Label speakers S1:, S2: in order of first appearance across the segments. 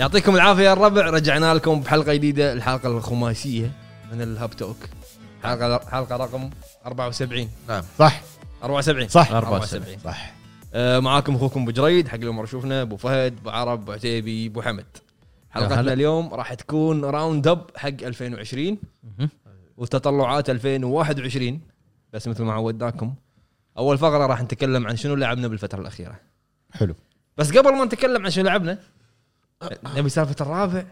S1: يعطيكم العافيه يا الربع رجعنا لكم بحلقه جديده الحلقه الخماسيه من الهاب توك حلقه حلقه رقم 74
S2: نعم
S3: صح
S1: 74
S3: صح
S1: 74.
S3: صح
S1: آه معاكم اخوكم ابو جريد حق اللي ما شفنا ابو فهد ابو عرب ابو عتيبي ابو حمد حلقتنا
S4: هلا.
S1: اليوم راح تكون راوند اب حق 2020
S4: مهم.
S1: وتطلعات 2021 بس مثل ما عودناكم اول فقره راح نتكلم عن شنو لعبنا بالفتره الاخيره
S3: حلو
S1: بس قبل ما نتكلم عن شنو لعبنا نبي سالفه الرابع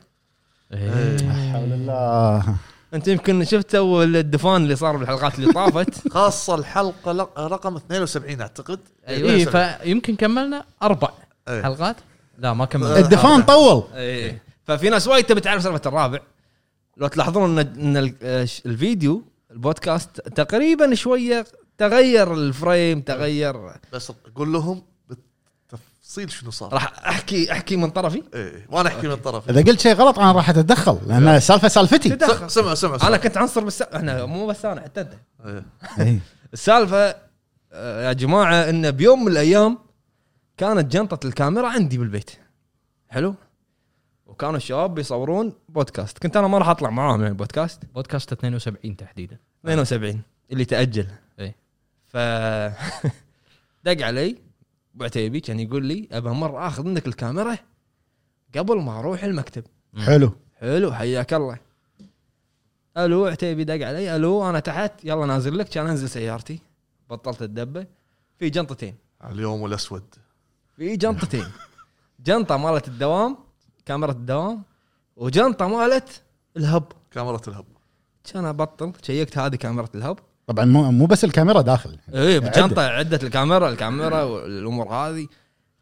S4: إيه.
S3: حول الله
S1: انت يمكن شفت اول الدفان اللي صار بالحلقات اللي طافت
S2: خاصه الحلقه لق- رقم 72 اعتقد
S4: ايوه إيه فيمكن كملنا اربع
S2: إيه.
S4: حلقات لا ما كملنا
S3: الدفان طول
S1: ايه ففي ناس وايد تبي تعرف سالفه الرابع لو تلاحظون ان ان ال- آه، ش- الفيديو البودكاست تقريبا شويه تغير الفريم تغير
S2: بس قول لهم بالتفصيل شنو صار
S1: راح احكي احكي من طرفي
S2: ايه وانا احكي من طرفي
S3: اذا قلت شيء غلط انا راح اتدخل لان السالفه سالفتي
S2: س- سمع سمع
S1: انا
S2: سمع
S1: كنت عنصر بس احنا مو بس انا حتى انت
S2: إيه.
S3: إيه.
S1: السالفه آه، يا جماعه ان بيوم من الايام كانت جنطه الكاميرا عندي بالبيت حلو وكانوا الشباب بيصورون بودكاست كنت انا ما راح اطلع معاهم يعني البودكاست
S4: بودكاست 72 تحديدا
S1: 72 اللي تاجل
S4: إيه.
S1: ف دق علي ابو عتيبي كان يقول لي ابى مره اخذ منك الكاميرا قبل ما اروح المكتب
S3: حلو
S1: حلو حياك الله الو عتيبي دق علي الو انا تحت يلا نازل لك كان انزل سيارتي بطلت الدبه في جنطتين
S2: اليوم الاسود
S1: في جنطتين جنطه مالت الدوام كاميرا الدوام وجنطه مالت الهب
S2: كاميرا الهب
S1: كان ابطل شيكت هذه كاميرا الهب
S3: طبعا مو مو بس الكاميرا داخل
S1: اي بجنطه عده إيه، الكاميرا الكاميرا والامور هذه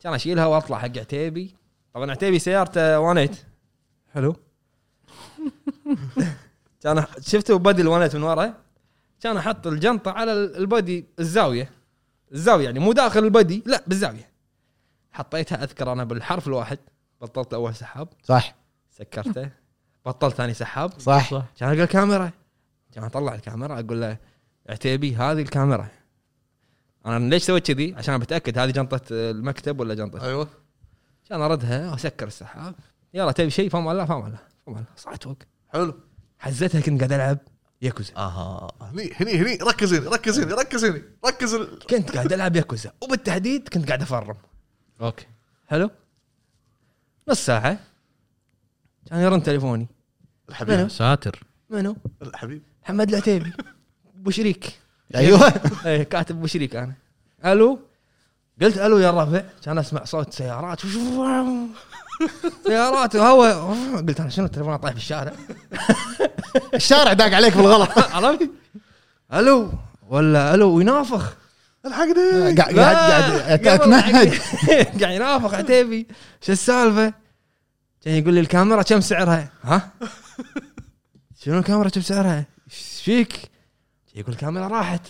S1: كان اشيلها واطلع حق عتيبي طبعا عتيبي سيارته وانيت حلو كان شفته بدي الوانيت من ورا كان احط الجنطه على ال- البدي الزاويه الزاويه يعني مو داخل البدي لا بالزاويه حطيتها اذكر انا بالحرف الواحد بطلت اول سحاب
S3: صح
S1: سكرته بطلت ثاني سحاب
S3: صح
S4: صح
S1: كان اقول كاميرا كان اطلع الكاميرا اقول له عتيبي هذه الكاميرا انا ليش سويت كذي؟ عشان بتاكد هذه جنطه المكتب ولا جنطه
S2: ايوه
S1: كان اردها واسكر السحاب يلا تبي شيء فما لا فما لا فما لا صعدت فوق
S2: حلو
S1: حزتها كنت قاعد العب ياكوزا
S2: اها هني هني هني ركز هني ركز هني ركز هني ركز هني.
S1: كنت قاعد العب ياكوزا وبالتحديد كنت قاعد افرم
S4: اوكي
S1: حلو نص ساعه كان يرن تليفوني
S2: الحبيب
S4: ساتر
S1: منو؟
S2: الحبيب
S1: حمد العتيبي ابو شريك
S3: ايوه
S1: ايه كاتب ابو شريك انا الو قلت الو يا الربع كان اسمع صوت سيارات سيارات هواء قلت انا شنو التليفون طايح بالشارع
S3: الشارع داق عليك بالغلط
S1: عرفت الو ولا الو ينافخ
S2: الحقني
S3: قاعد قاعد
S1: لا، قبل-
S3: اتمهد
S1: قاعد ينافخ عتيبي شو السالفه؟ كان يقول لي الكاميرا كم سعرها؟ ها؟ شنو الكاميرا كم سعرها؟ ايش فيك؟ يقول الكاميرا راحت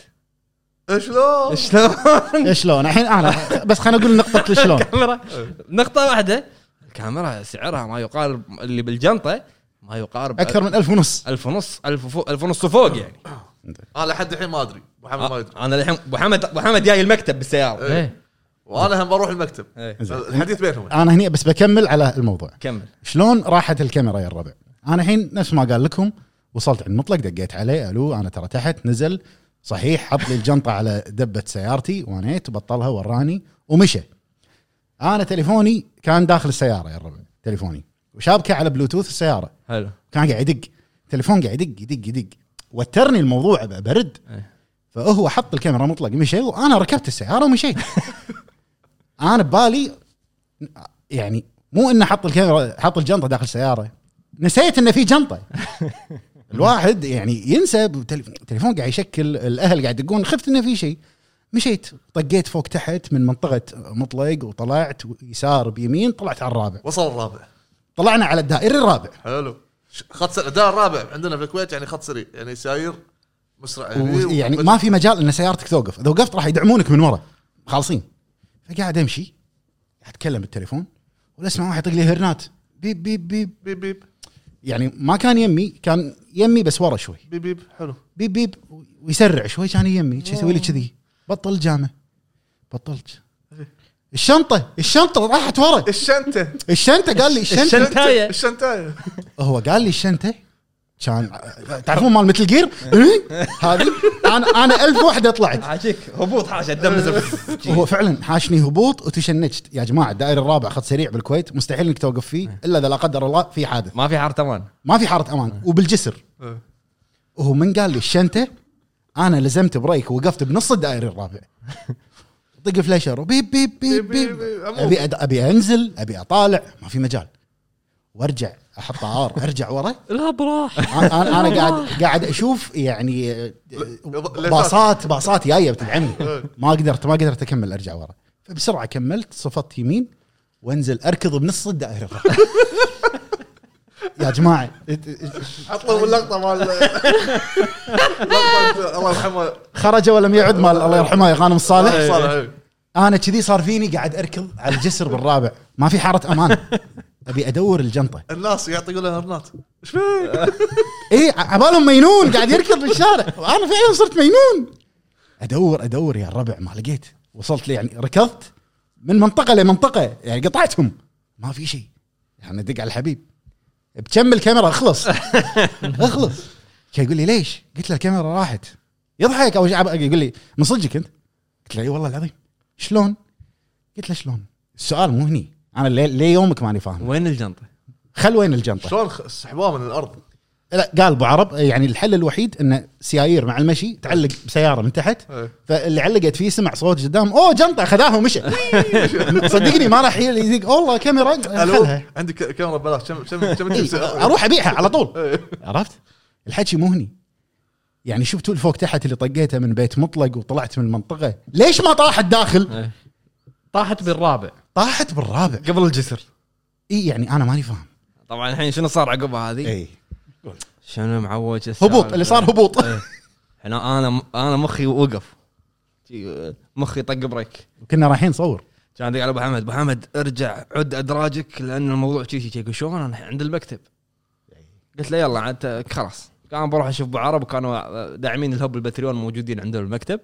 S2: شلون
S1: شلون؟
S3: شلون الحين انا بس خليني اقول نقطه شلون
S1: الكاميرا نقطة واحدة الكاميرا سعرها ما يقارب اللي بالجنطة ما يقارب
S3: اكثر من ألف ونص
S1: ألف ونص ألف وفوق ألف ونص وفوق يعني
S2: انا لحد الحين ما ادري
S1: آه.
S2: محمد ما يدري
S1: أنا الحين أبو حمد أبو حمد جاي المكتب بالسيارة
S4: ايه
S2: وانا هم بروح المكتب
S1: إيه.
S3: زين.
S2: الحديث بينهم
S3: انا هني بس بكمل على الموضوع
S1: كمل
S3: شلون راحت الكاميرا يا الربع انا الحين نفس ما قال لكم وصلت عند مطلق دقيت عليه الو انا ترى تحت نزل صحيح حط لي الجنطه على دبه سيارتي وانيت بطلها وراني ومشى انا تليفوني كان داخل السياره يا الربع تليفوني وشابكه على بلوتوث السياره
S1: حلو
S3: كان قاعد يدق تليفون قاعد يدق يدق يدق وترني الموضوع أبى برد
S1: إيه.
S3: فهو حط الكاميرا مطلق مشي وانا ركبت السياره ومشيت انا ببالي يعني مو انه حط الكاميرا حط الجنطه داخل السياره نسيت انه في جنطه الواحد يعني ينسى التليفون قاعد يشكل الاهل قاعد يدقون خفت انه في شيء مشيت طقيت فوق تحت من منطقه مطلق وطلعت يسار بيمين طلعت على الرابع
S2: وصل الرابع
S3: طلعنا على الدائري الرابع
S2: حلو ش- خط سريع ده الرابع عندنا في الكويت يعني خط سريع يعني ساير مسرع
S3: و-
S2: هني
S3: يعني
S2: وقفت.
S3: ما في مجال ان سيارتك توقف اذا وقفت راح يدعمونك من ورا خالصين فقاعد امشي قاعد اتكلم بالتليفون ولا اسمع واحد يطق لي هرنات بيب بيب بيب
S2: بيب بيب
S3: يعني ما كان يمي كان يمي بس ورا شوي
S2: بيب بيب حلو
S3: بيب بيب ويسرع شوي كان يمي شو يسوي لي كذي بطل الجامه بطلت الشنطه الشنطه راحت ورا
S2: الشنته
S3: الشنطه قال لي الشنطه
S1: الشنتاية.
S2: الشنتايه
S3: هو قال لي الشنطه كان تعرفون مال مثل جير إيه؟ هذه انا انا ألف وحده طلعت
S1: حاشيك هبوط حاشه الدم نزل
S3: هو فعلا حاشني هبوط وتشنجت يا جماعه الدائري الرابع خط سريع بالكويت مستحيل انك توقف فيه الا اذا لا قدر الله في حادث
S1: ما في حاره امان
S3: ما في حاره امان وبالجسر وهو من قال لي الشنته انا لزمت بريك ووقفت بنص الدائري الرابع طق فلاشر بيب بيب بيب بيب يعني ابي أد- ابي انزل ابي اطالع ما في مجال وارجع احط ار ارجع ورا
S4: لا براح
S3: انا انا أنا قاعد قاعد اشوف يعني آه،
S2: لفات.
S3: باصات باصات جايه بتلعبني ما قدرت ما قدرت اكمل ارجع ورا فبسرعه كملت صفت يمين وانزل اركض بنص الدائره يا جماعه
S2: اطلب اللقطه مال لقطة الله يرحمه
S3: خرج ولم يعد مال الله يرحمه يا غانم
S2: الله
S3: الصالح
S2: صالح إيه.
S3: انا كذي صار فيني قاعد اركض على الجسر بالرابع ما في حاره امان ابي ادور الجنطه
S2: الناس يعطي لها هرنات
S3: طيب.
S2: ايش فيك؟
S3: ايه عبالهم مينون قاعد يركض بالشارع وانا فعلا صرت مينون ادور ادور يا الربع ما لقيت وصلت لي يعني ركضت من منطقه لمنطقه يعني قطعتهم ما في شيء يعني ادق على الحبيب بكم الكاميرا اخلص اخلص كان يقول لي ليش؟ قلت له الكاميرا راحت يضحك اول شيء عب- يقول لي من صدقك انت؟ قلت له اي والله العظيم شلون؟ قلت له شلون؟ السؤال مو هني انا لي- ليومك ماني فاهم
S1: وين الجنطه؟
S3: خل وين الجنطه؟
S2: شلون خ- سحبوه من الارض
S3: لا قال ابو عرب يعني الحل الوحيد انه سيايير مع المشي تعلق بسياره من تحت
S2: إيه.
S3: فاللي علقت فيه سمع صوت قدام اوه جنطه خذاها ومشى صدقني ما راح يزيق والله كاميرا
S2: الو
S3: خلها
S2: عندي ك- كاميرا ببلاش كم كم كم
S3: إيه،
S2: تجيب سعر؟
S3: اروح ابيعها على طول
S2: إيه.
S3: عرفت الحكي مو هني يعني شفتوا الفوق تحت اللي طقيته من بيت مطلق وطلعت من المنطقه ليش ما طاحت داخل
S4: طاحت بالرابع
S3: طاحت بالرابع
S1: إيه. قبل الجسر
S3: اي يعني انا ماني فاهم
S1: طبعا الحين شنو صار عقبها هذه؟
S3: اي
S1: شنو معوج السالفة؟
S3: إيه. هبوط اللي صار هبوط
S1: انا انا انا مخي وقف مخي طق بريك
S3: كنا رايحين نصور
S1: كان ادق على ابو حمد ابو حمد ارجع عد ادراجك لان الموضوع شي شي شي يقول شلون انا عند المكتب قلت له يلا عاد خلاص كان بروح اشوف ابو عرب وكانوا داعمين الهب البتريون موجودين عندهم المكتب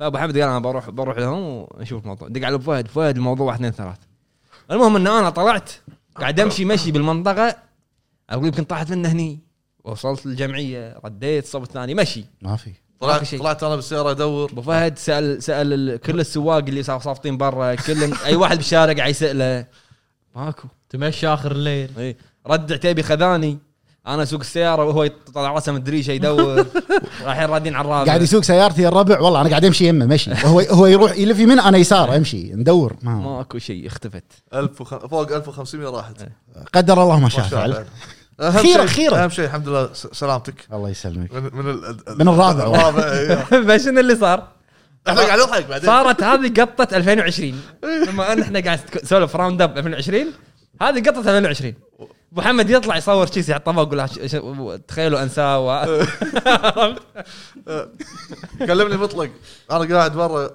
S1: فابو حمد قال انا بروح بروح لهم ونشوف الموضوع دق على أبو فهد فهد الموضوع واحد اثنين ثلاث المهم ان انا طلعت قاعد امشي مشي بالمنطقه اقول يمكن طاحت منه هني وصلت للجمعيه رديت صوب الثاني مشي
S3: ما في
S1: ماكو
S2: طلعت
S1: شيء.
S2: طلعت انا بالسياره ادور
S1: ابو فهد سال سال ال- كل السواق اللي صار صافطين برا كل اي واحد بالشارع قاعد يساله ماكو
S4: تمشى اخر الليل
S1: اي رد عتيبي خذاني انا اسوق السياره وهو يط- طلع راسه من الدريشه يدور رايحين رادين على الرابع
S3: قاعد يسوق سيارتي الربع والله انا قاعد امشي يمه مشي هو هو يروح يلف يمين انا يسار امشي ندور ما
S1: ماكو شيء اختفت
S2: 1000 وخ- فوق 1500 راحت
S3: قدر الله ما
S2: ما
S3: شاء
S2: شاء الله.
S3: فعل
S2: أهم
S3: إيه. خيرة-
S2: شيء-
S3: خيرة.
S2: اهم شيء الحمد لله س- سلامتك
S3: الله يسلمك
S2: من من ال-
S3: من الرابع.
S2: الرابع إيه.
S1: فشنو اللي صار؟
S2: احنا قاعد نضحك بعدين
S1: صارت هذه قطه 2020 لما ان احنا قاعد نسولف راوند اب 2020 هذه قطه 2020 محمد يطلع يصور شيء يحطه فوق يقول هاش- ش- تخيلوا انساه و...
S2: كلمني مطلق انا قاعد برا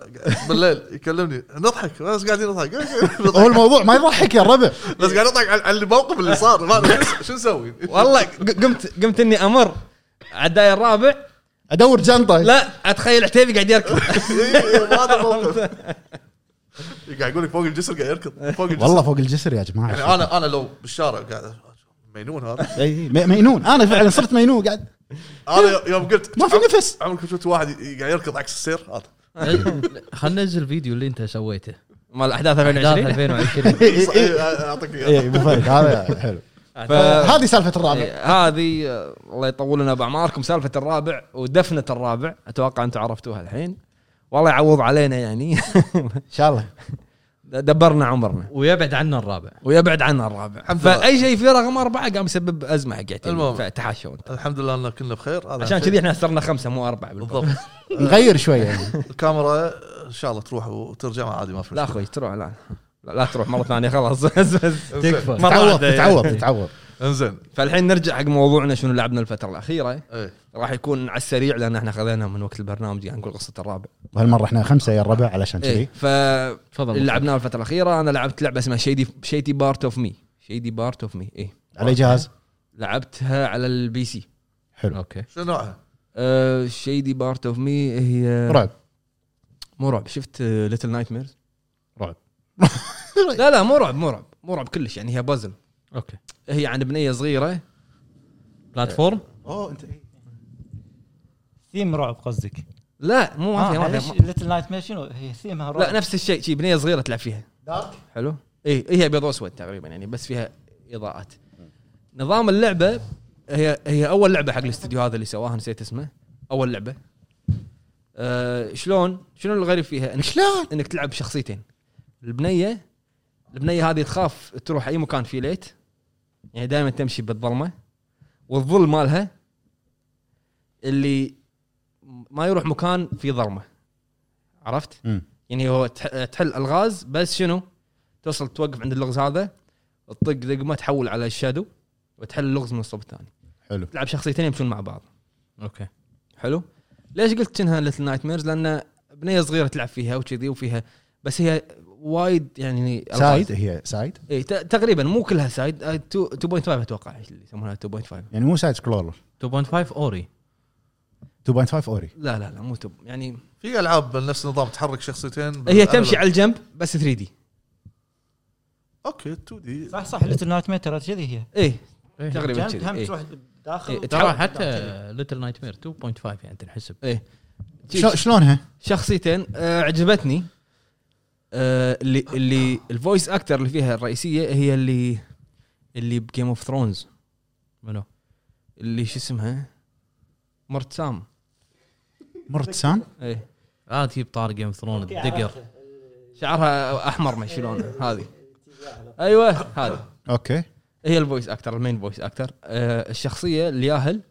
S2: بالليل يكلمني نضحك بس قاعدين نضحك
S3: هو الموضوع ما يضحك يا الربع
S2: بس قاعد نضحك على على الموقف اللي صار ما أدري شو نسوي
S1: والله ق- قمت قمت اني امر على الداير الرابع
S3: ادور جنطه
S1: لا اتخيل عتيبي قاعد يركض
S2: إيه، ما هذا الموقف قاعد يقول لك فوق الجسر قاعد يركض فوق الجسر
S3: والله فوق الجسر يا جماعه
S2: يعني انا انا لو بالشارع قاعد مينون هذا
S3: إي، م- مينون انا فعلا صرت مينون قاعد
S2: انا يوم قلت
S3: ما في
S2: عم-
S3: نفس
S2: عمركم شفت واحد ي- قاعد يركض عكس السير هذا
S4: خلنا ننزل فيديو اللي انت سويته
S1: مال احداث
S4: احداث
S1: 2020
S4: 2020
S3: إي،
S2: صح،
S3: إي،
S2: إيه، اعطيك
S3: إي،
S2: اياه
S3: ابو فهد هذا حلو
S1: ف-
S3: هذه سالفه الرابع
S1: هذه آه، الله يطول لنا باعماركم سالفه الرابع ودفنه الرابع اتوقع انتم عرفتوها الحين والله يعوض علينا يعني
S3: ان شاء الله
S1: دبرنا عمرنا
S4: ويبعد عنا الرابع
S1: ويبعد عنا الرابع
S2: الحمد لله.
S1: فاي شيء في رقم اربعه قام يسبب ازمه حق عتيبي
S2: المهم.
S1: فتحاشوا انت
S2: الحمد لله ان كنا بخير هذا
S1: عشان
S2: أهم شيء.
S1: كذي احنا صرنا خمسه مو اربعه بالضبط
S2: بالضبط
S3: نغير شويه يعني.
S2: الكاميرا ان شاء الله تروح وترجع عادي ما في
S1: لا
S2: مشكلة.
S1: اخوي تروح لا لا, لا تروح مره ثانيه خلاص بس- بس.
S2: إنزين.
S4: تكفى.
S1: مرة
S3: تعوض
S1: واحدة.
S3: تعوض تعوض
S2: انزين
S1: فالحين نرجع حق موضوعنا شنو لعبنا الفتره الاخيره
S2: إيه.
S1: راح يكون على السريع لان احنا خذينا من وقت البرنامج يعني نقول قصه الرابع
S3: وهالمره احنا خمسه يا الربع علشان
S1: ايه
S3: كذي
S1: ف
S4: تفضل
S1: اللي لعبناه الفتره الاخيره انا لعبت لعبه اسمها شيدي شيدي بارت اوف مي شيدي بارت اوف مي اي
S3: على جهاز
S1: إيه. لعبتها على البي سي
S3: حلو
S4: اوكي
S2: شنو نوعها؟
S1: آه، شيدي بارت اوف مي هي
S3: رعب
S1: مو رعب شفت ليتل نايت ميرز
S3: رعب
S1: لا لا مو رعب مو رعب مو رعب كلش يعني هي بازل
S4: اوكي
S1: هي عن بنيه صغيره
S4: بلاتفورم
S2: اوه انت
S5: ثيم رعب قصدك آه،
S1: لا مو
S4: آه،
S1: ما فيها ما فيها ما-
S5: ليتل نايت مير شنو هي ثيمها رعب
S1: لا نفس الشيء شي بنيه صغيره تلعب فيها
S3: دارك
S1: حلو اي هي ابيض واسود تقريبا يعني بس فيها اضاءات نظام اللعبه هي هي اول لعبه حق الاستديو هذا اللي سواها نسيت اسمه اول لعبه أه شلون شنو الغريب فيها انك
S3: شلون؟
S1: انك تلعب بشخصيتين البنيه البنيه هذه تخاف تروح اي مكان فيه ليت يعني دائما تمشي بالظلمه والظل مالها اللي ما يروح مكان فيه ظلمه عرفت؟
S3: مم.
S1: يعني هو تح- تحل الغاز بس شنو؟ توصل توقف عند اللغز هذا تطق دقمه تحول على الشادو وتحل اللغز من الصوب الثاني
S3: حلو
S1: تلعب شخصيتين يمشون مع بعض
S4: اوكي
S1: حلو ليش قلت انها ليتل نايت ميرز لان بنيه صغيره تلعب فيها وكذي وفيها بس هي وايد يعني
S3: سايد هي سايد
S1: اي تقريبا مو كلها سايد آه، 2- 2.5 اتوقع اللي يسمونها 2.5
S3: يعني مو سايد سكرولر
S4: 2.5 اوري
S3: 2.5 اوري
S1: لا لا لا مو تب يعني
S2: في العاب نفس النظام تحرك شخصيتين
S1: هي تمشي على الجنب بس 3 دي
S2: اوكي 2 دي
S5: صح صح ليتل نايت مير ترى كذي هي
S1: اي
S4: إيه.
S1: تقريبا
S5: كانت هم
S1: كذي
S5: تروح داخل
S1: إيه،
S5: وتروح
S4: ترى
S1: تحاول-
S4: حتى ليتل نايت مير 2.5 يعني تنحسب
S1: إيه.
S3: شلون- شلونها؟
S1: شخصيتين آه عجبتني آه اللي اللي الفويس اكتر اللي فيها الرئيسيه هي اللي اللي بجيم اوف ثرونز
S4: منو؟
S1: اللي شو اسمها مرت سام
S3: مرت سام
S1: اي
S4: لا آه، تجيب طار جيم ثرون
S5: داخل.
S4: الدقر
S1: شعرها احمر ما شلون هذه ايوه هذه
S3: اوكي
S2: يعني-
S1: هي الفويس اكتر المين فويس اكتر آه الشخصيه الياهل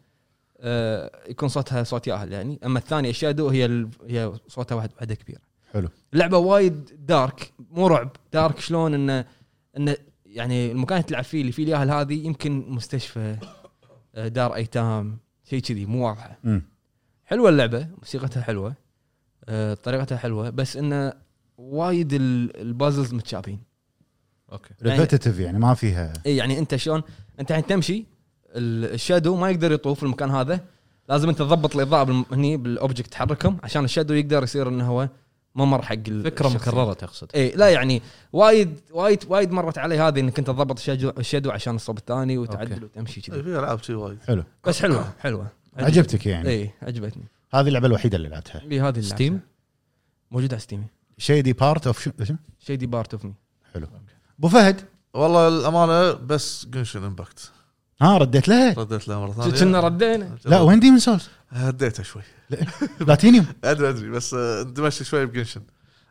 S1: آه يكون صوتها صوت ياهل يعني اما الثانيه الشادو هي ال... هي صوتها واحد واحده كبيره
S3: حلو
S1: اللعبه وايد دارك مو رعب دارك شلون انه انه يعني المكان اللي تلعب فيه اللي فيه الياهل هذه يمكن مستشفى آه، دار ايتام شيء كذي مو واضحه
S3: مم.
S1: حلوه اللعبه موسيقتها حلوه آه، طريقتها حلوه بس انه وايد ال- البازلز متشابهين
S4: اوكي
S3: ريبتيتف يعني ما فيها
S1: اي يعني انت شلون انت الحين تمشي ال- الشادو ما يقدر يطوف المكان هذا لازم انت تضبط الاضاءه بالم- هني بالاوبجكت تحركهم عشان الشادو يقدر يصير انه هو ممر حق ال-
S4: فكره
S1: الشخصية.
S4: مكرره تقصد
S1: اي لا يعني وايد وايد وايد مرت علي هذه انك انت تضبط الشادو, الشادو عشان الصوب الثاني وتعدل
S4: أوكي.
S1: وتمشي كذي
S2: إيه، في العاب شي وايد
S3: حلو
S1: بس حلوه حلوه
S3: عجبتك
S2: إيه.
S3: يعني
S1: اي إيه، عجبتني
S3: هذه اللعبه الوحيده اللي لعبتها
S4: إيه،
S1: لي هذه اللعبة.
S4: ستيم؟
S1: موجوده على ستيم
S3: شيدي بارت اوف شنو؟
S1: شيدي بارت اوف مي
S3: حلو ابو فهد
S2: والله الامانه بس جنشن امباكت
S3: ها رديت لها
S2: رديت لها مره ثانيه
S1: كنا ردينا
S3: لا وين ديمون سولز
S2: هديته شوي
S3: بلاتينيوم
S2: ادري ادري بس آه، اندمجت شوي بجنشن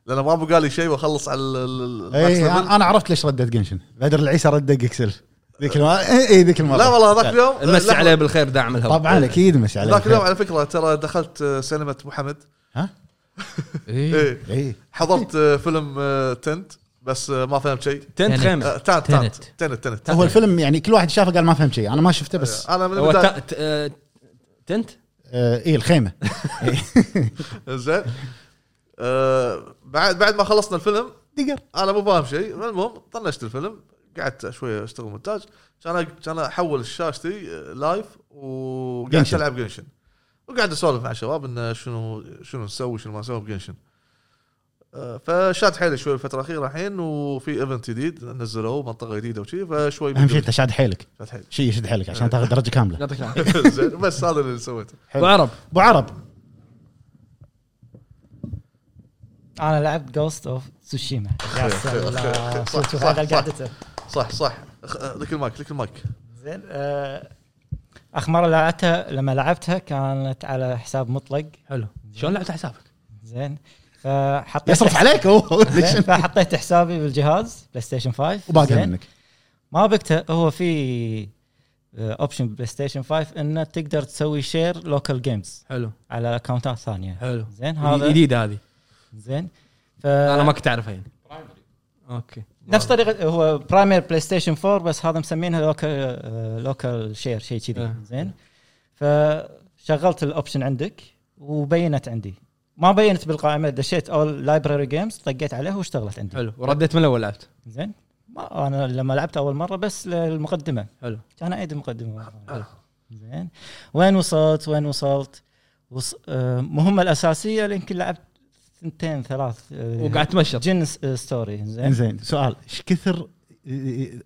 S2: لان ما بقى لي شيء واخلص على ال- ال-
S3: اي
S2: ال-
S3: انا إيه، عرفت ليش ردت جنشن بدر العيسى رد جكسل ذيك المره اي ذيك المره
S2: لا والله هذاك اليوم
S1: نمسي
S2: لحظة.
S1: عليه بالخير داعم الهواء
S3: طبعا اكيد مش عليه
S2: ذاك اليوم على فكره ترى دخلت آه، سينما ابو حمد
S4: اي
S2: إيه.
S3: اي
S2: حضرت آه، فيلم آه، تنت بس آه، ما فهمت شيء
S1: تنت خامس
S4: تنت.
S2: آه، تنت تنت تنت
S4: تنت.
S2: تنت
S3: هو الفيلم يعني كل واحد شافه قال ما فهم شيء انا ما شفته بس
S2: انا من
S1: هو
S2: البدايه
S1: تا- ت- آه، تنت
S3: آه
S2: إيه.
S3: اي الخيمه
S2: زين آه، بعد بعد ما خلصنا الفيلم
S3: دقر
S2: انا مو فاهم شيء المهم طنشت الفيلم قعدت شويه اشتغل مونتاج كان كان احول شاشتي لايف وقعدت
S3: جنشن.
S2: العب جنشن وقاعد اسولف مع الشباب انه شنو شنو نسوي شنو ما نسوي بجنشن آه، فشاد حيلي شوي الفتره الاخيره الحين وفي ايفنت جديد نزلوه منطقه جديده وشي فشوي
S3: اهم شيء
S2: بدون-
S3: انت شاد حيلك
S2: شاد حيلي
S3: شيء يشد حيلك عشان تاخذ درجه كامله
S1: يعطيك العافيه
S2: زين، بس هذا اللي سويته
S1: ابو عرب
S3: ابو عرب
S5: انا لعبت جوست اوف تسوشيما يا سلام
S2: صح،
S5: شوف شوف
S2: صح،
S5: هذا
S2: صح.
S5: قعدته
S2: صح صح أخ- آه، لك المايك لك المايك
S5: زين آه، اخر مره لعبتها لما لعبتها كانت على حساب مطلق
S1: حلو شلون لعبت حسابك؟
S5: زين فحطيت
S3: يصرف عليك هو
S5: زين، فحطيت حسابي بالجهاز بلاي ستيشن 5
S3: وباقي
S5: زين.
S3: منك
S5: ما بكته هو في آه، اوبشن بلاي ستيشن 5 انه تقدر تسوي شير لوكال جيمز
S1: حلو
S5: على اكونتات ثانيه
S1: حلو
S5: زين هذا
S1: جديده هذه
S5: زين ف
S1: انا ما كنت اعرفها يعني اوكي
S5: نفس طريقه هو برايمر بلاي ستيشن 4 بس هذا مسمينها لوكال لوكال شير شيء كذي
S1: آه.
S5: زين فشغلت الاوبشن عندك وبينت عندي ما بينت بالقائمه دشيت اول لايبراري جيمز طقيت عليها واشتغلت عندي
S1: حلو ورديت من الاول لعبت
S5: زين ما انا لما لعبت اول مره بس للمقدمه
S1: حلو.
S5: كان اعيد المقدمه
S1: حلو.
S5: زين وين وصلت وين وصلت وص... آه، مهمه الاساسيه يمكن لعبت ثنتين ثلاث آه،
S1: وقاعد تمشط
S5: جن س- آه، ستوري زين
S3: انزين سؤال ايش كثر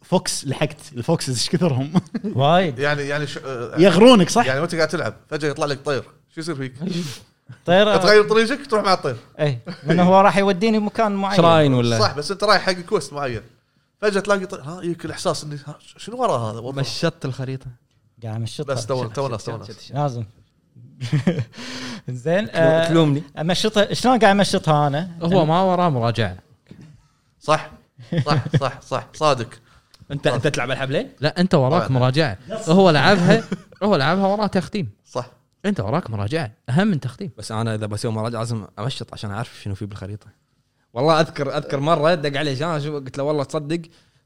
S3: فوكس لحقت الفوكسز ايش كثرهم
S5: وايد
S2: يعني يعني ش... آه،
S3: يغرونك صح؟
S2: يعني وانت قاعد تلعب فجاه يطلع لك طير شو يصير فيك؟
S5: طيره
S2: تغير طريقك تروح مع الطير
S5: اي لانه إيه، هو راح يوديني مكان معين
S1: شراين ولا
S2: صح بس انت رايح حق كويست معين فجاه تلاقي طير ها يجيك الاحساس اني ها، شنو ورا هذا؟ والله.
S1: مشطت الخريطه
S5: قاعد مشطها
S2: بس تو تو ناس تو ناس
S5: لازم زين آه،
S1: تلومني
S5: امشطها شلون قاعد امشطها انا؟
S4: هو ما وراه مراجعه
S2: صح صح صح صح صادق
S1: انت انت تلعب العاب لين
S4: لا انت وراك
S2: طبعاً.
S4: مراجعه هو لعبها هو لعبها وراه تختيم
S2: صح
S4: انت وراك مراجعه اهم من تختيم
S1: بس انا اذا بسوي مراجعه لازم امشط عشان اعرف شنو في بالخريطه والله اذكر اذكر مره دق علي جان شو- قلت له والله تصدق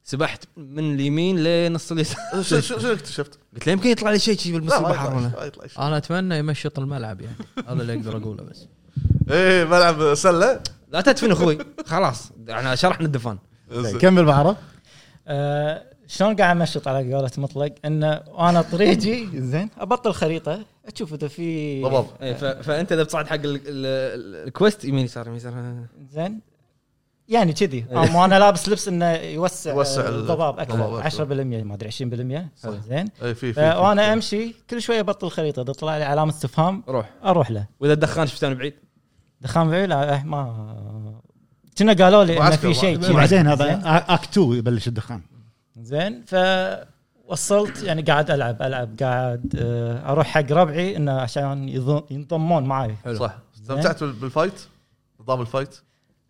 S1: سبحت من اليمين لنص اليسار
S2: شو شو شو اكتشفت؟
S1: قلت له يمكن يطلع لي شيء شي
S2: لا
S1: بالبحر
S2: ما
S1: البحر
S2: يطلع
S1: ولا
S2: شيء، ما يطلع شيء.
S4: انا اتمنى يمشط الملعب يعني هذا اللي اقدر اقوله بس
S2: ايه بلعب سله
S1: لا تدفن اخوي خلاص احنا شرحنا الدفن
S3: زين، كمل بعرف
S5: آه، شلون قاعد امشط على قولة مطلق انه انا طريقي زين ابطل خريطه اشوف اذا في
S2: بالضبط
S1: إيه، ف- فانت اذا بتصعد حق ال- ال- الكويست يمين يسار يمين يسار
S5: زين يعني كذي
S2: إيه.
S5: أما انا لابس لبس انه يوسع
S2: يوسع
S5: آه، الضباب
S2: الضباب
S5: اكثر
S2: أكثر.
S5: 10% ما ادري 20%
S2: صح.
S5: زين
S2: اي إيه، في في
S5: وانا امشي كل شويه ابطل خريطه اذا طلع لي علامه استفهام
S1: روح
S5: اروح له
S1: واذا الدخان شفتنا بعيد
S5: دخان بعيد لا آه، ما كنا قالوا لي انه
S2: معسكر،
S5: في شيء
S2: معسكر.
S5: كذي.
S3: بعدين هذا
S5: زين؟
S3: اكت 2 يبلش الدخان
S5: زين فوصلت يعني قاعد العب العب قاعد آه، اروح حق ربعي انه عشان يض- ينضمون معي
S2: صح استمتعت بال- بالفايت نظام الفايت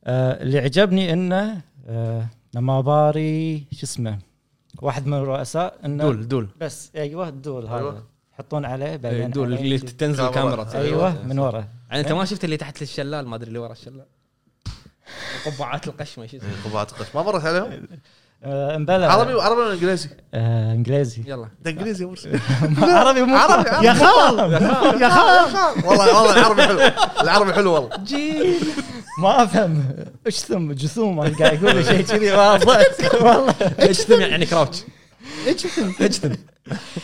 S5: آه، اللي عجبني انه آه، لما باري شو اسمه واحد من الرؤساء انه
S1: دول دول
S5: بس ايوه الدول هذا
S2: أيوة.
S5: يحطون عليه بعدين
S1: إيه، دول
S5: عليه
S1: اللي
S5: شي.
S1: تنزل
S2: كاميرا.
S1: كاميرا
S5: ايوه من ورا
S1: يعني انت ما شفت اللي تحت الشلال ما ادري اللي ورا الشلال قبعات القشمه شو اسمه
S2: قبعات إيه، قش ما مرت عليهم
S5: آه، مبلى
S2: عربي وعربي ولا انجليزي؟
S5: آه، انجليزي
S1: يلا
S2: ده انجليزي يا مرسي
S5: عربي مو
S2: عربي عربي
S3: يا خال يا خال
S2: والله والله العربي حلو العربي حلو والله
S5: جيل ما افهم ايش ثم جثوم انا قاعد يقول شيء كذي ما ضعت والله
S1: اجتمع يعني كراوتش
S3: اجتم اجتم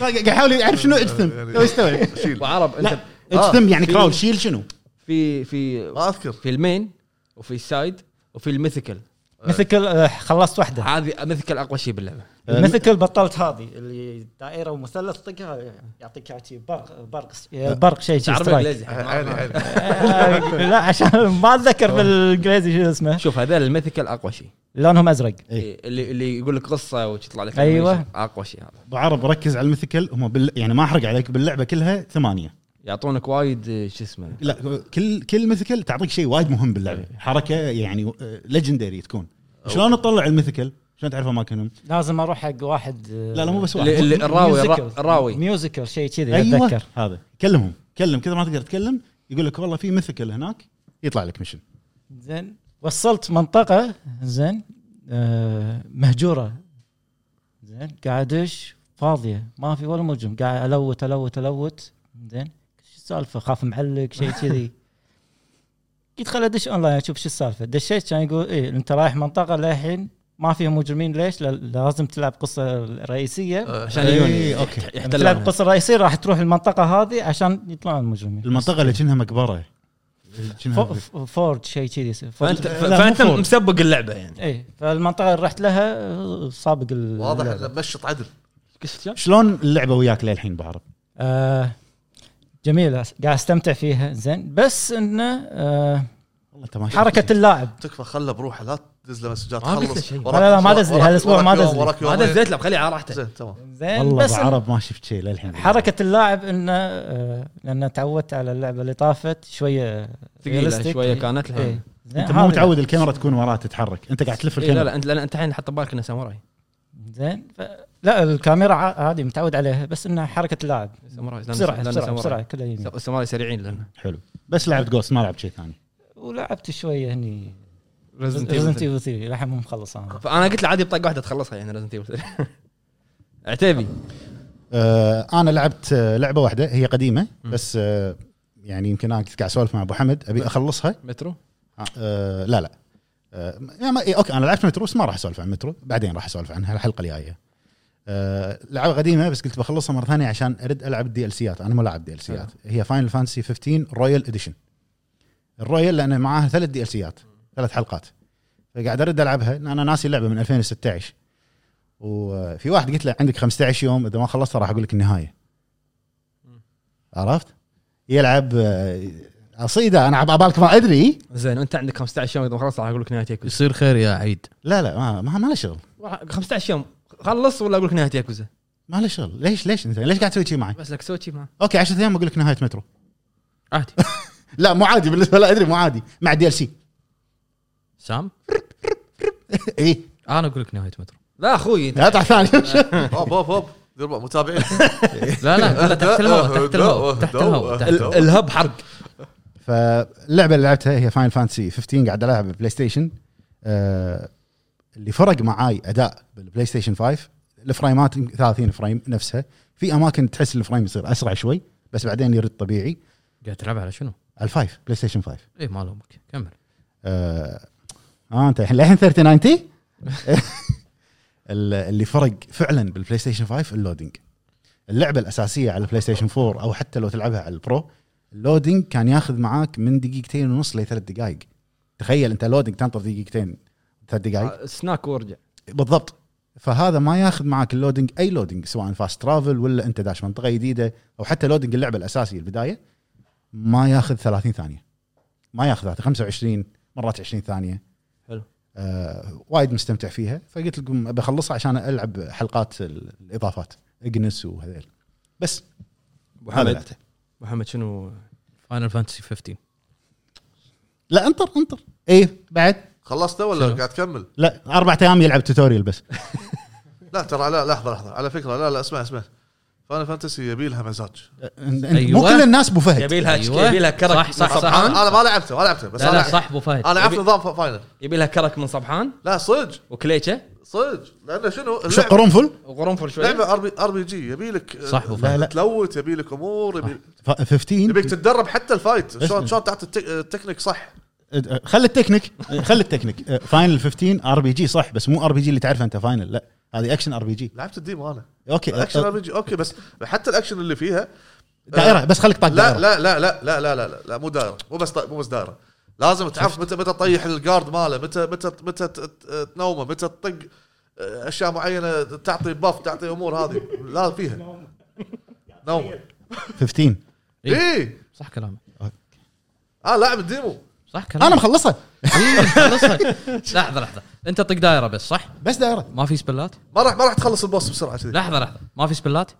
S3: قاعد يحاول يعرف شنو اجتم لو يستوعب
S2: شيل
S1: وعرب انت
S3: اجتم يعني
S1: في-
S3: كراول شيل شنو؟
S1: في في
S2: ما اذكر
S1: في المين وفي السايد وفي الميثيكال
S5: مثل آه، خلصت واحده
S1: هذه ميثيكال اقوى شيء باللعبه
S5: الميثيكال بطلت هذه اللي دائره ومثلث طقها يعطيك عتي برق برق آه، برق شيء شيء
S1: عربي
S5: سترايك.
S1: انجليزي
S2: عيني عيني
S5: آه، لا عشان ما اتذكر بالانجليزي شو اسمه
S1: شوف هذا الميثيكال اقوى شيء
S5: لونهم ازرق
S3: إيه.
S1: إيه، اللي اللي يقول لك قصه وتطلع لك
S5: أيوة.
S1: animation. اقوى شيء هذا
S3: ابو عرب ركز على الميثيكال هم بال... يعني ما احرق عليك باللعبه كلها ثمانيه
S1: يعطونك وايد آه، شو اسمه
S3: لا كل كل ميثيكال تعطيك شيء وايد مهم باللعبه حركه يعني ليجندري تكون شلون تطلع الميثيكال؟ شلون تعرف اماكنهم؟
S5: لازم اروح حق واحد
S3: لا لا مو بس واحد
S1: اللي- اللي الراوي الرا-
S5: ميوزيكال.
S1: الراوي
S5: ميوزيكال شيء كذي
S3: ايوه
S5: اتذكر
S3: هذا كلمهم كلم كذا ما تقدر تكلم يقول لك والله في مثكل هناك يطلع لك مشن
S5: زين وصلت منطقه زين آه، مهجوره زين قاعد ادش فاضيه ما في ولا مهجوم قاعد الوت الوت الوت زين شو السالفه خاف معلق شيء كذي قلت خل ادش اونلاين اشوف شو السالفه دشيت كان يقول ايه انت رايح منطقه للحين ما فيها مجرمين ليش؟ لا- لازم تلعب قصه رئيسيه
S1: عشان يجون
S3: إيه، اوكي
S5: تلعب
S1: يحتلون
S5: القصه الرئيسيه راح تروح المنطقه هذه عشان يطلعون المجرمين
S3: المنطقه اللي كأنها مقبره
S5: فو-
S3: كأنها-
S5: ف- فورد شيء كذي اسمه. فورد.
S1: فانت
S3: لا، مو
S1: فانت
S3: فور.
S1: مسبق اللعبه يعني
S5: اي فالمنطقه إيه، اللي رحت لها آه، سابق ال-
S2: واضح
S5: اللعبة.
S2: انه مشط عدل
S3: شلون اللعبه وياك للحين بعرب
S5: آه جميله قاعد استمتع فيها زين بس انه آه
S3: والله انت ما شفت
S5: حركه اللاعب
S2: تكفى خله بروحه لا تدز له مسجات
S1: ما قلت له
S2: خلص
S1: شيء.
S2: وراك-
S5: لا، لا، ما دز لي،
S2: وراك-
S5: هالأسبوع ما
S2: وراك يوم-
S5: دز لي.
S2: وراك يوم
S1: هذا زيت لا بخليه على راحته
S2: زين تمام
S5: زين
S3: والله
S5: بس
S3: ابو
S5: إن
S3: عرب ما شفت شيء للحين
S5: حركه اللاعب انه آه لان تعودت على اللعبه اللي طافت شويه
S1: ثقيله
S5: realistic.
S1: شويه كانت لها
S5: إيه. زين،
S3: انت مو
S5: هذه-
S3: متعود الكاميرا تكون وراه تتحرك انت قاعد تلف
S1: إيه، لا
S3: الكاميرا
S1: لا انت لا انت الحين حط ببالك انه ساموراي
S5: زين ف... لا الكاميرا ع- عادي متعود عليها بس انها حركه اللاعب
S1: ساموراي لأن-
S5: بسرعه
S1: لأن
S5: بسرعه
S1: ساموراي.
S5: بسرعه كلها يمين.
S1: س- الساموراي سريعين لنا
S3: حلو بس لعبت جوست ما لعبت شيء ثاني
S5: ولعبت شويه هني ريزنت
S1: ريزنت
S5: ايفل 3 لحين مو مخلص انا
S1: فانا قلت له عادي بطاقه واحده تخلصها يعني ريزنت ايفل عتيبي
S3: آه، انا لعبت آه، لعبه واحده هي قديمه بس آه، يعني يمكن انا كنت قاعد اسولف مع ابو حمد ابي اخلصها
S1: مترو
S3: آه لا لا آه يعني ما إيه اوكي انا لعبت مترو بس ما راح اسولف عن مترو بعدين راح اسولف عنها الحلقه الجايه آه لعبه قديمه بس قلت بخلصها مره ثانيه عشان ارد العب الدي ال سيات انا مو لاعب دي ال سيات هي فاينل فانتسي 15 رويال اديشن الرويال لانه معاه ثلاث دي ال سيات ثلاث حلقات فقاعد ارد العبها إن انا ناسي اللعبه من 2016 وفي واحد قلت له عندك 15 يوم اذا ما خلصتها راح اقول لك النهايه عرفت؟ يلعب آه، قصيده انا عبالك ما ادري
S1: زين انت عندك 15 يوم اذا ما خلصت راح اقول لك نهايه ياكوزا
S4: يصير خير يا عيد
S3: لا لا ما ما, ما له شغل
S1: راح- 15 يوم خلص ولا اقول لك نهايه ياكوزا
S3: ما له شغل ليش ليش انت ليش قاعد تسوي شي معي؟
S1: بس لك سوتشي معه
S3: اوكي 10 ايام اقول لك نهايه مترو
S4: عادي
S3: لا مو عادي بالنسبه لا ادري مو عادي مع دي ال سي
S4: سام
S3: اي
S4: انا اقول لك نهايه مترو
S1: لا اخوي انت
S3: قطع إيه، ثاني
S2: هوب هوب هوب دير بالك، متابعين
S4: لا لا لا، تحت الهواء تحت الهواء تحت الهواء تحت الهواء.
S1: ال- الهب حرق
S3: فاللعبه اللي لعبتها هي فاينل فانتسي 15 قاعد العب بلاي ستيشن آه اللي فرق معاي اداء بالبلاي ستيشن 5 الفريمات 30 فريم نفسها في اماكن تحس الفريم يصير اسرع شوي بس بعدين يرد طبيعي
S4: قاعد تلعب على شنو؟
S3: على الفايف بلاي ستيشن 5
S4: اي ما لومك كمل
S3: آه, اه انت الحين للحين 30 90 ال- اللي فرق فعلا بالبلاي ستيشن 5 اللودينج اللعبه الاساسيه على البلاي ستيشن 4 او حتى لو تلعبها على البرو اللودينج كان ياخذ معاك من دقيقتين ونص لثلاث دقائق تخيل انت لودينج تنطر دقيقتين ثلاث دقائق
S1: آه، سناك وارجع
S3: بالضبط فهذا ما ياخذ معاك اللودينج اي لودينج سواء فاست ترافل ولا انت داش منطقه جديده او حتى لودينج اللعبه الاساسي البدايه ما ياخذ 30 ثانيه ما ياخذ 30 25 مرات 20 ثانيه
S1: حلو.
S3: آه وايد مستمتع فيها فقلت لكم بخلصها عشان العب حلقات ال- الاضافات اجنس وهذيل بس
S1: ابو
S3: هذا
S1: حمد
S3: لعبته.
S1: ابو حمد شنو
S4: فاينل فانتسي 15
S3: لا انطر انطر ايه بعد
S2: خلصته ولا
S4: شنو؟
S2: قاعد تكمل؟
S3: لا اربع ايام يلعب توتوريال بس
S2: لا ترى لا لحظه لحظه على فكره لا لا اسمع اسمع فانا فانتسي يبي لها مزاج
S3: مو
S4: أيوة.
S3: كل الناس ابو فهد
S1: يبي لها
S4: أيوة.
S1: يبي لها كرك
S4: صح، صح،
S1: من
S4: صح.
S1: صبحان
S2: انا ما لعبته ما لعبته بس
S4: لا
S2: انا
S4: لا صح ابو فهد
S2: انا اعرف
S1: يبي-
S2: نظام فا- فاينل
S1: يبي لها كرك من صبحان
S2: لا صدق
S1: وكليشه
S2: صدق لانه شنو
S3: شق
S2: اللعبه
S3: قرنفل
S1: وقرنفل شوي
S2: لعبه ار بي ار بي جي يبي لك
S4: صح ابو
S3: لا
S4: فهد
S3: لا
S2: تلوت يبي لك امور يبي
S3: ف- 15
S2: يبيك تتدرب حتى الفايت
S3: اسمع.
S2: شلون شلون تعطي التك- آه، التكنيك صح
S3: أه، خلي التكنيك أه، خلي التكنيك أه، فاينل 15 ار بي جي صح بس مو ار بي جي اللي تعرفه انت فاينل لا هذه اكشن ار بي جي
S2: لعبت الديمو انا
S3: اوكي
S2: اكشن ار
S3: أه،
S2: بي جي اوكي بس حتى الاكشن اللي فيها
S3: دائره بس خليك طاق
S2: لا
S3: دائره
S2: لا لا لا لا لا لا لا, لا مو دائره مو بس مو بس دائره لازم تعرف متى متى تطيح الجارد ماله متى متى متى ت- ت- تنومه متى تطق آه، اشياء معينه تعطي باف تعطي امور هذه لا فيها نومه
S3: 15
S4: إيه.
S2: اي
S4: صح كلامك
S2: اه لاعب الديمو
S4: صح
S3: انا
S4: كلامك
S3: مخلصها
S4: إيه، خلصها. لحظه لحظه انت طق دايره بس صح؟
S3: بس دائره
S4: ما في سبلات؟
S2: ما راح ما راح تخلص البوس بسرعه كذي
S4: لحظه لحظه ما في سبلات؟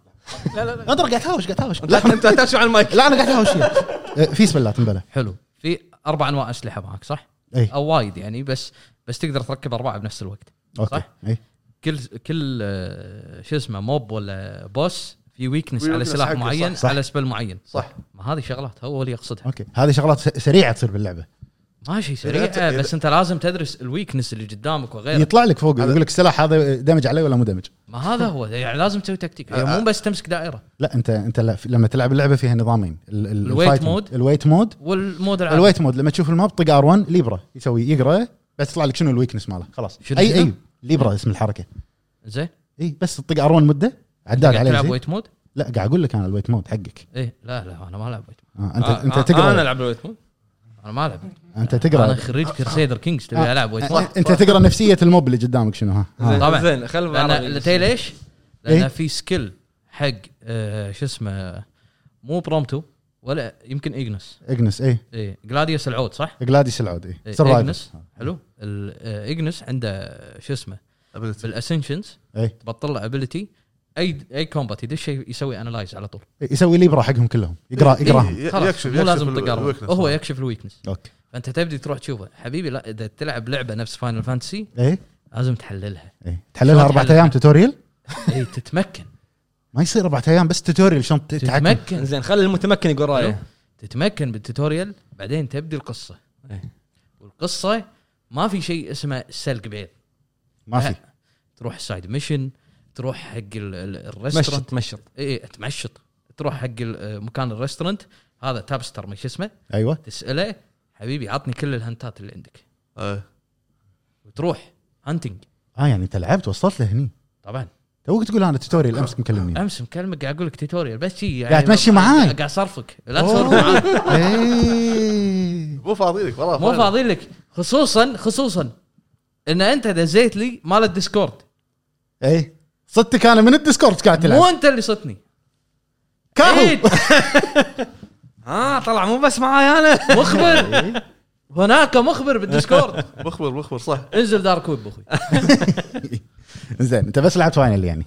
S3: انت قاعد تهاوش قاعد تهاوش
S1: لا انت تمشي على المايك آه،
S3: لا انا قاعد اهاوش أه، في سبلات مبلا
S4: حلو في اربع انواع اسلحه معك صح؟
S3: اي
S4: او وايد يعني بس بس تقدر تركب اربعه بنفس الوقت
S3: اوكي
S4: صح؟
S3: اي
S4: كل كل آه، شو اسمه موب ولا بوس في ويكنس على
S2: ويكنس
S4: سلاح
S2: حقه، صح،
S4: معين
S3: صح.
S4: على سبل معين
S2: صح
S4: ما هذه شغلات هو اللي يقصدها
S3: اوكي هذه شغلات س- سريعه تصير باللعبه
S4: ماشي
S2: إذا-
S4: سريعه
S2: إذا-
S4: بس انت لازم تدرس الويكنس اللي قدامك وغيره
S3: يطلع لك فوق يقول لك السلاح هذا دمج عليه ولا مو دمج
S4: ما هذا هو يعني لازم تسوي تكتيك يعني مو بس تمسك دائره
S3: لا انت انت لا في- لما تلعب اللعبه فيها نظامين ال- ال-
S4: الويت آه.
S3: الفايت
S4: مود.
S3: الويت مود
S4: والمود العادي
S3: الويت مود لما تشوف الماب طق ار 1 ليبرا يسوي يقرا بس يطلع لك شنو الويكنس ماله خلاص
S4: شنو
S3: اي
S4: شنو؟
S3: اي ليبرا اسم الحركه
S4: زين
S3: اي إيه، بس تطق ار 1 مده عداد
S4: قاعد
S3: عليه
S4: تلعب
S3: زي.
S4: ويت مود؟
S3: لا قاعد اقول لك انا الويت مود حقك
S4: ايه لا لا انا ما العب ويت
S3: آه انت
S1: آه،
S3: آه انت
S1: آه،
S3: تقرا
S1: انا العب الويت مود
S4: مود. انا ما العب ويت مود.
S3: انت
S4: انا
S3: تقرا
S4: خريج كرسيدر كينجز تبي
S3: آه،
S4: العب ويت مود.
S3: انت تقرا نفسيه الموب اللي قدامك شنو ها آه.
S4: طبعاً.
S1: زين زين خل
S4: لان تدري ليش؟ لان
S3: إيه؟
S4: في سكيل حق آه، شو اسمه مو برومتو ولا يمكن ايجنس
S3: اجنس اي
S4: ايه جلاديوس العود صح؟
S3: جلاديس إيه، العود
S4: إيه،
S3: اي
S4: إجنس. حلو ال- آه، ايجنس عنده آه، شو اسمه
S2: ability.
S4: بالاسنشنز
S3: إيه.
S4: تبطل له ابيلتي اي اي كومبات يدش يسوي انلايز على طول
S3: إيه، يسوي ليبرا حقهم كلهم يقرا
S4: إيه،
S3: يقراهم
S2: ي-
S4: خلاص
S2: يكشف-
S4: مو
S2: يكشف
S4: لازم
S2: ال- آه.
S4: تقرب
S2: الweakness.
S4: هو يكشف الويكنس
S3: اوكي
S4: فانت تبدي تروح تشوفه حبيبي لا اذا تلعب لعبه نفس فاينل فانتسي
S3: اي
S4: لازم تحللها
S3: اي إيه، تحللها
S4: شلون
S3: اربع
S4: تحللها؟
S3: ايام توتوريال
S4: اي تتمكن
S3: ما يصير اربع ايام بس توتوريال شلون تتحكم
S4: تتمكن
S1: زين خلي المتمكن يقول
S3: طيب.
S1: رايه
S4: تتمكن بالتوتوريال بعدين تبدي القصه
S1: إيه.
S4: والقصه ما في شيء اسمه سلق بيض
S3: ما في
S4: أه. تروح السايد ميشن تروح حق ال- ال- الريستورنت
S1: مشط مشط
S4: اي تمشط تروح حق ال- مكان الريستورنت هذا تابستر ما شو اسمه
S3: ايوه
S4: تساله حبيبي عطني كل الهنتات اللي عندك
S2: إيه.
S4: وتروح هانتنج
S3: آه، اه يعني انت لعبت وصلت لهني
S4: طبعا
S3: توك تقول انا توتوريال امس مكلمني
S4: امس مكلمك قاعد اقول لك توتوريال بس شي يعني
S3: إيه. قاعد تمشي معاي.
S4: قاعد اصرفك لا تصرف معاي
S3: إيه.
S2: مو فاضي لك والله
S4: مو فاضي لك خصوصا خصوصا ان انت دزيت لي مال الديسكورد
S3: اي إيه. صدتك انا من الديسكورد قاعد
S4: مو
S3: تلعب
S4: انت اللي صدتني
S3: كاهو
S4: إيه،
S1: ها آه، طلع مو بس معاي انا
S4: مخبر
S3: إيه.
S4: هناك مخبر بالديسكورد
S2: مخبر مخبر صح
S4: انزل دار كوب اخوي
S3: زين انت بس لعبت فاينل يعني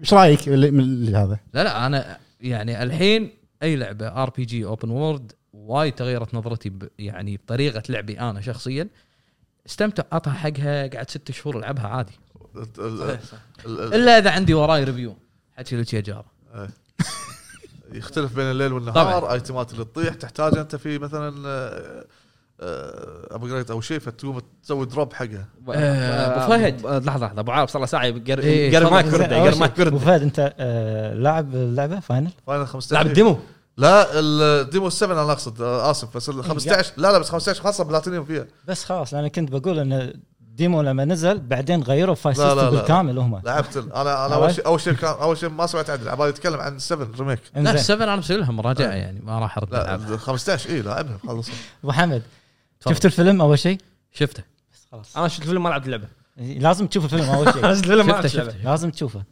S3: ايش رايك بال- من هذا؟
S4: لا لا انا يعني الحين اي لعبه ار بي جي اوبن وورد وايد تغيرت نظرتي ب يعني بطريقه لعبي انا شخصيا استمتع اعطها حقها قعد ست شهور العبها عادي
S2: ال- ال-
S4: الا اذا عندي وراي ريفيو حكي لك يا جار
S2: يختلف بين الليل والنهار
S4: طبعاً.
S2: ايتمات اللي تطيح تحتاج انت في آه، مثلا ابجريد او شيء فتقوم تسوي دروب حقها
S1: آه،
S4: أبو فهد.
S1: آه، لحظه لحظه ابو عاب صار له ساعه يقر-
S4: إيه،
S1: يقر مايك
S5: زين،
S1: كرده
S5: أول
S1: يقر
S5: شيء،
S1: مايك
S5: أبو
S1: كرده
S5: فهد انت آه، لاعب اللعبه فاينل
S2: فاينل 15
S1: لعب الديمو
S2: لا الديمو 7 انا اقصد آه، اسف بس ال 15 لا لا بس 15 خاصه بلاتينيوم فيها
S5: بس خلاص انا كنت بقول ان ديمو لما نزل بعدين غيروا فايل
S2: لا، لا،
S5: سيستم
S2: لا.
S5: بالكامل هم
S2: لعبت ال- انا انا
S5: عرفت؟
S2: اول شيء اول شيء كان اول شيء ما سمعت عدل عبالي يتكلم عن 7 ريميك
S4: لا
S5: انزين
S4: 7 انا مسوي لها مراجعه يعني ما راح ارد
S2: لا
S4: ألعبها.
S2: ال 15 اي لعبها خلصها
S5: ابو حمد
S4: تفضل.
S5: شفت الفيلم اول شيء
S4: شفته
S5: بس خلاص
S1: انا شفت الفيلم ما لعبت اللعبه
S5: لازم تشوف الفيلم اول شيء
S1: شفت الفيلم ما لعبت
S4: شفته
S1: اللعبه
S4: شفته
S5: لازم تشوفه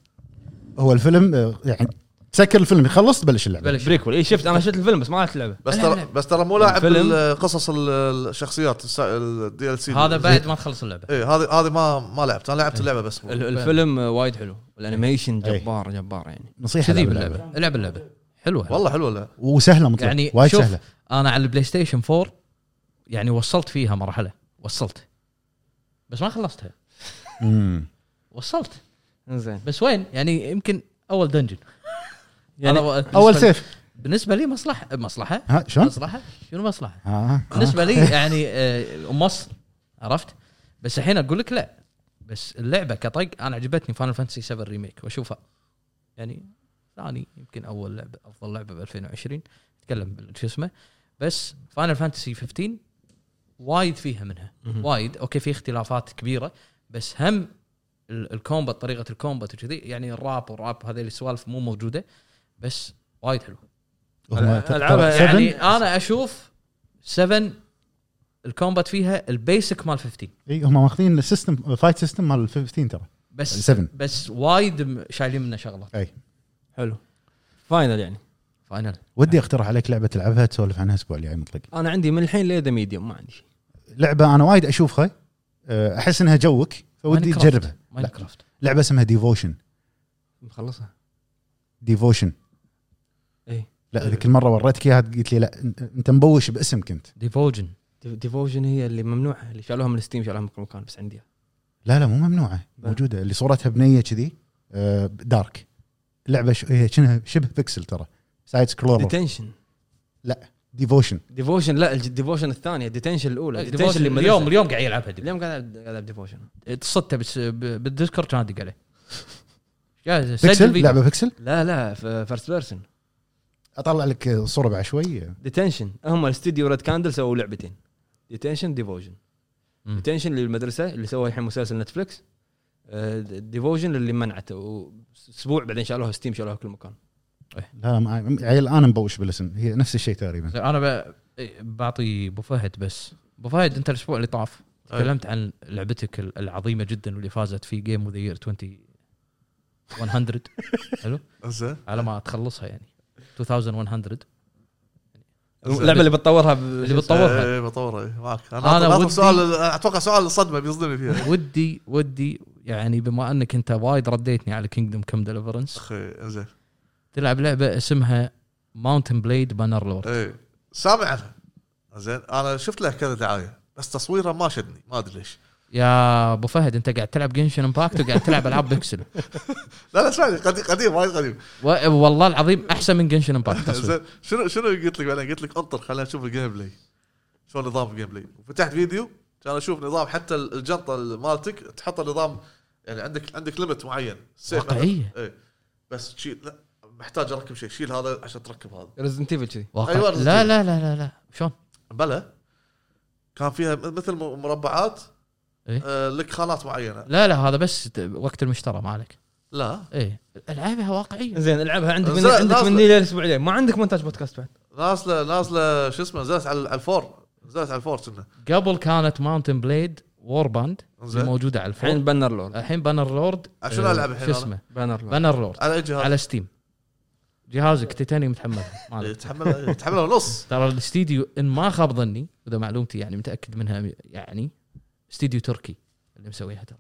S3: هو الفيلم آه، يعني تسكر الفيلم يخلص تبلش اللعبه
S4: بلش
S1: بريكول اي شفت انا شفت الفيلم بس ما لعبت اللعبه
S2: بس
S4: لا،
S2: ترى
S4: لا.
S2: بس ترى مو لاعب
S1: الفيلم.
S2: ال- قصص ال- الشخصيات الدي ال سي
S4: هذا بعد ما تخلص اللعبه
S2: اي إيه، هذه هذه ما ما لعبت انا لعبت اللعبه بس
S1: ال- الفيلم آه، وايد حلو الانيميشن جبار جبار يعني
S3: نصيحه
S4: كذي
S3: لعب
S4: باللعبه العب اللعبه حلوه حلوة.
S2: والله حلوه لا
S3: وسهله مطلق
S4: يعني
S3: يعني وايد
S4: شوف
S3: سهله
S4: انا على البلاي ستيشن 4 يعني وصلت فيها مرحله وصلت بس ما خلصتها
S3: مم.
S4: وصلت
S1: انزين
S4: بس وين يعني يمكن اول دنجن
S1: يعني
S3: اول سيف
S4: بالنسبه لي مصلحه مصلحه
S3: ها شلون؟
S4: مصلحه شنو مصلحه
S3: آه.
S4: بالنسبه لي يعني آه، مصر عرفت بس الحين اقول لك لا بس اللعبه كطق انا عجبتني فاينل فانتسي 7 ريميك واشوفها يعني ثاني يمكن اول لعبه افضل لعبه ب 2020 اتكلم بال- شو اسمه بس فاينل فانتسي 15 وايد فيها منها
S1: مهم.
S4: وايد اوكي في اختلافات كبيره بس هم ال- الكومبات طريقه الكومبات وكذي يعني الراب والراب هذه السوالف مو موجوده بس وايد حلو
S3: هم
S1: ألعبها يعني.
S3: سفن؟
S4: يعني انا اشوف 7 الكومبات فيها البيسك مال 15
S3: اي هم ماخذين السيستم فايت سيستم مال 15 ترى
S4: بس
S3: 7.
S4: بس وايد م- شايلين منه شغلات
S1: حلو فاينل يعني
S4: فاينل
S3: ودي اقترح عليك لعبه تلعبها تسولف عنها الاسبوع الجاي مطلق
S1: انا عندي من الحين لذا ميديوم ما عندي شيء
S3: لعبه انا وايد اشوفها أه، احس انها جوك فودي
S4: ماينكرافت.
S3: تجربها
S4: ماينكرافت
S3: لعبه اسمها ديفوشن
S1: مخلصها
S3: ديفوشن
S1: اي
S3: لا ذيك المره وريتك اياها قلت لي لا أنت- انت مبوش باسم كنت
S4: ديفوجن
S1: ديفوجن هي اللي ممنوعه اللي شالوها من ستيم شالوها من كل مكان بس عندي
S3: لا لا مو ممنوعه
S1: بلى.
S3: موجوده اللي صورتها بنيه كذي آه، دارك لعبه ش... هي شنها شبه بيكسل ترى سايد سكرولر
S1: ديتنشن
S3: ديفوشن
S1: ديفوشن لا الديفوشن الثانيه الديتنشن الاولى الديتنشن اللي من
S4: اليوم
S1: اليوم
S4: اليوم قاعد يلعبها دي.
S1: اليوم قاعد ألعب- قاعد العب ديفوشن
S4: صدته بس ب- بالديسكورد كان ادق عليه يا سجل
S3: بيكسل
S4: فيديو.
S3: لعبه بيكسل
S1: لا لا فيرست بيرسون
S3: اطلع لك آه، صوره بعد شوي
S1: ديتنشن هم الاستديو ريد كاندل سووا لعبتين ديتنشن ديفوجن
S4: مم.
S1: ديتنشن للمدرسه اللي سووها الحين مسلسل نتفلكس ديفوجن اللي منعته واسبوع بعدين شالوها ستيم شالوها كل مكان
S3: لا ما... عيل انا مبوش بالاسم هي نفس الشيء تقريبا
S4: زين، انا ب... إيه، بعطي ابو فهد بس ابو فهد انت الاسبوع اللي طاف
S2: أي.
S4: تكلمت عن لعبتك ال- العظيمه جدا واللي فازت في جيم اوف ذا يير 20 100 حلو
S2: إيه، زين
S4: على ما تخلصها يعني 2100
S1: اللعبه اللي بتطورها آه.
S4: اللي بتطورها.
S2: اي بطورها إيه، معك
S4: أنا
S2: انا, أنا
S4: ودي-
S2: ودي... سؤال اتوقع سؤال صدمه بيصدمني فيها
S4: ودي ودي يعني بما انك انت وايد رديتني على كينجدوم كم ديليفرنس
S2: اخي زين
S4: تلعب لعبه اسمها ماونتن بليد بانر لورد
S2: اي سامع عنها زين انا شفت لها كذا دعايه بس تصويرها ما شدني ما ادري ليش
S4: يا ابو فهد انت قاعد تلعب جنشن امباكت وقاعد تلعب العاب بيكسل
S2: لا لا اسمعني قديم قديم وايد قديم
S4: و- والله العظيم احسن من جنشن امباكت
S2: زين شنو شنو قلت لك بعدين قلت لك انطر خلينا نشوف الجيم بلاي شلون نظام الجيم بلاي وفتحت فيديو كان اشوف نظام حتى الجنطه مالتك تحط النظام يعني عندك عندك ليمت معين سيف مثلاً.
S4: واقعية.
S2: اي بس تشيل لا محتاج اركب شيء شيل هذا عشان تركب هذا
S1: ريزنت ايفل كذي
S4: واقع
S2: أيوة،
S4: لا لا لا لا لا شلون
S2: بلى كان فيها مثل مربعات
S4: إيه؟
S2: آه لك خانات معينه
S4: لا لا هذا بس ت- وقت المشترى ما عليك
S2: لا
S4: ايه العابها واقعيه
S1: زين العبها عندك من
S2: زين،
S1: عندك
S2: لازم-
S1: مني للاسبوعين ما عندك مونتاج بودكاست بعد
S2: نازله نازله شو اسمه نزلت على على الفور نزلت على الفور كنا
S4: قبل كانت ماونتن بليد وور باند
S2: زين.
S4: موجوده على الفور
S1: الحين بانر لورد
S4: الحين بانر لورد
S2: شنو
S4: آه،
S2: ألعب الحين
S4: شو
S2: أنا؟
S4: اسمه
S1: بانر لورد
S4: بانر لورد
S2: على اي جهاز؟
S4: على ستيم جهازك تيتانيوم متحملها ما عليك.
S2: إيه، تحمل تحمله ونص
S4: ترى الاستديو ان ما خاب ظني واذا معلومتي يعني متاكد منها يعني استديو تركي اللي مسويها ترى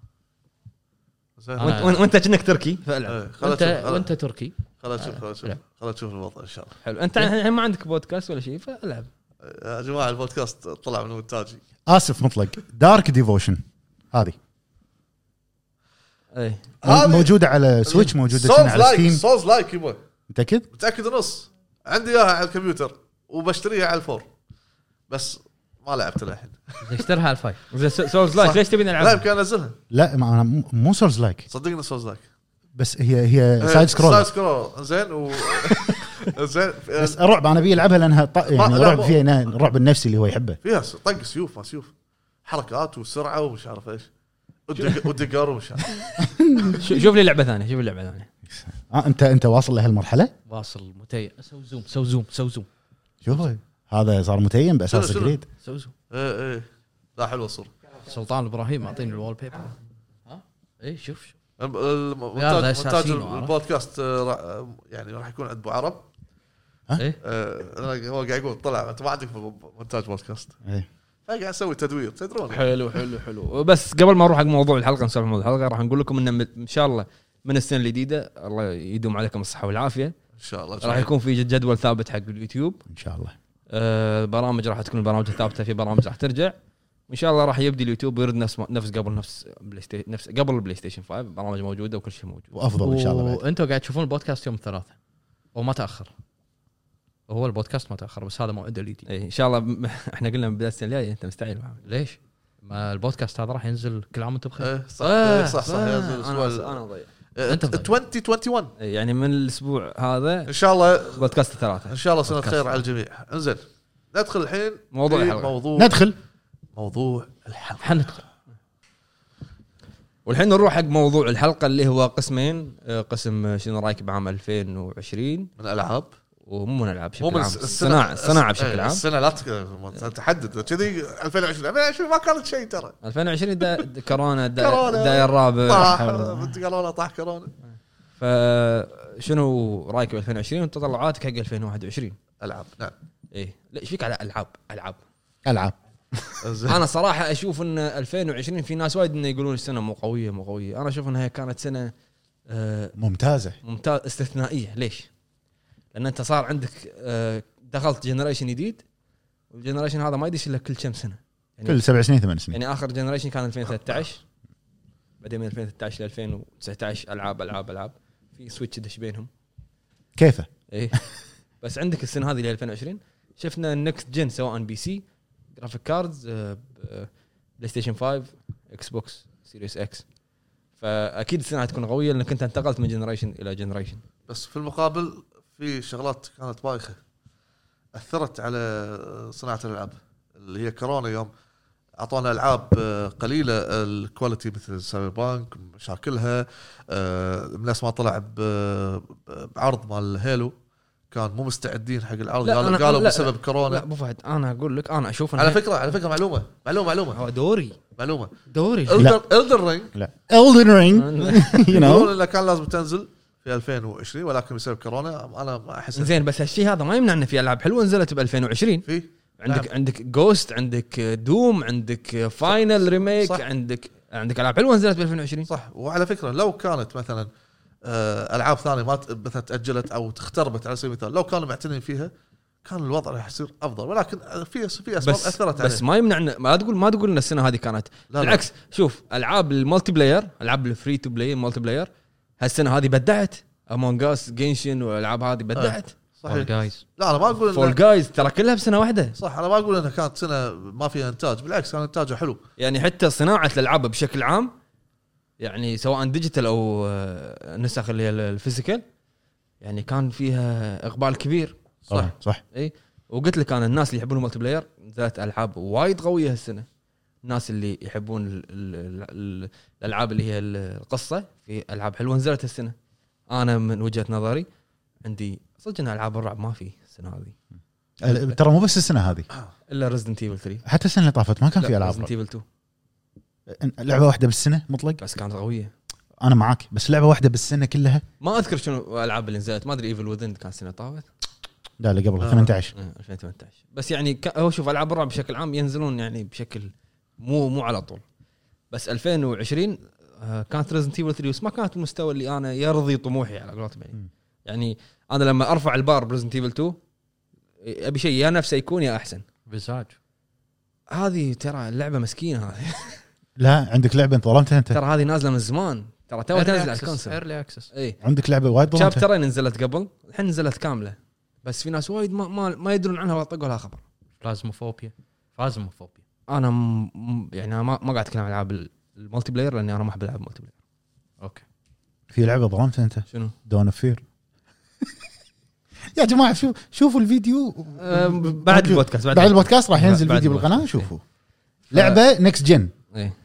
S2: زين.
S4: أنا-
S1: وأنت- وأنت- وانت كأنك تركي فالعب
S2: إيه، خلها
S4: وانت
S2: تشوف خلها-
S4: وانت تركي
S2: خلها تشوف خلها تشوف
S4: لا.
S2: خلها تشوف الوضع ان شاء الله
S1: حلو انت الحين ما عندك بودكاست ولا شيء فالعب
S2: يا جماعه البودكاست طلع من مونتاجي
S3: اسف مطلق دارك ديفوشن هذه
S1: اي
S2: هذه-
S3: موجوده على سويتش موجوده هنا
S2: سولز
S3: على
S2: لايك
S3: ستيم
S2: سولز لايك يبا
S3: متاكد؟
S2: متاكد نص عندي اياها على الكمبيوتر وبشتريها على الفور بس ما لعبت للحين
S4: اشترها على الفايف
S1: زين، سو- سولز لايك
S2: صح.
S1: ليش تبي
S2: لا
S1: نلعب؟
S2: يمكن انزلها
S3: لا ما أنا مو- مو سولز لايك
S2: صدقني سولز لايك
S3: بس هي هي سايد
S2: سايد
S3: سكرول
S2: سكرول زين و زين
S3: بس رعب انا ابي العبها لانها ط... يعني
S2: لا،
S3: رعب
S2: مو-
S3: فيها إنها الرعب النفسي اللي هو يحبه
S2: فيها س- طق سيوف ما سيوف حركات وسرعه ومش عارف ايش ودق- ودقار ومش عارف
S1: شو- شوف لي لعبه ثانيه شوف لي لعبه ثانيه
S3: آه انت انت واصل لهالمرحله؟
S4: واصل متي سو زوم سو زوم سو زوم
S3: شوف هذا صار متيم باساس
S2: شنو- شنو؟
S3: جريد
S4: سو زوم
S2: ايه ايه لا حلوه الصوره
S4: سلطان ابراهيم معطيني الوول بيبر ها اي شوف شوف
S2: الم-
S4: يلا،
S2: المونتاج مونتاج
S4: أساسيين وعرفت.
S2: البودكاست آه، را- يعني راح يكون عند ابو عرب
S4: ايه
S2: آه، انا هو قاعد يقول طلع انت ما عندك مونتاج بودكاست
S3: إيه.
S2: فقاعد اسوي تدوير تدرون
S1: حلو حلو حلو بس قبل ما نروح حق موضوع الحلقه نسولف عن موضوع الحلقه راح نقول لكم ان من- ان شاء الله من السنه الجديده الله يدوم عليكم الصحه والعافيه
S2: ان شاء الله
S1: راح يكون في جدول ثابت حق اليوتيوب
S3: ان شاء الله
S1: آه، البرامج راح تكون البرامج الثابته في برامج راح ترجع وان شاء الله راح يبدي اليوتيوب ويرد نفس ما- نفس قبل نفس بلاي ستيشن نفس قبل البلاي ستيشن 5 برامج موجوده وكل شيء موجود
S3: وافضل ان شاء الله بعد
S4: وانتم قاعد تشوفون البودكاست يوم الثلاثاء وما تاخر هو البودكاست ما تاخر بس هذا E موعده الجديد
S1: اي ان إيه، شاء الله م- احنا قلنا من بدايه السنه الجايه انت مستعجل محمد
S4: ليش؟ ما البودكاست هذا راح ينزل كل عام وانتم بخير
S2: إيه، صح إيه، صح صح
S1: آه،
S2: ينزل الأسبوع ال-
S1: انا انا ضيع
S2: آه،
S4: أنت ضايع.
S2: 2021
S1: إي، يعني من الاسبوع هذا
S2: ان شاء الله
S1: بودكاست الثلاثه
S2: ان شاء الله سنه
S1: بودكاست.
S2: خير على الجميع انزين ندخل الحين
S1: موضوع
S2: في
S1: الحلقة.
S2: موضوع
S3: ندخل
S2: موضوع الحلقه
S4: حندخل
S1: والحين نروح حق موضوع الحلقه اللي هو قسمين آه، قسم آه، شنو رايك بعام 2020
S2: من الالعاب
S1: ومو من الالعاب بشكل
S2: مو
S1: عام
S2: من
S1: الصناعه الصناعه بشكل عام
S2: السنه إيه، لا تك- ما تحدد كذي 2020 2020 ما كانت شيء ترى
S1: 2020 دا دا- كورونا دا-
S2: كورونا. آه.
S1: داير الرابع
S2: طاح بنت كورونا طاح كورونا
S1: فشنو رايك ب 2020 وتطلعاتك حق 2021
S2: العاب نعم
S1: ايه لا ايش فيك على العاب العاب
S3: العاب
S2: زين
S1: انا صراحه اشوف ان 2020 في ناس وايد انه يقولون السنه مو قويه مو قويه انا اشوف انها كانت سنه آه،
S3: ممتازه
S1: ممتاز استثنائيه ليش؟ لان انت صار عندك آه، دخلت جنريشن جديد والجنريشن هذا ما يدش الا كل كم سنه يعني
S3: كل سبع سنين ثمان سنين
S1: يعني اخر جنريشن كان 2013 بعدين من 2013 ل 2019 العاب العاب العاب في سويتش دش بينهم
S3: كيفه
S1: ايه بس عندك السنه هذه اللي هي 2020 شفنا النكست جن سواء بي سي جرافيك كاردز بلاي ستيشن 5 اكس بوكس سيريس اكس فاكيد السنه حتكون قويه لانك انت انتقلت من جنريشن الى جنريشن
S2: بس في المقابل في شغلات كانت بايخه اثرت على صناعه الالعاب اللي هي كورونا يوم اعطونا العاب آه، قليله الكواليتي مثل سايبر بانك مشاكلها آه، الناس ما طلع ب- آه، بعرض مال هيلو كان مو مستعدين حق العرض
S1: لا،
S2: قالوا
S1: أنا-
S2: قالوا
S1: لا، لا.
S2: بسبب
S1: لا
S2: كورونا
S1: ابو فهد انا اقول لك انا اشوف
S2: على فكره على فكره معلومه معلومه معلومه
S1: هو دوري
S2: معلومه
S1: دوري
S2: الدر رينج
S3: لا الدن رينج يو
S2: يقولون
S3: نو
S2: انها كان لازم تنزل في 2020 ولكن بسبب كورونا انا ما احس
S1: زين بس هالشيء هذا ما يمنع ان في العاب حلوه نزلت ب 2020
S2: في
S1: عندك عندك جوست عندك دوم عندك فاينل ريميك
S2: صح.
S1: عندك عندك العاب حلوه نزلت ب 2020
S2: صح وعلى فكره لو كانت مثلا آه، العاب ثانيه ما ت- مثلا تاجلت او اختربت على سبيل المثال لو كانوا معتنين فيها كان الوضع راح يصير افضل ولكن آه، في في اسباب
S1: بس
S2: اثرت
S1: بس
S2: عليه
S1: ما يمنع إن- ما تقول ما تقول ان السنه هذه كانت
S2: لا، لا.
S1: بالعكس شوف العاب المالتي بلاير العاب الفري تو بلاي المالتي بلاير هالسنه هذه بدعت امونج اس جينشن والالعاب هذه بدعت
S2: أه.
S4: فول
S2: صحيح
S4: جايز
S2: لا انا ما اقول
S1: فول
S2: إن
S1: جايز ترى كلها بسنه واحده
S2: صح انا ما اقول انها كانت سنه ما فيها انتاج بالعكس كان انتاجها حلو
S1: يعني حتى صناعه الالعاب بشكل عام يعني سواء ديجيتال او آه، نسخ اللي هي الفيزيكال يعني كان فيها اقبال كبير
S3: صح صح
S1: اي وقلت لك انا الناس اللي يحبون المالتي بلاير نزلت العاب وايد قويه هالسنه الناس اللي يحبون ال ال ال الالعاب اللي هي القصه في العاب حلوه نزلت السنه انا من وجهه نظري عندي صدق ان العاب الرعب ما في السنه هذه
S3: ال- ترى مو بس السنه هذه
S1: الا ريزدنت ايفل 3
S3: حتى السنه اللي طافت ما كان في العاب
S1: ريزدنت ايفل 2
S3: رعب. لعبه واحده بالسنه مطلق
S1: بس كانت قويه
S3: انا معاك بس لعبه واحده بالسنه كلها
S1: ما اذكر شنو الالعاب اللي نزلت ما ادري ايفل وذن كان السنه طافت
S3: لا لا قبل 18
S1: آه، 2018 بس يعني ك- هو شوف العاب الرعب بشكل عام ينزلون يعني بشكل مو مو على طول بس 2020 آه، كانت ريزنت ايفل 3 بس ما كانت المستوى اللي انا يرضي طموحي على قولتهم يعني
S3: مم.
S1: يعني انا لما ارفع البار بريزنت ايفل 2 ابي إيه، شيء يا نفسه يكون يا احسن
S4: بزاج
S1: هذه ترى اللعبه مسكينه هذه
S3: لا عندك لعبه انت ظلمتها انت
S1: ترى هذه نازله من زمان ترى تو نازله على إيه. الكونسل
S4: ايرلي اكسس
S1: اي
S3: عندك لعبه وايد ظلمتها
S1: شابترين نزلت قبل الحين نزلت كامله بس في ناس وايد ما ما, ما يدرون عنها ولا طقوا لها خبر
S4: بلازموفوبيا فازموفوبيا
S1: انا م... م- يعني أنا ما ما قاعد اتكلم عن العاب ال- المالتي بلاير لاني انا ما احب العاب المالتي بلاير
S4: اوكي
S3: في لعبه ظلمتها انت
S1: شنو؟
S3: دون فير يا جماعه شوف شوفوا الفيديو
S1: بعد البودكاست بعد,
S3: بعد البودكاست راح ينزل
S1: بعد
S3: فيديو بالقناه
S1: البودكاست.
S3: شوفوا لعبه نكست جن
S1: إيه.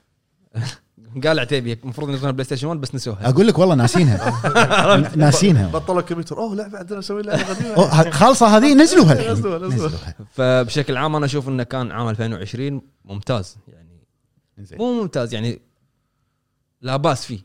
S1: قال عتيبي المفروض نزلنا بلاي ستيشن 1 بس نسوها
S3: اقول لك والله ناسينها ناسينها
S2: بطلوا الكمبيوتر اوه لعبه عندنا نسوي لعبه قديمه
S3: أوه، ه- خالصه هذه نزلوها الحين
S2: نزلوها، نزلوها.
S3: نزلوها
S1: فبشكل عام انا اشوف انه كان عام 2020 ممتاز يعني
S3: زين.
S1: مو ممتاز يعني لا باس فيه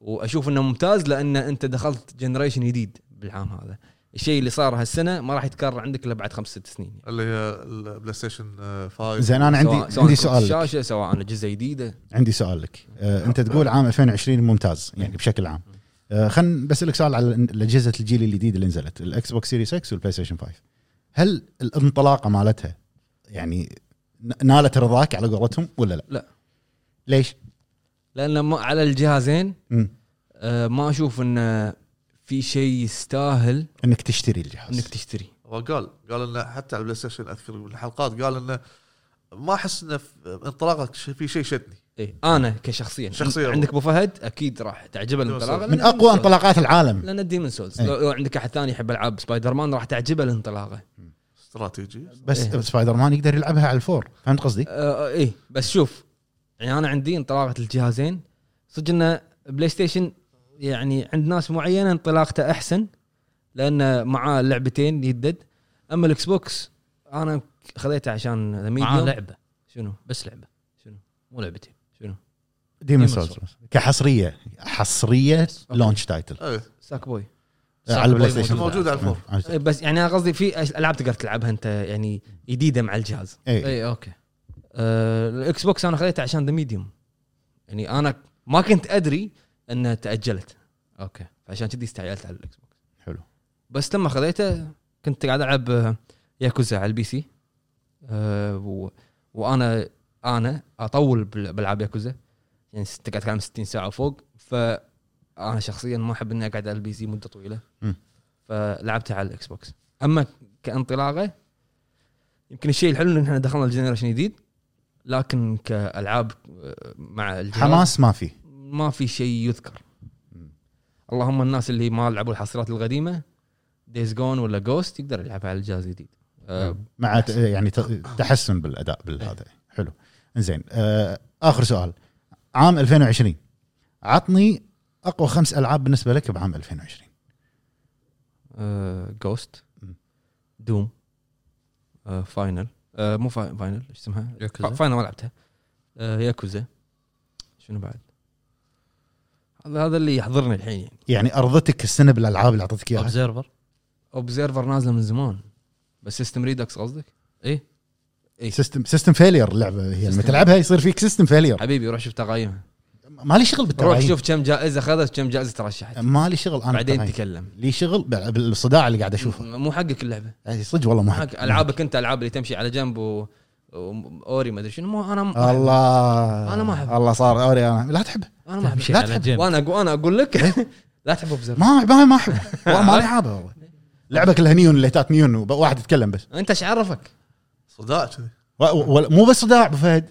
S1: واشوف انه ممتاز لان انت دخلت جنريشن جديد بالعام هذا الشيء اللي صار هالسنه ما راح يتكرر عندك الا بعد خمس ست سنين يعني.
S2: اللي هي آه، البلاي ستيشن 5
S3: زين انا
S1: سواء-
S3: عندي
S1: سواء
S3: عندي
S1: كرة
S3: سؤال لك.
S1: الشاشه سواء اجهزه جديده
S3: عندي سؤال لك آه، انت تقول عام 2020 ممتاز يعني بشكل عام آه، خلينا بسالك سؤال على اجهزه الجيل الجديد اللي نزلت الاكس بوكس سيريس اكس والبلاي ستيشن 5 هل الانطلاقه مالتها يعني ن- نالت رضاك على قولتهم ولا لا؟
S1: لا.
S3: ليش؟
S1: لان ما على الجهازين
S3: مم.
S1: آه، ما اشوف انه في شيء يستاهل
S3: انك تشتري الجهاز
S1: انك تشتري
S2: هو قال قال انه حتى على البلاي ستيشن اذكر بالحلقات قال انه ما احس انه في- انطلاقك ش- في شيء شدني
S1: ايه انا كشخصيا
S2: شخصيا.
S1: عندك ابو فهد اكيد راح تعجبه الانطلاقه
S3: من اقوى انطلاقات العالم
S1: لان ديمن سولز
S3: إيه.
S1: لو لو عندك احد ثاني يحب العاب سبايدر مان راح تعجبه الانطلاقه
S2: استراتيجي
S3: بس
S1: إيه.
S3: سبايدر مان يقدر يلعبها على الفور فهمت قصدي؟
S1: آه ايه بس شوف يعني انا عندي انطلاقه الجهازين صدق ان بلاي ستيشن يعني عند ناس معينه انطلاقته احسن لان معاه لعبتين يدد اما الاكس بوكس انا خذيته عشان
S4: معاه
S1: الميديوم
S4: لعبه
S1: شنو
S4: Ah, بس لعبه
S1: شنو؟
S4: مو لعبتين
S1: شنو
S3: ديمون
S4: Demon's
S3: سولز كحصريه حصريه لونش تايتل
S2: ايه
S1: ساك بوي
S3: على البلاي ستيشن
S2: موجود على الفور.
S3: على الفور.
S1: بس يعني انا قصدي في أش- العاب تقدر تلعبها انت يعني جديده مع الجهاز
S3: إيه.
S4: اي اوكي
S1: آه، الاكس بوكس انا خذيته عشان ذا ميديوم يعني انا ما كنت ادري انها تاجلت
S4: اوكي
S1: فعشان كذي استعجلت على الاكس بوكس
S3: حلو
S1: بس لما خذيته كنت قاعد العب آه، ياكوزا على البي سي آه، و... وانا انا اطول بال- بالعاب ياكوزا يعني ست- قاعد اتكلم 60 ساعه وفوق فانا شخصيا ما احب اني اقعد على البي سي مده طويله
S3: مم.
S1: فلعبتها على الاكس بوكس اما كانطلاقه يمكن الشيء الحلو ان احنا دخلنا الجنريشن جديد لكن كالعاب آه، مع الجهاز
S3: حماس ما في
S1: ما في شيء يذكر
S3: مم.
S1: اللهم الناس اللي ما لعبوا الحصريات القديمه دايز جون ولا جوست يقدر يلعبها على الجهاز الجديد آه،
S3: مع ت- يعني ت- تحسن بالاداء بالهذا حلو زين آه، اخر سؤال عام 2020 عطني اقوى خمس العاب بالنسبه لك بعام 2020
S1: آه، جوست
S3: مم.
S1: دوم آه، فاينل آه، مو فا- فاينل ايش اسمها؟
S4: ياكوزا.
S1: فا- فاينل ما لعبتها آه، ياكوزا شنو بعد؟ هذا هذا اللي يحضرني الحين يعني
S3: يعني ارضتك السنه بالالعاب اللي اعطيتك اياها
S4: اوبزرفر
S1: اوبزيرفر نازله من زمان بس سيستم ريدكس قصدك؟
S4: اي
S3: سيستم سيستم فيلير اللعبه هي لما
S1: System.
S3: تلعبها يصير فيك سيستم فيلير
S1: حبيبي روح شوف تقايمها
S3: مالي شغل
S1: روح
S3: بالتقييم
S1: شوف كم جائزه خذت كم جائزه ترشحت
S3: مالي شغل انا
S1: بعدين
S3: بالتقييم.
S1: تكلم
S3: لي شغل بال- بالصداع اللي قاعد اشوفه
S1: م- مو حقك اللعبه
S3: يعني صدق والله ما
S1: حق العابك انت العاب اللي تمشي على جنب و... و- اوري ما ادري شنو مو انا ما
S3: الله
S1: أنا ما أحبه.
S3: الله صار اوري انا لا تحبه
S1: أحب- انا ما احب
S4: تمشي
S1: شيء.
S3: لا
S4: على
S3: تحب.
S4: جيم
S1: وانا أقو- وانا اقول لك لا تحب اوبزرفر
S3: ما ما ما احبه والله مالي حابه والله لعبه كلها نيون ليتات نيون وواحد يتكلم بس
S1: انت ايش عرفك؟
S2: صداع كذي
S3: و- و- مو بس صداع ابو فهد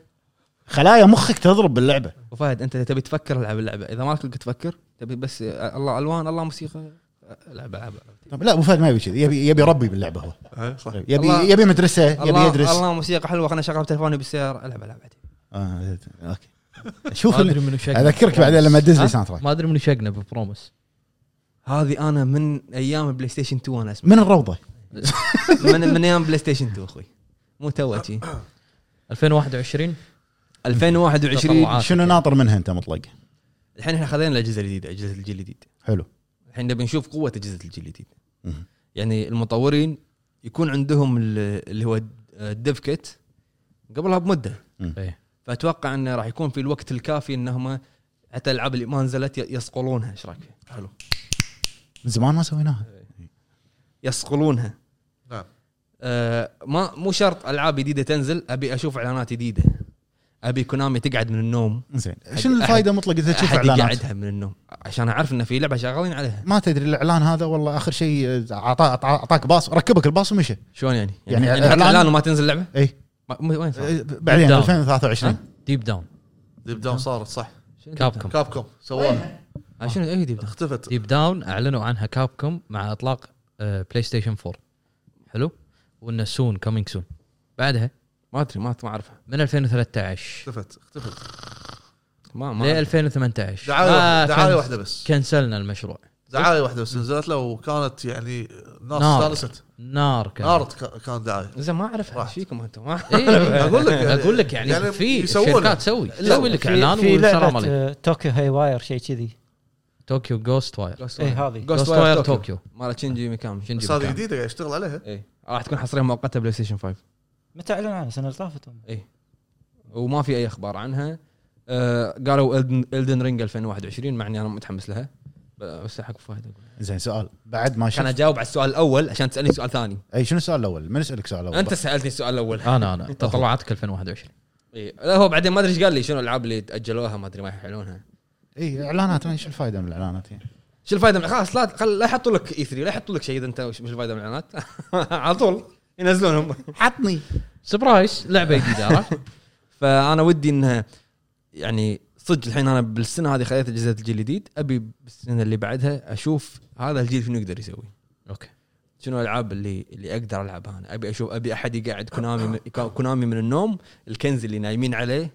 S3: خلايا مخك تضرب باللعبه
S1: أبو فهد انت تبي تفكر العب اللعبه اذا ما لك خلق تفكر تبي بس آه، الله الوان الله موسيقى آه، العب العب
S3: طب لا ابو فهد ما يبي كذي يبي يبي ربي باللعبه هو
S2: إيه، صح
S3: يبي
S1: الله-
S3: يبي مدرسه يبي
S1: الله
S3: يدرس
S1: الله موسيقى حلوه خليني اشغل تلفوني بالسياره العب العب عادي
S3: آه، زين. اوكي شوف
S4: ما ادري
S3: ال-
S4: منو شقنا
S3: اذكرك بعدين لما تدز
S1: ها؟
S3: لي ساوند تراك
S4: ما ادري منو شقنا ببرومس
S1: هذه انا من ايام بلاي ستيشن 2 وانا اسمع
S3: من الروضه
S1: آه، من من ايام بلاي ستيشن 2 اخوي مو توتي
S4: 2021
S1: 2021
S4: تطلعات.
S3: شنو ناطر منها انت مطلق
S1: الحين احنا خذينا الاجهزه الجديده اجهزه الجيل الجديد
S3: حلو
S1: الحين نبي نشوف قوه اجهزه الجيل الجديد
S3: مهم.
S1: يعني المطورين يكون عندهم ال- اللي هو الديف كيت قبلها بمده
S4: إيه.
S1: فاتوقع انه راح يكون في الوقت الكافي انهم حتى الالعاب اللي ما نزلت ي- يصقلونها ايش رايك؟ حلو
S3: من زمان ما سويناها
S1: يصقلونها
S2: نعم
S1: آه ما مو شرط العاب جديده تنزل ابي اشوف اعلانات جديده ابي كونامي تقعد من النوم
S3: زين شنو
S1: أحد-
S3: الفائده مطلق اذا تشوف
S1: احد
S3: اعلانات
S1: يقعدها من النوم عشان اعرف ان في لعبه شغالين عليها
S3: ما تدري الاعلان هذا والله اخر شيء اعطاك اعطاك باص ركبك الباص ومشى
S1: شلون يعني؟
S3: يعني
S1: يعني حتى
S3: إعلان-
S1: اعلان وما تنزل لعبه؟
S3: اي
S1: ما- م- وين صار؟
S3: أه، بعدين
S4: داون.
S3: 2023
S4: ديب داون
S2: ديب داون صارت صح
S4: كاب كوم
S2: كاب كوم سواها
S1: آه، شنو اي ديب داون؟
S2: اختفت
S4: ديب داون اعلنوا عنها كاب كوم مع اطلاق آه، بلاي ستيشن 4 حلو وانه سون كومينج سون بعدها
S1: ما ادري ما ما اعرفها
S4: من 2013
S2: اختفت اختفت
S1: ما
S4: ل
S1: ما
S4: 2018
S2: دعايه
S4: آه،
S2: واحدة- دعايه
S4: كان-
S2: واحده بس
S1: إيه.
S4: كنسلنا المشروع
S2: دعايه واحده بس نزلت له وكانت يعني الناس
S4: نار.
S2: استانست
S4: نار كان
S2: نارت كا- كان دعايه
S1: زين ما اعرفها
S2: راحت.
S1: ايش فيكم انتم؟ ما
S4: إيه
S2: أقول لك يعني-
S4: اقول لك يعني,
S2: يعني
S4: في
S2: يسوونه.
S4: شركات تسوي تسوي لك
S5: في,
S4: اعلان
S5: في
S4: والسلام
S5: لعبه
S4: عليكم
S5: آه، طوكيو هاي واير شيء كذي
S4: طوكيو جوست واير
S5: اي هذه
S1: Ghost
S4: إيه، Ghost
S1: Wire
S4: Wire
S1: Tokyo.
S4: Tokyo.
S1: مالت شينجي ميكامي شينجي
S2: بس هذه جديده قاعد يشتغل عليها
S1: اي راح تكون حصريه مؤقته بلاي ستيشن 5
S5: متى اعلن عنها السنه اللي طافت هم.
S1: وما في اي اخبار عنها آه قالوا الدن رينج 2021 مع اني انا متحمس لها بس حق فهد أقول.
S3: زين سؤال بعد ما
S1: كان
S3: شفت
S1: اجاوب على السؤال الاول عشان تسالني سؤال ثاني
S3: اي شنو السؤال الاول؟ من اسالك سؤال الاول
S1: انت سالتني السؤال الاول
S4: انا انا تطلعاتك 2021
S1: إيه. لا هو بعدين ما ادري ايش قال لي شنو الالعاب اللي تاجلوها ما ادري ما يحلونها
S3: اي اعلانات أنا ايش الفائده من الاعلانات يعني؟
S1: شو الفائده من خلاص لا خل... لا يحطوا لك اي 3 لا يحطوا لك شيء إذا انت وش وش الفائده من الاعلانات على طول ينزلونهم
S3: عطني
S4: سبرايز لعبه جديده عرفت؟
S1: فانا ودي انها يعني صدق الحين انا بالسنه هذه خذيت اجهزه الجيل الجديد ابي بالسنه اللي بعدها اشوف هذا الجيل شنو يقدر يسوي
S4: اوكي
S1: شنو الالعاب اللي اللي اقدر العبها انا ابي اشوف ابي احد يقعد كونامي من كونامي من النوم الكنز اللي نايمين عليه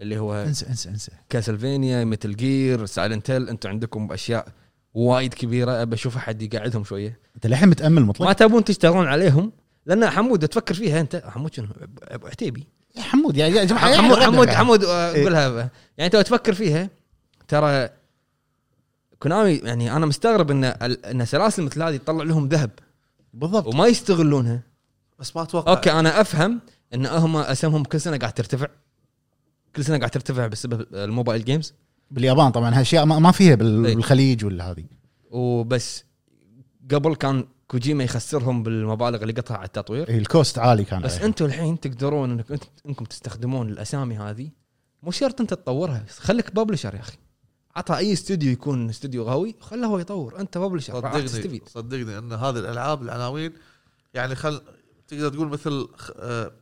S1: اللي هو
S3: انسى انسى انسى
S1: كاسلفينيا ميتل جير سايلنت هيل انتم عندكم اشياء وايد كبيره ابي اشوف احد يقعدهم شويه
S3: انت للحين متامل
S1: ما
S3: مطلق
S1: تبون تشتغلون عليهم لان حمود تفكر فيها انت حمود شنو أبو عتيبي
S3: يا حمود يا- يا جماعه
S1: حمود
S3: يا
S1: حمود
S3: يا-
S1: حمود آه،
S3: إيه.
S1: قولها يعني تو تفكر فيها ترى كونامي يعني انا مستغرب ان ال- ان سلاسل مثل هذه تطلع لهم ذهب
S3: بالضبط
S1: وما يستغلونها
S2: بس ما اتوقع
S1: اوكي انا افهم ان هم اسهمهم كل سنه قاعد ترتفع كل سنه قاعد ترتفع بسبب الموبايل جيمز
S3: باليابان طبعا هالاشياء ما ما فيها بال-
S1: إيه.
S3: بالخليج ولا هذه
S1: وبس قبل كان كوجيما يخسرهم بالمبالغ اللي قطعها على التطوير
S3: إيه، الكوست عالي كان
S1: بس
S3: عليها.
S1: انتم الحين تقدرون انك أنت- انكم تستخدمون الاسامي هذه مو شرط انت تطورها خليك ببلشر يا اخي عطها اي استوديو يكون استوديو قوي خله هو يطور انت ببلشر راح
S2: صدقني
S1: تستفيد
S2: صدقني ان هذه الالعاب العناوين يعني خل تقدر تقول مثل خ- آه،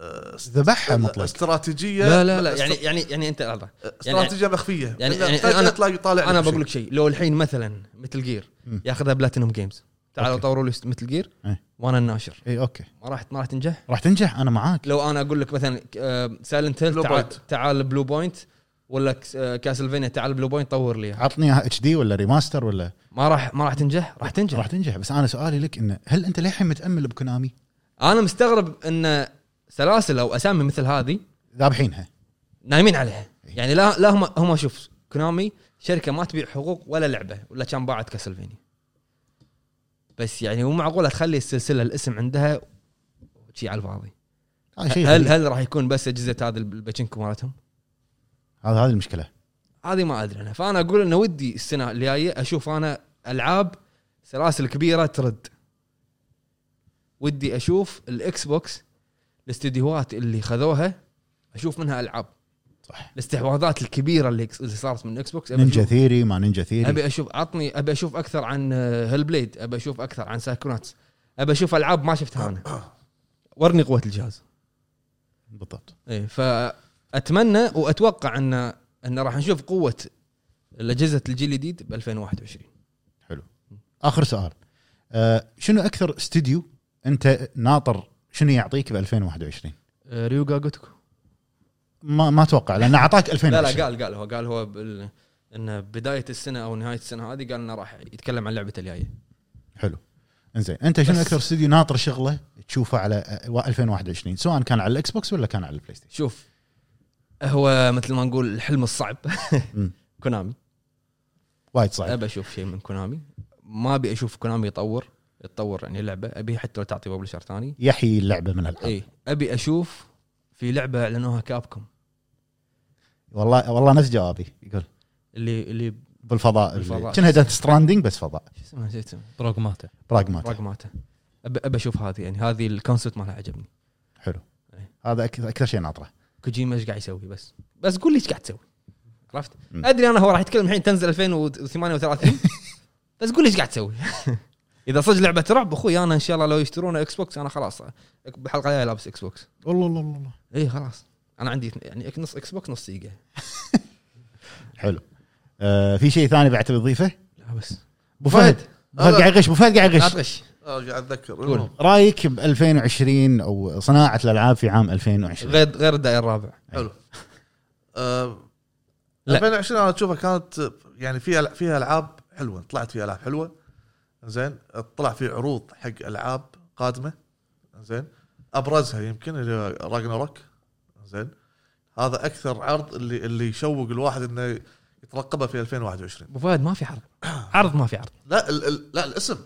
S2: آه، است-
S3: ذبحها مطلق
S2: استراتيجيه
S1: لا لا لا
S2: است-
S1: يعني يعني يعني انت لحظه
S2: استراتيجيه مخفيه
S1: يعني-
S2: يعني
S1: يعني أنا-
S2: فجاه تلاقي
S1: انا
S2: طالع لك شيء.
S1: بقول لك شيء لو الحين مثلا مثل جير
S3: مم.
S1: ياخذها بلاتينوم جيمز تعالوا
S3: أوكي.
S1: طوروا لي مثل جير
S3: إيه.
S1: وانا الناشر
S3: اي اوكي
S1: ما راح ما راح تنجح
S3: راح تنجح انا معاك
S1: لو انا اقول لك مثلا سايلنت هيل
S2: Blue
S1: تعال
S2: Point.
S1: تعال بلو بوينت ولا كاسلفينيا تعال بلو بوينت طور لي إياها.
S3: عطني اياها اتش دي ولا ريماستر ولا
S1: ما راح ما راح تنجح راح تنجح
S3: راح تنجح بس انا سؤالي لك انه هل انت للحين متامل بكونامي
S1: انا مستغرب ان سلاسل او اسامي مثل هذه
S3: ذابحينها
S1: نايمين عليها يعني لا لا هم هم شوف كونامي شركه ما تبيع حقوق ولا لعبه ولا كان باعت كاسلفينيا بس يعني مو معقوله تخلي السلسله الاسم عندها شي على الفاضي
S3: هذا شيء
S1: هل
S3: غريب.
S1: هل راح يكون بس اجهزه هذا الباتشينكو مالتهم؟
S3: هذا هذه المشكله
S1: هذه ما ادري انا فانا اقول انه ودي السنه اللي جايه اشوف انا العاب سلاسل كبيره ترد ودي اشوف الاكس بوكس الاستديوهات اللي خذوها اشوف منها العاب
S3: صح.
S1: الاستحواذات الكبيره اللي اللي صارت من الاكس بوكس أبي
S3: نينجا
S1: أشوف-
S3: ثيري ما نينجا ثيري
S1: ابي اشوف عطني ابي اشوف اكثر عن هيل بليد ابي اشوف اكثر عن ساكوناتس ابي اشوف العاب ما شفتها انا ورني قوه الجهاز
S3: بالضبط
S1: ايه فاتمنى واتوقع ان ان راح نشوف قوه اجهزه الجيل الجديد ب 2021
S3: اخر سؤال آه شنو اكثر استوديو انت ناطر شنو يعطيك ب 2021
S4: آه،
S1: ريوغا جوتكو
S3: ما ما اتوقع لان اعطاك 2000
S1: لا لا قال قال هو قال هو بال... ان بدايه السنه او نهايه السنه هذه قال انه راح يتكلم عن لعبته الجايه
S3: حلو انزين انت شنو
S1: بس.
S3: اكثر استوديو ناطر شغله تشوفه على آه، 2021 سواء كان على الاكس بوكس ولا كان على البلاي ستيشن
S1: شوف هو مثل ما نقول الحلم الصعب
S3: مم.
S1: كونامي
S3: وايد صعب
S1: ابى اشوف شيء من كونامي ما ابي اشوف كونامي يطور يتطور يعني لعبه ابي حتى لو تعطي ببلشر ثاني
S3: يحيي اللعبه من الالعاب
S1: اي ابي اشوف في لعبه اعلنوها كابكم
S3: والله والله نفس جوابي يقول
S1: اللي اللي
S3: بالفضاء
S1: بالفضاء.
S3: كانها ديث ستراندنج بس فضاء
S1: شو اسمها نسيت اسمها
S4: بروجماتا
S3: براغمات
S1: رقماته ابي ابي اشوف هذه يعني هذه الكونسبت مالها عجبني
S3: حلو
S1: إيه.
S3: هذا أك- اكثر شيء ناطره
S1: كوجيما ايش قاعد يسوي بس بس قول لي ايش قاعد تسوي عرفت
S3: مم.
S1: ادري انا هو راح يتكلم الحين تنزل 2038 بس قول لي ايش قاعد تسوي اذا صدق لعبه رعب اخوي انا ان شاء الله لو يشترون اكس بوكس انا خلاص بحلقه الجايه لابس اكس بوكس
S3: والله الله الله
S1: اي خلاص انا عندي اثنين- يعني نص اكس بوكس نص سيجا
S3: حلو آه في شيء ثاني بعد تبي تضيفه؟
S1: لا بس
S3: ابو فهد أبو فهد
S2: لا.
S3: قاعد يغش ابو فهد قاعد
S1: لا
S3: يغش
S1: تغش
S2: قاعد اتذكر
S1: قول.
S2: المهم.
S3: رايك ب 2020 او صناعه الالعاب في عام 2020
S1: غير غير الدائري الرابع
S2: حلو آه،
S1: لا.
S2: 2020 انا اشوفها كانت آه، يعني فيها فيها العاب حلوه طلعت فيها العاب حلوه زين طلع في عروض حق العاب قادمه زين ابرزها يمكن اللي راجناروك زين هذا اكثر عرض اللي اللي يشوق الواحد انه يترقبه في 2021
S1: ابو فهد ما في عرض عرض ما في عرض
S2: لا ال ال لا الاسم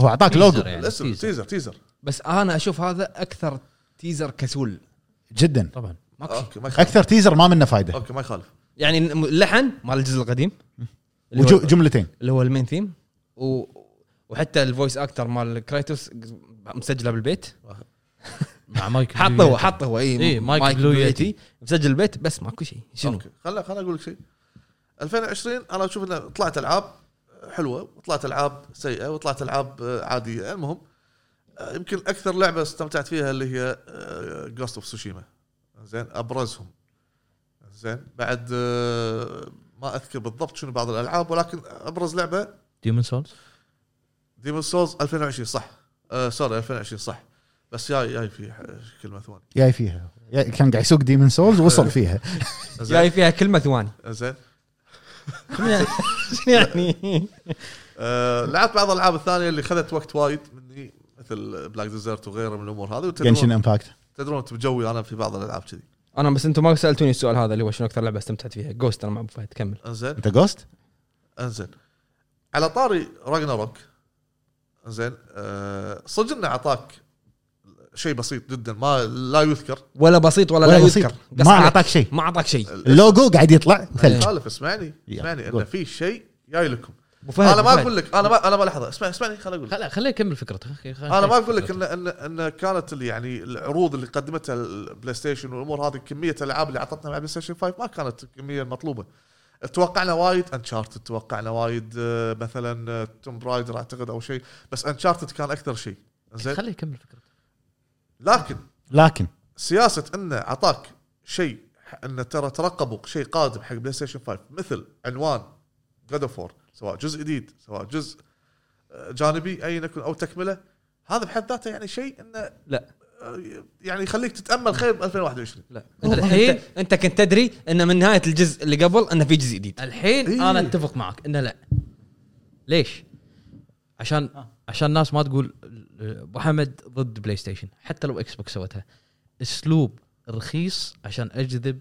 S3: هو اعطاك لوجو
S4: يعني
S2: الاسم
S4: تيزر.
S2: تيزر تيزر
S1: بس انا اشوف هذا اكثر تيزر كسول
S3: جدا
S4: طبعا
S1: ماكو شيء.
S2: اوكي ما يخالف
S3: اكثر تيزر ما منه فايده
S2: اوكي ما يخالف
S1: يعني اللحن مال الجزء القديم اللي هو-
S3: وجملتين
S1: اللي هو المين ثيم و... وحتى الفويس اكتر مال كرايتوس مسجله بالبيت
S4: مع مايك
S1: حط هو حط هو إيه، اي
S4: إي، مايك بلو يتي.
S1: مسجل البيت بس ماكو شيء شنو
S2: اوكي خلنا خلنا اقول لك شيء 2020 انا اشوف انه طلعت العاب حلوه وطلعت العاب سيئه وطلعت العاب آه، عاديه المهم آه، يمكن اكثر لعبه استمتعت فيها اللي هي آه، جوست اوف سوشيما زين ابرزهم زين بعد آه، ما اذكر بالضبط شنو بعض الالعاب ولكن ابرز لعبه
S4: ديمون سولز
S2: ديمون سولز 2020 صح آه، سوري 2020 صح بس جاي جاي في ح- كلمه ثواني
S3: جاي فيها جاي- كان قاعد يسوق ديمن سولز وصل فيها
S1: جاي فيها كلمه ثواني
S2: زين
S1: شنو يعني
S2: آه، لعبت بعض الالعاب الثانيه اللي خذت وقت وايد مني مثل بلاك ديزرت وغيره من الامور هذه
S3: جنشن
S2: وتدرون
S3: امباكت
S2: تدرون انت بجوي انا في بعض الالعاب كذي
S1: انا بس انتم ما سالتوني السؤال هذا اللي هو شنو اكثر لعبه استمتعت فيها جوست انا مع ابو فهد كمل
S2: انزين
S3: انت جوست
S2: انزين على طاري راجناروك انزين آه، صدق انه اعطاك شيء بسيط جدا ما لا يذكر
S1: ولا بسيط ولا,
S3: ولا
S1: لا
S3: بسيط.
S1: يذكر
S3: ما
S1: قص عليك.
S3: أعطاك شيء.
S1: ما اعطاك شيء
S3: اللوجو قاعد يطلع
S1: إيه.
S3: ثلج
S2: خالف اسمعني
S3: يلا،
S2: اسمعني انه
S3: قول.
S2: في شيء جاي لكم
S1: ابو فهد
S2: انا ما اقول لك انا ما انا ما لحظه اسمع اسمعني خليني اقول لك
S4: خليه خليه يكمل فكرته
S2: انا ما اقول لك ان ان ان كانت ال- يعني العروض اللي قدمتها البلاي ستيشن والامور هذه كميه الالعاب اللي اعطتنا مع بلاي ستيشن 5 ما كانت الكميه المطلوبه توقعنا وايد انشارتد توقعنا وايد آه، مثلا توم برايدر اعتقد او شيء بس انشارتد كان اكثر شيء زين
S4: خليه يكمل فكرته
S2: لكن
S3: لكن
S2: سياسه انه اعطاك شيء انه ترى ترقبوا شيء قادم حق بلاي ستيشن 5 مثل عنوان جاد اوف سواء جزء جديد سواء جزء آه، جانبي ايا يكن او تكمله هذا بحد ذاته يعني شيء انه
S1: لا
S2: آه، يعني يخليك تتامل خير ب 2021
S1: لا انت الحين انت كنت تدري ان من نهايه الجزء اللي قبل انه في جزء جديد
S4: الحين
S2: إيه.
S4: إيه؟ انا اتفق معك انه لا ليش؟ عشان عشان الناس ما تقول آه، ابو حمد ضد بلاي ستيشن حتى لو اكس بوكس سوتها اسلوب رخيص عشان اجذب
S2: اي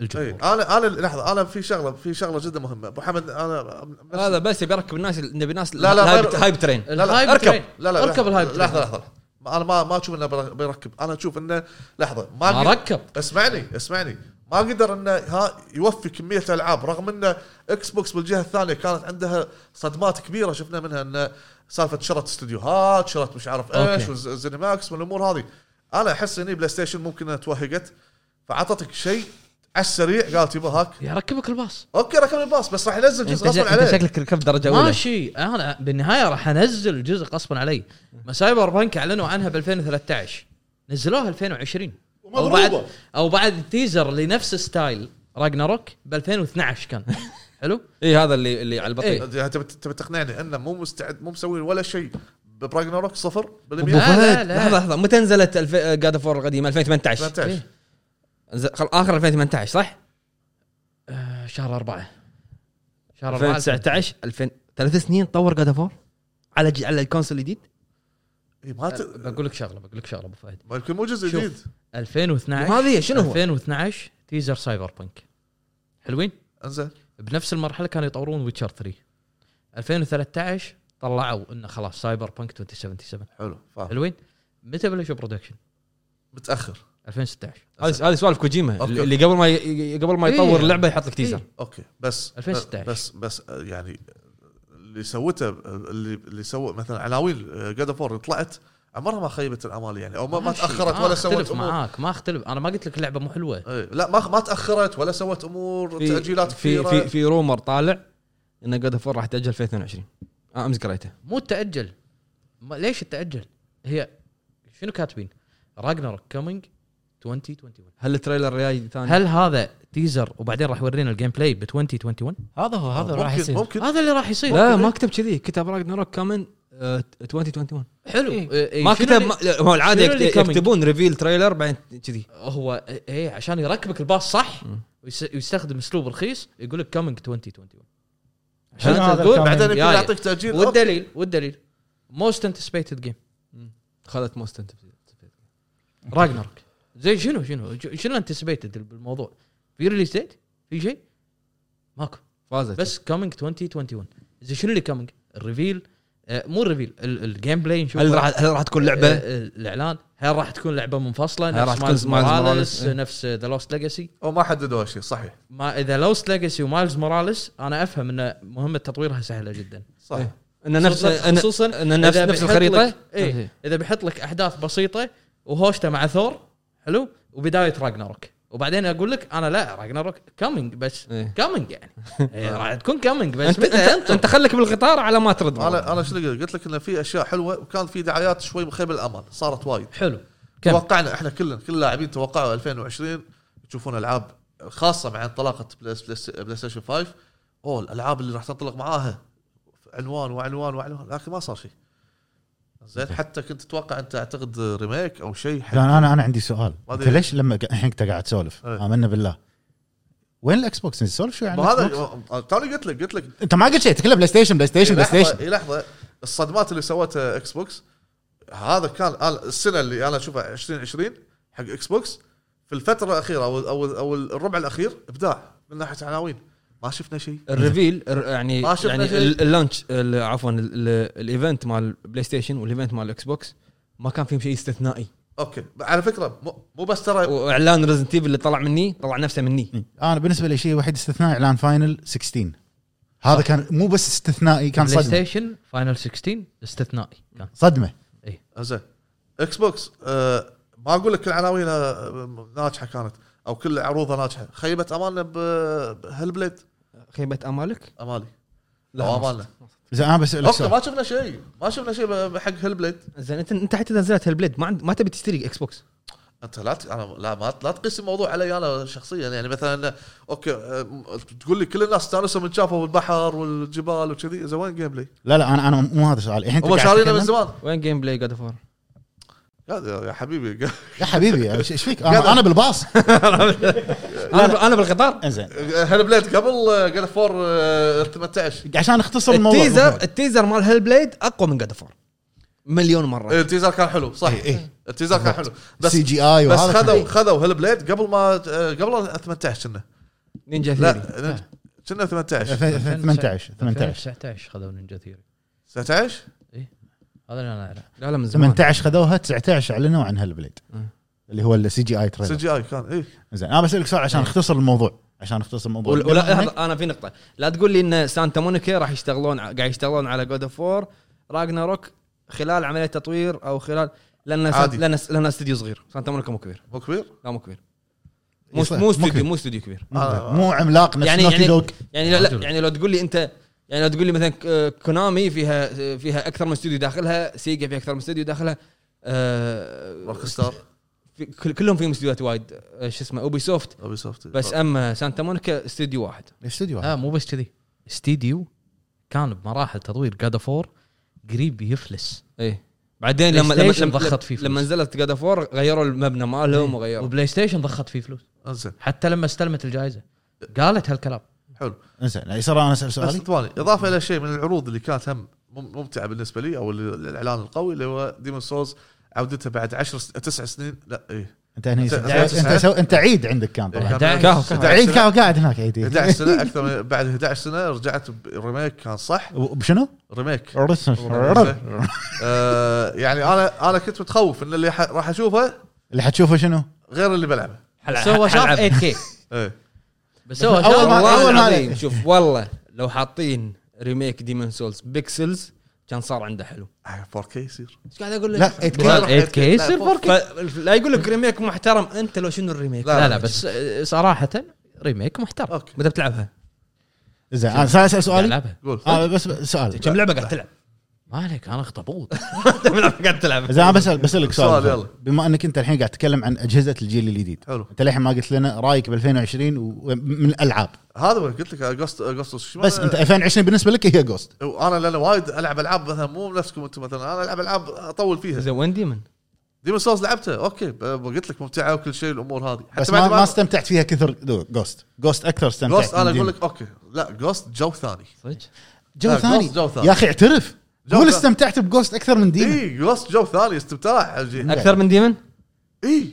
S4: الجمهور
S2: انا انا لحظه انا في شغله في شغله جدا مهمه ابو حمد انا
S1: هذا بس يركب الناس نبي ناس
S2: لا، لا،
S1: الهايب-
S2: غير-
S1: هايب ترين
S2: لا، لا،
S4: الهايب
S1: اركب.
S4: ترين.
S2: لا لا
S4: اركب الهايب
S2: لحظه
S4: ترين.
S2: لحظه انا ما ما اشوف انه بر- بيركب انا اشوف انه لحظه ما
S4: ما
S2: قد-
S4: ركب
S2: اسمعني اسمعني ما قدر انه ها يوفي كميه العاب رغم انه اكس بوكس بالجهه الثانيه كانت عندها صدمات كبيره شفنا منها انه سالفه شرت استديوهات شرت مش عارف ايش
S4: أوكي.
S2: وزينماكس والامور هذه انا احس اني بلاي ستيشن ممكن انها توهقت فعطتك شيء على السريع قالت يبا هاك
S4: يركبك الباص
S2: اوكي ركب الباص بس راح ينزل
S1: انت
S2: جزء غصبا
S1: شك- انت
S2: عليه
S1: شكلك ركبت درجه اولى
S4: ماشي انا بالنهايه راح انزل جزء غصبا علي ما سايبر بانك اعلنوا عنها ب 2013 نزلوها 2020 او
S2: ومضروبة.
S4: بعد او بعد التيزر لنفس ستايل راجناروك ب 2012 كان حلو
S1: اي هذا اللي اللي على البطيء
S4: إيه.
S2: يعني تبي تبي تقنعني انه مو مستعد مو مسوي ولا شيء براجناروك صفر
S1: ابو
S2: بالمئة
S4: لا، لا،
S1: فهد
S4: لا.
S1: لحظه لحظه متى نزلت الف... جاد اوف القديمه 2018
S2: 18
S4: إيه.
S1: ز- خل- اخر 2018 صح؟
S4: آه، شهر أربعة شهر أربعة
S1: 2019 2000 ثلاث سنين طور جاد اوف على ج... على الكونسول الجديد
S2: إيه ما ت...
S4: بقول لك شغله بقول لك شغله ابو فهد
S2: ما يمكن مو جزء
S4: شوف.
S2: جديد
S4: 2012
S1: وهذه هي، شنو هو؟
S4: 2012 تيزر سايبر بنك حلوين
S2: انزين
S4: بنفس المرحله كانوا يطورون ويتشر 3 2013 طلعوا انه خلاص سايبر بنك 2077
S2: حلو
S1: آه.
S2: فاهم
S4: حلوين متى بلشوا برودكشن
S2: متاخر
S4: 2016
S1: هذه هذه سوالف كوجيما
S2: أوكي.
S1: اللي قبل ما ي... قبل ما يطور
S4: إيه.
S1: اللعبه يحط لك تيزر
S4: إيه.
S2: اوكي بس
S4: 2016.
S2: بس بس آه، يعني اللي سوته اللي اللي سوى مثلا عناوين آه، جاد اوف وور طلعت عمرها ما خيبت الامال يعني او ما, ما
S4: ماشي،
S2: تاخرت
S4: ما آه،
S2: ولا
S4: اختلف
S2: سوت امور
S4: معاك ما اختلف انا ما قلت لك اللعبه مو حلوه
S2: إيه، لا ما ما تاخرت ولا سوت امور
S1: في-
S2: تاجيلات
S1: في
S2: كثيره
S1: في في رومر طالع ان جاد اوف راح تاجل في 2022 آه، امس قريته
S4: مو تاجل ما ليش تاجل هي شنو كاتبين راجنر كومينج 2021
S1: هل التريلر جاي ثاني؟
S4: هل هذا تيزر وبعدين راح يورينا الجيم بلاي ب 2021
S5: هذا هو هذا راح
S2: ممكن-
S5: يصير
S2: ممكن
S4: هذا آه، اللي راح يصير
S1: لا ما كتب كذي كتب راجناروك كامن 2021
S4: حلو إيه، إيه،
S1: آه، ما
S4: شنو
S1: كتب
S4: اللي-
S1: ما- لا، هو العاده
S4: شنو اللي
S1: يكت-
S4: coming؟
S1: يكتبون ريفيل تريلر بعدين كذي
S4: هو ايه عشان يركبك الباص صح
S1: مم.
S4: ويس- ويستخدم اسلوب رخيص يقول لك كامينج 2021
S5: شنو
S4: عشان
S5: هذا
S4: تقول
S5: الcoming؟
S2: بعدين يمكن
S4: يا-
S2: يعطيك تاجيل أوكي.
S4: والدليل والدليل موست انتسبيتد جيم
S1: خذت موست
S4: راجنرك زي شنو شنو ج- شنو انتسبيتد بالموضوع في ريليز ديت في شيء ماكو
S1: فازت
S4: بس كامينج 2021 زي شنو اللي كامينج الريفيل آه مو الريفيل ال- الجيم بلاي نشوف
S1: هل راح هل راح تكون
S4: آه،
S1: لعبه؟
S4: آه، الاعلان هل راح تكون لعبه منفصله
S1: هل
S4: نفس
S1: راح تكون
S4: مايلز
S1: مايلز موراليس؟
S4: موراليس
S1: إيه.
S4: نفس ذا لوست ليجاسي
S2: وما حددوا شيء صحيح
S4: ما اذا لوست ليجاسي ومايلز موراليس انا افهم ان مهمه تطويرها سهله جدا
S2: صح
S1: إيه. ان نفس
S4: خصوصاً-
S1: إن-
S4: خصوصا
S1: ان نفس
S4: إذا
S1: نفس
S4: بيحط
S1: الخريطه
S4: لك- إيه اذا بيحط لك احداث بسيطه وهوشته مع ثور حلو وبدايه راجناروك وبعدين اقول لك انا لا راجناروك كامينج بس
S1: إيه.
S4: كامينج يعني إيه، راح تكون كامينج بس
S1: انت
S4: متى
S1: انت, انت خليك بالقطار على ما ترد
S2: انا انا شو اللي قلت؟ قلت لك ان في اشياء حلوه وكان في دعايات شوي مخيبه الامل صارت وايد
S4: حلو كم؟
S2: توقعنا احنا كلنا كل اللاعبين توقعوا 2020 يشوفون العاب خاصه مع انطلاقه بلاي, بلاي, بلاي ستيشن 5 اوه الالعاب اللي راح تنطلق معاها عنوان وعنوان وعنوان لكن ما صار شيء زين حتى كنت تتوقع انت اعتقد ريميك او شيء حق-
S3: لا انا انا عندي سؤال
S2: ما
S3: انت
S2: أدري.
S3: ليش لما ق- الحين انت قاعد تسولف
S2: إيه.
S3: امنا بالله وين الاكس بوكس نسولف شوي عن
S2: ما
S3: الإكس
S2: هذا
S3: بوكس؟
S2: توني قلت لك قلت لك
S3: انت ما قلت شيء تكلم بلاي ستيشن بلاي ستيشن بلاي
S2: إيه، لحظة-
S3: ستيشن
S2: لحظه الصدمات اللي سوتها اكس بوكس هذا كان أنا- السنه اللي انا اشوفها 2020 حق اكس بوكس في الفتره الاخيره او او او الربع الاخير ابداع من ناحيه عناوين ما شفنا شيء
S1: الريفيل الر- يعني
S2: ما شفنا
S1: يعني
S2: شيء.
S1: ال- اللانش ال- عفوا ال- ال- الايفنت مال بلاي ستيشن والايفنت مال الاكس بوكس ما كان فيهم شيء استثنائي
S2: اوكي على فكره مو- مو بس ترى
S1: واعلان ريزنت اللي طلع مني طلع نفسه مني
S3: انا بالنسبه لي شيء وحيد استثنائي اعلان فاينل 16 هذا كان مو بس استثنائي كان
S4: بلاي
S3: صدمه
S4: ستيشن فاينل 16 استثنائي كان
S3: صدمه
S2: زين اكس بوكس آه ما اقول لك كل عناوينها ناجحه كانت او كل عروضها ناجحه خيبت امالنا ب- بهالبليد
S1: خيبه امالك
S2: امالي
S1: لا،
S2: او
S1: ما
S2: امالنا
S3: زين انا بسالك
S2: اوكي
S3: سؤال
S2: ما شفنا شيء ما شفنا شيء ب- حق هالبليد
S1: زين انت انت حتى نزلت هالبليد ما عند- ما تبي تشتري اكس بوكس
S2: انت لا ت- انا لا ما لا تقيس الموضوع علي انا شخصيا يعني مثلا اوكي آه، م- تقول لي كل الناس استانسوا من شافوا البحر والجبال وكذي اذا وين جيم بلاي؟
S3: لا لا انا انا مو هذا سؤال الحين أنت
S2: هم
S3: قاعد
S2: شارينا من
S3: تتكلم-
S2: زمان
S1: وين جيم بلاي جاد اوف
S2: يا يا حبيبي
S3: يا حبيبي ايش إيش فيك انا أنا بالباص
S1: انا انا بالقطار
S3: انزين
S2: هالبليد قبل جاد فور آه، 18
S3: عشان اختصر الموضوع
S1: التيزر التيزر مال هالبليد اقوى من جاد اوف مليون مره
S2: إيه، التيزر كان حلو صح
S3: إيه، إيه.
S2: التيزر كان حلو بس
S3: سي جي اي
S2: بس
S3: وهذا كان- إيه.
S2: خذوا خذوا هالبليد قبل ما آه، قبل 18 كنا
S1: نينجا ثيري
S2: لا ن- كنا 18
S3: ف- ف- 18 18
S4: 19 خذوا نينجا ثيري
S2: 19
S4: هذا اللي انا اعرفه
S1: لا لا من زمان
S3: 18 خذوها 19 اعلنوا عن هالبليد
S1: مم.
S3: اللي هو السي جي اي
S2: سي
S3: تريلر
S2: جي اي كان إيه. اي
S3: زين انا بسالك سؤال عشان اختصر الموضوع عشان اختصر الموضوع
S1: ولا ولا- لحظة، انا في نقطه لا تقول لي ان سانتا مونيكا راح يشتغلون ع- قاعد يشتغلون على جود اوف 4 راجناروك خلال عمليه تطوير او خلال لان سان-
S2: عادي.
S1: لان لان استديو صغير سانتا مونيكا مو كبير
S2: مو كبير
S1: لا مو كبير مو
S3: يصير.
S1: مو
S3: مو
S1: استوديو
S3: كبير.
S1: مو استوديو كبير
S2: آه.
S3: مو عملاق نفس
S1: يعني
S3: يعني نوتي
S1: يعني
S3: دوغ
S1: يعني لا,
S4: عجل.
S1: لا يعني لو تقول لي انت يعني لو تقول لي مثلا ك- آه، كونامي فيها فيها اكثر من استوديو داخلها سيجا فيها اكثر من استوديو داخلها آه
S2: روك ستار
S1: في كل- كلهم فيهم استديوهات وايد آه، شو اسمه اوبي سوفت
S2: ابي سوفت
S1: بس اما سانتا مونيكا استوديو واحد
S3: استوديو
S4: لا مو بس كذي استديو كان بمراحل تطوير جاد فور قريب يفلس
S1: ايه بعدين
S4: بلاي
S1: لما لما
S4: ستيشن
S1: لما
S4: ضخت فيه فلوس.
S1: لما نزلت جاد اوف غيروا المبنى مالهم وغيروا
S4: وبلاي ستيشن ضخت فيه فلوس
S2: انزين
S4: حتى لما استلمت الجائزه قالت هالكلام
S2: حلو
S3: زين يصير انا اسال
S2: بس
S3: سؤالي
S2: ثواني اضافه الى شيء من العروض اللي كانت هم مم- ممتعه بالنسبه لي او ال- الاعلان القوي اللي هو ديمون سولز عودتها بعد 10 تسع سنين لا ايه
S3: انت هني
S2: أنت-
S3: انت
S2: أنت- إيه،
S3: انت سو- انت عيد عندك كان طبعا
S2: كان-
S1: كهو-
S3: عيد
S2: 11 سنة-
S3: كان قاعد هناك عيد
S2: 11 سنه اكثر من بعد 11 سنه رجعت بريميك كان صح
S3: بشنو؟
S2: ريميك
S3: رسم.
S2: آه يعني انا انا كنت متخوف ان اللي ح- راح اشوفه
S3: اللي حتشوفه شنو؟
S2: غير اللي بلعبه
S4: بس هو شاف 8 كي
S2: ايه
S4: بس هو
S3: أول
S1: والله
S3: ما- أول
S4: شاف
S3: ما
S1: العظيم
S3: عليك.
S1: شوف والله لو حاطين ريميك ديمون سولز بيكسلز كان صار عنده حلو
S2: آه، 4K يصير
S1: ايش قاعد اقول لك؟
S3: لا 8
S2: لا،
S3: كي
S2: راح
S4: 8 كي
S2: يتكلم.
S4: يصير 4 كي
S1: ف- لا يقول لك ريميك محترم انت لو شنو الريميك
S2: لا،
S4: لا لا بس آه، صراحه ريميك محترم
S2: اوكي
S1: متى بتلعبها؟
S3: زين انا سؤال- اسال
S4: قاعد
S3: سؤالي
S4: العبها
S2: قول
S3: انا بس سؤال
S1: كم لعبه قاعد تلعب؟
S4: ما عليك انا اخطبوط
S1: كم لعبه قاعد تلعب؟
S3: زين انا بسال بسالك
S2: سؤال،
S3: سؤال
S2: يلا.
S3: بما انك انت الحين قاعد تتكلم عن اجهزه الجيل الجديد
S2: حلو
S3: انت للحين ما قلت لنا رايك ب 2020 ومن الالعاب
S2: هذا هو قلت لك آه، اغسطس اغسطس شو
S3: بس
S2: أنا-
S3: انت 2020 بالنسبه لك هي جوست
S2: انا لان وايد العب العاب مثلا مو نفسكم انتم مثلا انا العب العاب اطول فيها
S1: زين وين ديمون؟
S2: ديمون سولز لعبتها اوكي ب- قلت لك ممتعه وكل شيء الامور هذه
S3: بس ما, ما استمتعت فيها كثر جوست جوست اكثر استمتعت
S2: جوست انا
S3: من
S2: اقول لك اوكي لا جوست جو ثاني
S1: صدق؟
S3: جو
S2: لا،
S3: ثاني
S2: Ghost جو ثاني.
S3: يا اخي اعترف
S2: جو
S3: قول
S2: ثاني. إيه،
S3: استمتعت بجوست اكثر من يعني ديمن
S2: اي جوست جو ثاني استمتاع
S1: اكثر من ديمون؟
S2: اي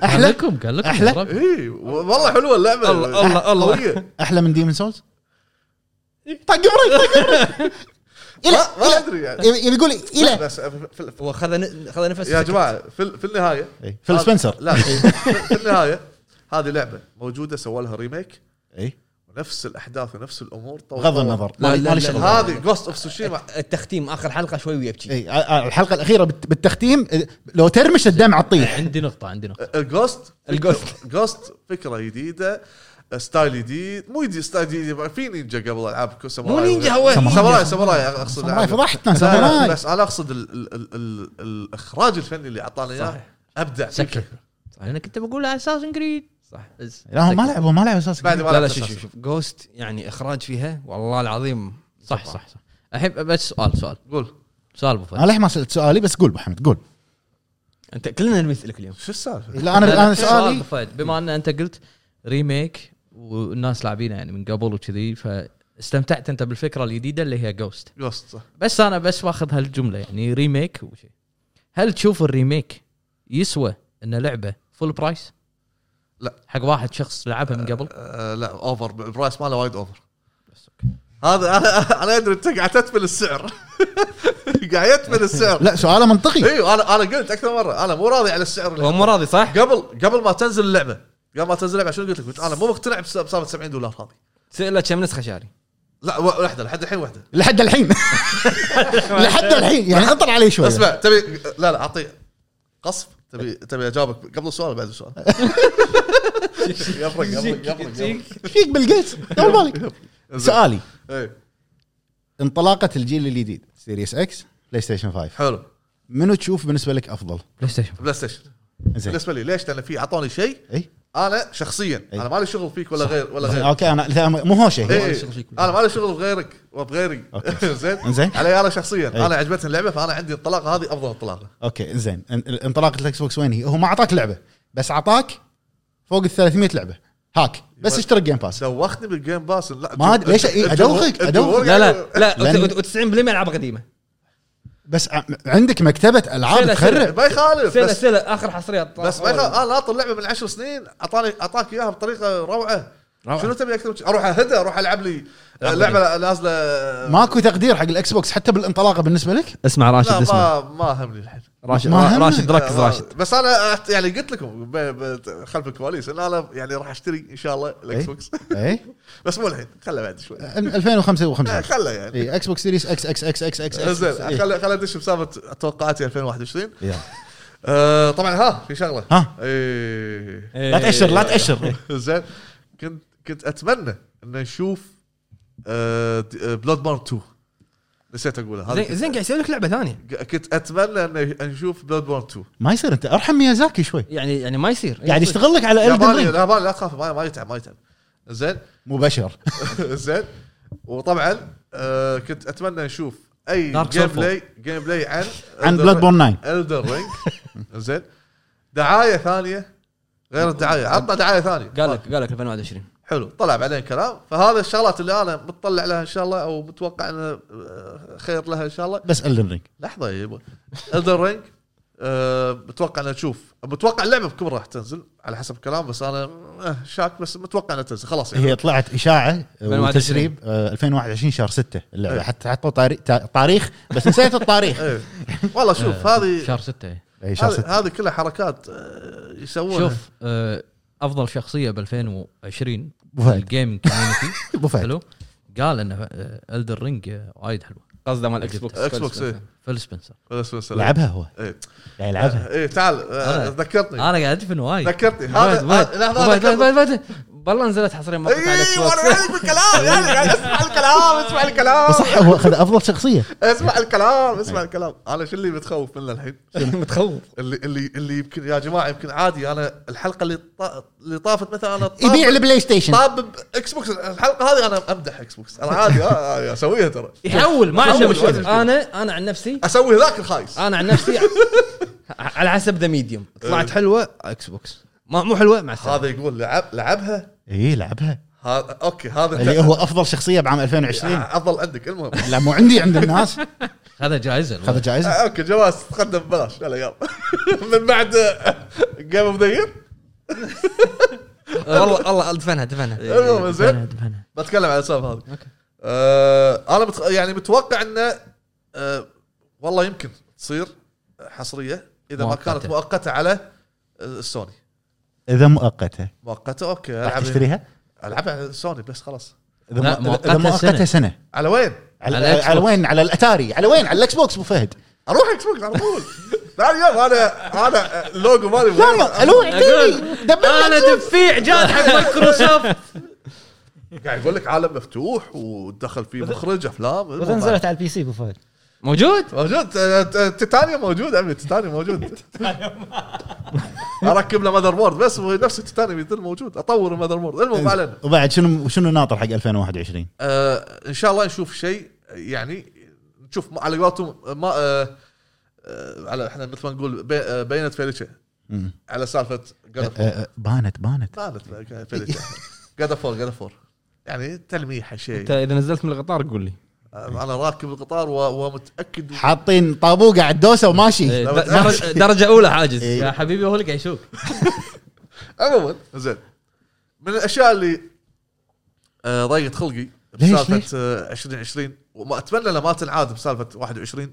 S4: قال
S3: احلى
S4: لكم قال لكم
S3: أحلى.
S4: يا رب.
S2: اي إيه. والله حلوه اللعبه
S1: الله- الله- الله.
S2: قويه
S3: احلى من ديمن سولز طق عمرك طق
S2: ما- ما ادري يعني
S3: عمرك يقول الى
S2: بس في- في-
S1: وخذ ن- خذ نفس
S2: يا
S1: سكت.
S2: جماعه في في النهايه
S3: إيه، فيل
S2: هذا-
S3: سبنسر
S2: لا في في النهايه هذه لعبه موجوده سوى لها ريميك
S3: اي
S2: ونفس الاحداث ونفس الامور طور-
S3: بغض
S2: طور.
S3: النظر
S1: لا،
S3: مالي-
S1: لا،
S3: مالي
S1: لا.
S3: شغل.
S2: هذه جوست اوف سوشيما
S1: التختيم اخر حلقه شوي ويبكي
S3: إي، آه، آه، الحلقه الاخيره بالت- بالتختيم آه، لو ترمش الدمعه تطيح
S4: عندي نقطه عندي نقطه
S2: الجوست
S1: الجوست.
S2: جوست فكره جديده ستايل جديد مو جديد ستايل جديد في نينجا قبل العاب كو- ساموراي
S1: مو نينجا
S2: وغيره.
S1: هو
S3: ساموراي.
S2: ساموراي ساموراي اقصد
S3: ساموراي
S2: ألعاب.
S3: فضحتنا،
S2: لا، لا،
S3: ساموراي.
S2: بس انا اقصد ال ال ال ال الاخراج الفني اللي اعطانا اياه
S1: صحيح.
S2: ابدع
S4: سكر انا كنت بقول اساسن كريد
S1: صح
S3: لا هو ما لعبوا ما لعبوا اساسا
S2: بعد ما
S1: لا لا
S2: لعبت
S1: شوف شوف
S2: أساساً.
S1: شوف جوست يعني اخراج فيها والله العظيم
S4: صح صح صح الحين بس سؤال سؤال
S2: قول
S4: سؤال ابو
S3: انا
S4: فهد
S3: للحين ما سالت سؤالي بس قول محمد قول
S1: انت كلنا نمثلك اليوم
S2: شو السالفه؟
S3: لا انا
S4: لا، لا،
S3: انا
S4: أبو
S3: سؤالي
S4: فهد بما ان انت قلت ريميك والناس لاعبينه يعني من قبل وكذي فاستمتعت انت بالفكره الجديده اللي هي جوست
S2: جوست صح
S4: بس انا بس واخذ هالجمله يعني ريميك وشي هل تشوف الريميك يسوى ان لعبه فول برايس؟
S2: لا.
S4: حق واحد شخص لعبها من قبل
S2: آه، لا اوفر البرايس ماله وايد اوفر
S4: بس أوكي.
S2: هذا انا انا ادري انت قاعد تتفل السعر قاعد يتفل السعر
S3: لا سؤاله منطقي
S2: ايوه انا انا قلت اكثر مره انا مو راضي على السعر اللي
S1: هو مو راضي صح؟
S2: قبل قبل ما تنزل اللعبه قبل ما تنزل اللعبه شنو قلت لك؟ قلت انا مو مقتنع بس- بسالفه 70 دولار هذه
S1: سأله كم نسخه شاري
S2: لا و- واحده لحد الحين واحده
S3: لحد الحين لحد الحين يعني اطر علي شوي
S2: اسمع تبي لا لا اعطي قصف تبي تبي اجاوبك قبل السؤال بعد السؤال يفرق يفرق يفرق
S3: ايش فيك بالجيتس طول بالك سؤالي
S2: إيه،
S3: انطلاقه الجيل الجديد سيريس اكس بلاي ستيشن 5
S2: حلو
S3: منو تشوف بالنسبه لك افضل؟
S2: آه،
S4: بلاي ستيشن
S2: بلاي ستيشن
S3: زين إيه؟
S2: بالنسبه لي ليش؟ لان في اعطوني شيء
S3: اي
S2: انا شخصيا
S3: إي.
S2: انا مالي شغل فيك ولا غير ولا
S3: زين،
S2: غير
S3: اوكي انا لا، مو هو
S2: إيه،
S3: شيء
S1: مالي
S2: إيه.
S1: شغل فيك.
S2: انا مالي شغل بغيرك وبغيري
S3: أوكي. إيه.
S2: زين
S3: زين.
S2: علي انا شخصيا
S3: إي.
S2: انا عجبتني اللعبه فانا عندي الطلاقه هذه افضل طلاقه
S3: اوكي زين ان- انطلاقه الاكس بوكس وين هي؟ هو ما اعطاك لعبه بس اعطاك فوق ال 300 لعبه هاك بس
S2: يبا-
S3: اشترك جيم باس
S2: دوختني بالجيم باس لا
S3: ما
S2: أنت-
S3: أدري، ليش-
S2: أنت-
S3: إيه،
S2: أنت
S3: أدوخك،
S2: ورق- أنت
S3: أدوخك.
S2: ورق-
S1: لا لا
S3: لأن-
S1: لا و90% العاب قديمه
S3: بس ع- عندك مكتبه العاب
S1: سيلا-
S3: تخرب
S1: سيلا.
S2: يعني ما يخالف
S1: سأله
S2: بس
S1: سأله اخر حصريه
S2: بس ما يخالف آه، انا ناطر لعبه من عشر سنين اعطاني اعطاك اياها بطريقه روعه
S1: روعة.
S2: شنو تبي اكثر من شي؟ اروح اهدى اروح العب لي آه، لعبه نازله
S3: ماكو تقدير حق الاكس بوكس حتى بالانطلاقه بالنسبه لك
S1: اسمع راشد
S2: لا
S1: اسمع
S2: ما ما همني الحين
S1: راشد
S3: ما هم-
S1: راشد ركز
S2: لا، ما-
S1: راشد
S2: بس انا أعت- يعني قلت لكم ب- ب- خلف الكواليس ان انا يعني راح اشتري ان شاء الله الاكس
S3: إيه.
S2: بوكس
S3: اي
S2: بس مو الحين خله بعد شوي
S3: 2005
S2: خله يعني
S3: اي اكس إيه، بوكس سيريس اكس اكس اكس اكس اكس
S2: زين خله خله ادش بسالفه توقعاتي 2021
S3: إيه. يلا.
S2: آه، طبعا ها في شغله
S3: ها.
S2: إيه.
S3: لا تاشر لا تاشر
S2: زين كنت كنت اتمنى ان نشوف آه، بلود بورن 2 نسيت اقولها هذه
S1: إيه. زين زين قاعد يسوي لك لعبه ثانيه
S2: كنت- كنت اتمنى ان نشوف بلود بورن 2
S3: ما يصير انت ارحم ميازاكي شوي
S2: إيه،
S1: يعني يعني ما يصير
S3: قاعد يشتغل لك على الدن
S2: ياباني
S3: رينج
S2: ياباني لا تخاف ما ما يتعب ما يتعب زين
S3: مو بشر
S2: زين وطبعا آه، كنت اتمنى نشوف اي
S4: Dark Souls
S2: جيم بلاي جيم بلاي عن
S3: عن بلاد بورن 9
S2: الدر رينج زين دعايه ثانيه غير الدعايه عطنا دعايه ثانيه
S6: قال لك قال لك 2021
S2: حلو طلع بعدين كلام فهذا الشغلات اللي انا متطلع لها ان شاء الله او متوقع انها آه، خير لها ان شاء الله
S3: بس الدن رينج
S2: لحظه يا يبا الدر رينج متوقع انها تشوف متوقع اللعبه بكبر راح تنزل على حسب كلام بس انا آه، شاك بس متوقع انها تنزل خلاص يعني
S3: هي طلعت اشاعه
S6: 2021.
S3: وتسريب آه، 2021 شهر 6 اللعبه
S4: أيوة.
S2: إيه.
S3: حتى حطوا طاري- تا- تاريخ بس نسيت التاريخ
S2: إيه. والله شوف
S4: آه،
S2: هذه
S4: شهر ستة
S3: اي شهر
S2: هذه
S3: 6
S2: هذه كلها حركات آه، يسوونها
S4: شوف آه، افضل شخصيه ب 2020
S3: أبو فهد.
S4: الجيمنج كوميونتي
S3: ابو فهد
S4: حلو قال آه، ان الدر رينج وايد حلوه
S6: قصده مال اكس بوكس
S2: اكس بوكس ايه
S4: فيل سبنسر
S2: بس- بس-
S3: لعبها هو
S2: ايه
S3: قاعد يلعبها
S2: ايه تعال
S4: أنا-
S2: آه، ذكرتني
S4: انا قاعد ادفن وايد
S2: ذكرتني
S6: وايد
S2: هذا
S6: وايد
S2: آه، لحظة،
S6: وايد
S2: ذكرتني.
S6: وايد وايد والله نزلت حصرين مقطع على
S2: اي
S6: الاكس بوكس
S2: وانا قاعد إيه، بالكلام يعني قاعد اسمع الكلام اسمع الكلام
S3: إيه. صح إيه. هو اخذ افضل شخصيه
S2: اسمع الكلام اسمع الكلام انا شو اللي متخوف منه الحين
S1: متخوف
S2: اللي اللي اللي يمكن يا جماعه يمكن عادي انا الحلقه اللي طا- اللي طافت مثلا انا طاب-
S3: يبيع البلاي ستيشن
S2: طاب اكس بوكس الحلقه هذه انا امدح اكس بوكس انا عادي آه، آه، اسويها ترى
S1: يحول ما عنده
S2: يحول،
S1: مشكله
S2: مشكلة.
S1: انا انا عن نفسي
S2: اسوي ذاك الخايس
S1: انا عن نفسي على حسب ذا ميديوم
S6: إيه.
S1: طلعت حلوه اكس بوكس ما مو حلوه مع السلامه
S2: هذا يقول لعب لعبها
S3: اي لعبها
S2: هذا اوكي هذا
S3: اللي هو افضل شخصيه بعام 2020
S2: افضل عندك المهم
S3: لا مو عندي عند الناس
S4: هذا جائزه
S3: خذ جائزه
S2: آه، اوكي جواز تقدم ببلاش يلا يلا من بعد آه، جيم اوف ذا يير
S6: آه، والله والله دفنها دفنها
S3: إيه،
S2: المهم زين
S6: دفنها دفنها
S2: بتكلم على السالفه هذه آه انا متخ... يعني متوقع انه آه والله يمكن تصير حصريه اذا ما
S4: مؤقتة.
S2: كانت مؤقته على آه، السوني
S3: اذا مؤقته
S2: مؤقته اوكي
S3: راح
S2: العب
S3: تشتريها
S2: العب على السوني بس خلاص
S3: اذا
S4: لا،
S3: مؤ-
S4: مؤقتة
S3: إذا مؤقته
S4: سنة.
S3: سنه
S2: على وين؟
S3: على,
S4: على الإكس
S3: على
S4: بوكس.
S3: وين على الاتاري على وين على الاكس بوكس ابو فهد
S2: اروح اكس بوكس على طول ثاني يوم انا انا اللوجو آه، مالي
S3: لا لا الو اعتني
S4: انا دفيع جاد حق مايكروسوفت
S2: قاعد يقول لك عالم مفتوح ودخل فيه مخرج افلام
S5: بس نزلت على البي سي ابو فهد
S4: موجود
S2: موجود آه، آه، تيتانيوم موجود عمي تيتانيوم موجود اركب له ماذر بورد بس ونفس التيتانيوم يظل موجود اطور الماذر بورد المهم ما علينا
S3: وبعد شنو شنو ناطر حق 2021
S2: آه ان شاء الله نشوف شيء يعني نشوف ما- على قولتهم ما آه آه على احنا مثل ما نقول بي آه بينت فيليشة
S3: مم.
S2: على سالفه
S3: أه،
S2: جاد
S3: أه، بانت بانت
S2: فور جاد فور جاد فور يعني تلميحه
S6: انت
S2: شيء
S6: اذا نزلت من القطار قول لي
S2: آه، انا راكب القطار و- ومتاكد
S3: حاطين طابوقه على الدوسه وماشي
S6: إيه، درجة- درجه اولى حاجز
S3: إيه.
S4: يا حبيبي هو اللي قاعد يشوف
S2: عموما زين من الاشياء اللي آه، ضيقت خلقي
S3: ليش-
S2: بسالفه
S3: ليش؟
S2: آه، 2020 وما اتمنى لما تنعاد بسالفه 21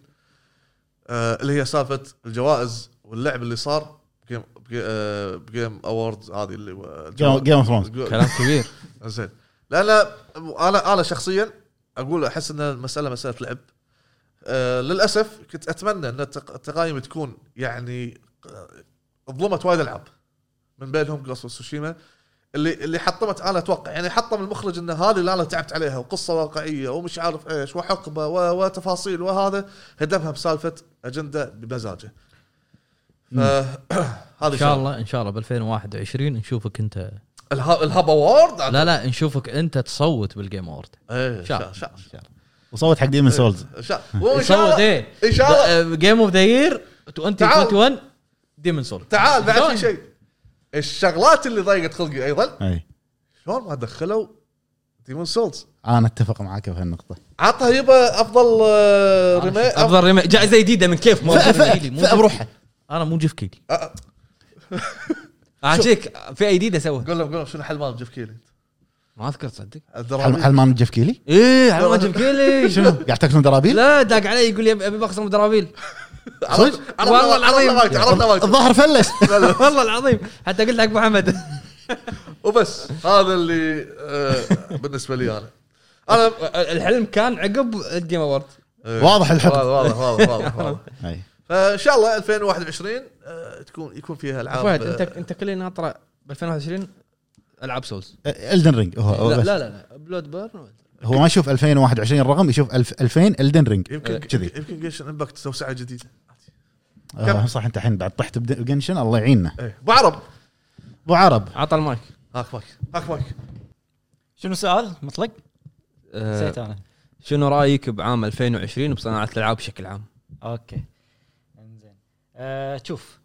S2: آه، اللي هي سالفه الجوائز واللعب اللي صار بجيم بجي- آه، بجيم اووردز هذه اللي هو الجو-
S3: جيم اوف ثرونز
S2: جو-
S6: كلام كبير
S2: زين لا لا انا انا شخصيا اقول احس ان المساله مساله لعب أه للاسف كنت اتمنى ان التق- التقايم تكون يعني آه، ظلمت وايد العاب من بينهم قصة سوشيما اللي اللي حطمت انا اتوقع يعني حطم المخرج ان هذه اللي انا تعبت عليها وقصه واقعيه ومش عارف ايش وحقبه و- وتفاصيل وهذا هدفها بسالفه اجنده بمزاجه. ف- هذه
S4: ان شاء الله ان شاء الله ب 2021 نشوفك انت
S2: الها- الهاب اوورد
S4: لا لا نشوفك انت تصوت بالجيم اورد
S2: إيه، ان شاء
S4: شاء الله.
S2: الله إن شاء
S3: وصوت حق ديمن سولز
S2: الله. إن شاء الله وإن شاء
S4: تصوت
S2: الله
S4: ايه
S2: ان شاء الله
S4: جيم اوف ذا يير 2021 ديمن سول
S2: تعال بعد
S4: شلون؟
S2: في شيء الشغلات اللي ضايقت خلقي ايضا
S3: اي
S2: شلون ما دخلوا ديمون سولز
S3: انا اتفق معاك في هالنقطه
S2: عطها يبا افضل آه، ريميك أفضل
S6: افضل ريميك جائزه جديده من كيف ما
S3: فئه بروحها
S4: انا مو جيف كيلي
S6: اعطيك فئه جديده سوى
S2: قول لهم قول لهم شنو حل مال جيف كيلي
S6: ما اذكر تصدق
S3: هل
S2: الدراما
S3: هل ما نجف كيلي؟
S6: ايه على ما جيب كيلي
S3: شنو قاعد تاكلون درابيل؟
S6: لا داق علي يقول لي أبي- ابي بخصم درابيل والله
S2: والله
S6: العظيم.
S2: العظيم عرفنا وايد
S3: الظهر فلس
S6: والله العظيم حتى قلت حق محمد
S2: وبس هذا اللي آه، بالنسبه لي انا انا
S6: الحلم كان عقب الجيم اوورد
S3: واضح
S2: واضح
S3: الحكم
S2: آه، واضح واضح واضح واضح.
S3: أي.
S2: فان شاء الله 2021 آه، تكون يكون فيها العاب
S6: فهد انت
S2: آه،
S6: انت كل اللي ناطره ب 2021 العاب سولز
S3: الدن رينج هو هو
S6: لا
S3: بس.
S6: لا لا بلود بيرن
S3: هو ما يشوف 2021 الرقم يشوف 1000 2000 الدن رينج
S2: يمكن
S3: كذي
S2: يمكن جيشن امباكت توسعه جديده
S3: آه، صح انت الحين بعد طحت بجنشن الله يعيننا
S2: إيه. ابو عرب
S3: ابو عرب
S6: عطى المايك
S2: هاك مايك هاك مايك
S5: شنو سؤال مطلق؟
S2: آه.
S1: آه،
S5: نسيت انا
S6: شنو رايك بعام 2020 بصناعه الالعاب بشكل عام؟
S5: اوكي انزين آه، شوف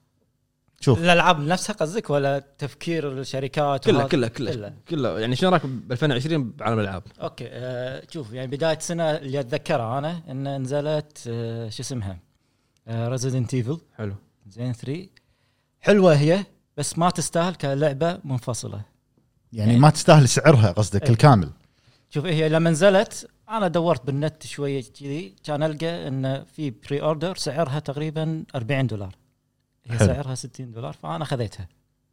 S3: شوف
S5: الالعاب نفسها قصدك ولا تفكير الشركات
S6: كله
S5: وهذا؟
S6: كله كله كله يعني شنو رايك ب 2020 بعالم الالعاب؟
S5: اوكي آه شوف يعني بدايه سنه اللي اتذكرها انا ان نزلت آه شو اسمها ريزيدنت ايفل
S6: حلو
S5: زين 3 حلوه هي بس ما تستاهل كلعبه منفصله
S3: يعني ما تستاهل سعرها قصدك
S5: إيه.
S3: الكامل
S5: شوف هي لما نزلت انا دورت بالنت شويه كذي كان القى ان في بري اوردر سعرها تقريبا 40 دولار هي
S3: حلو.
S5: سعرها 60 دولار فانا خذيتها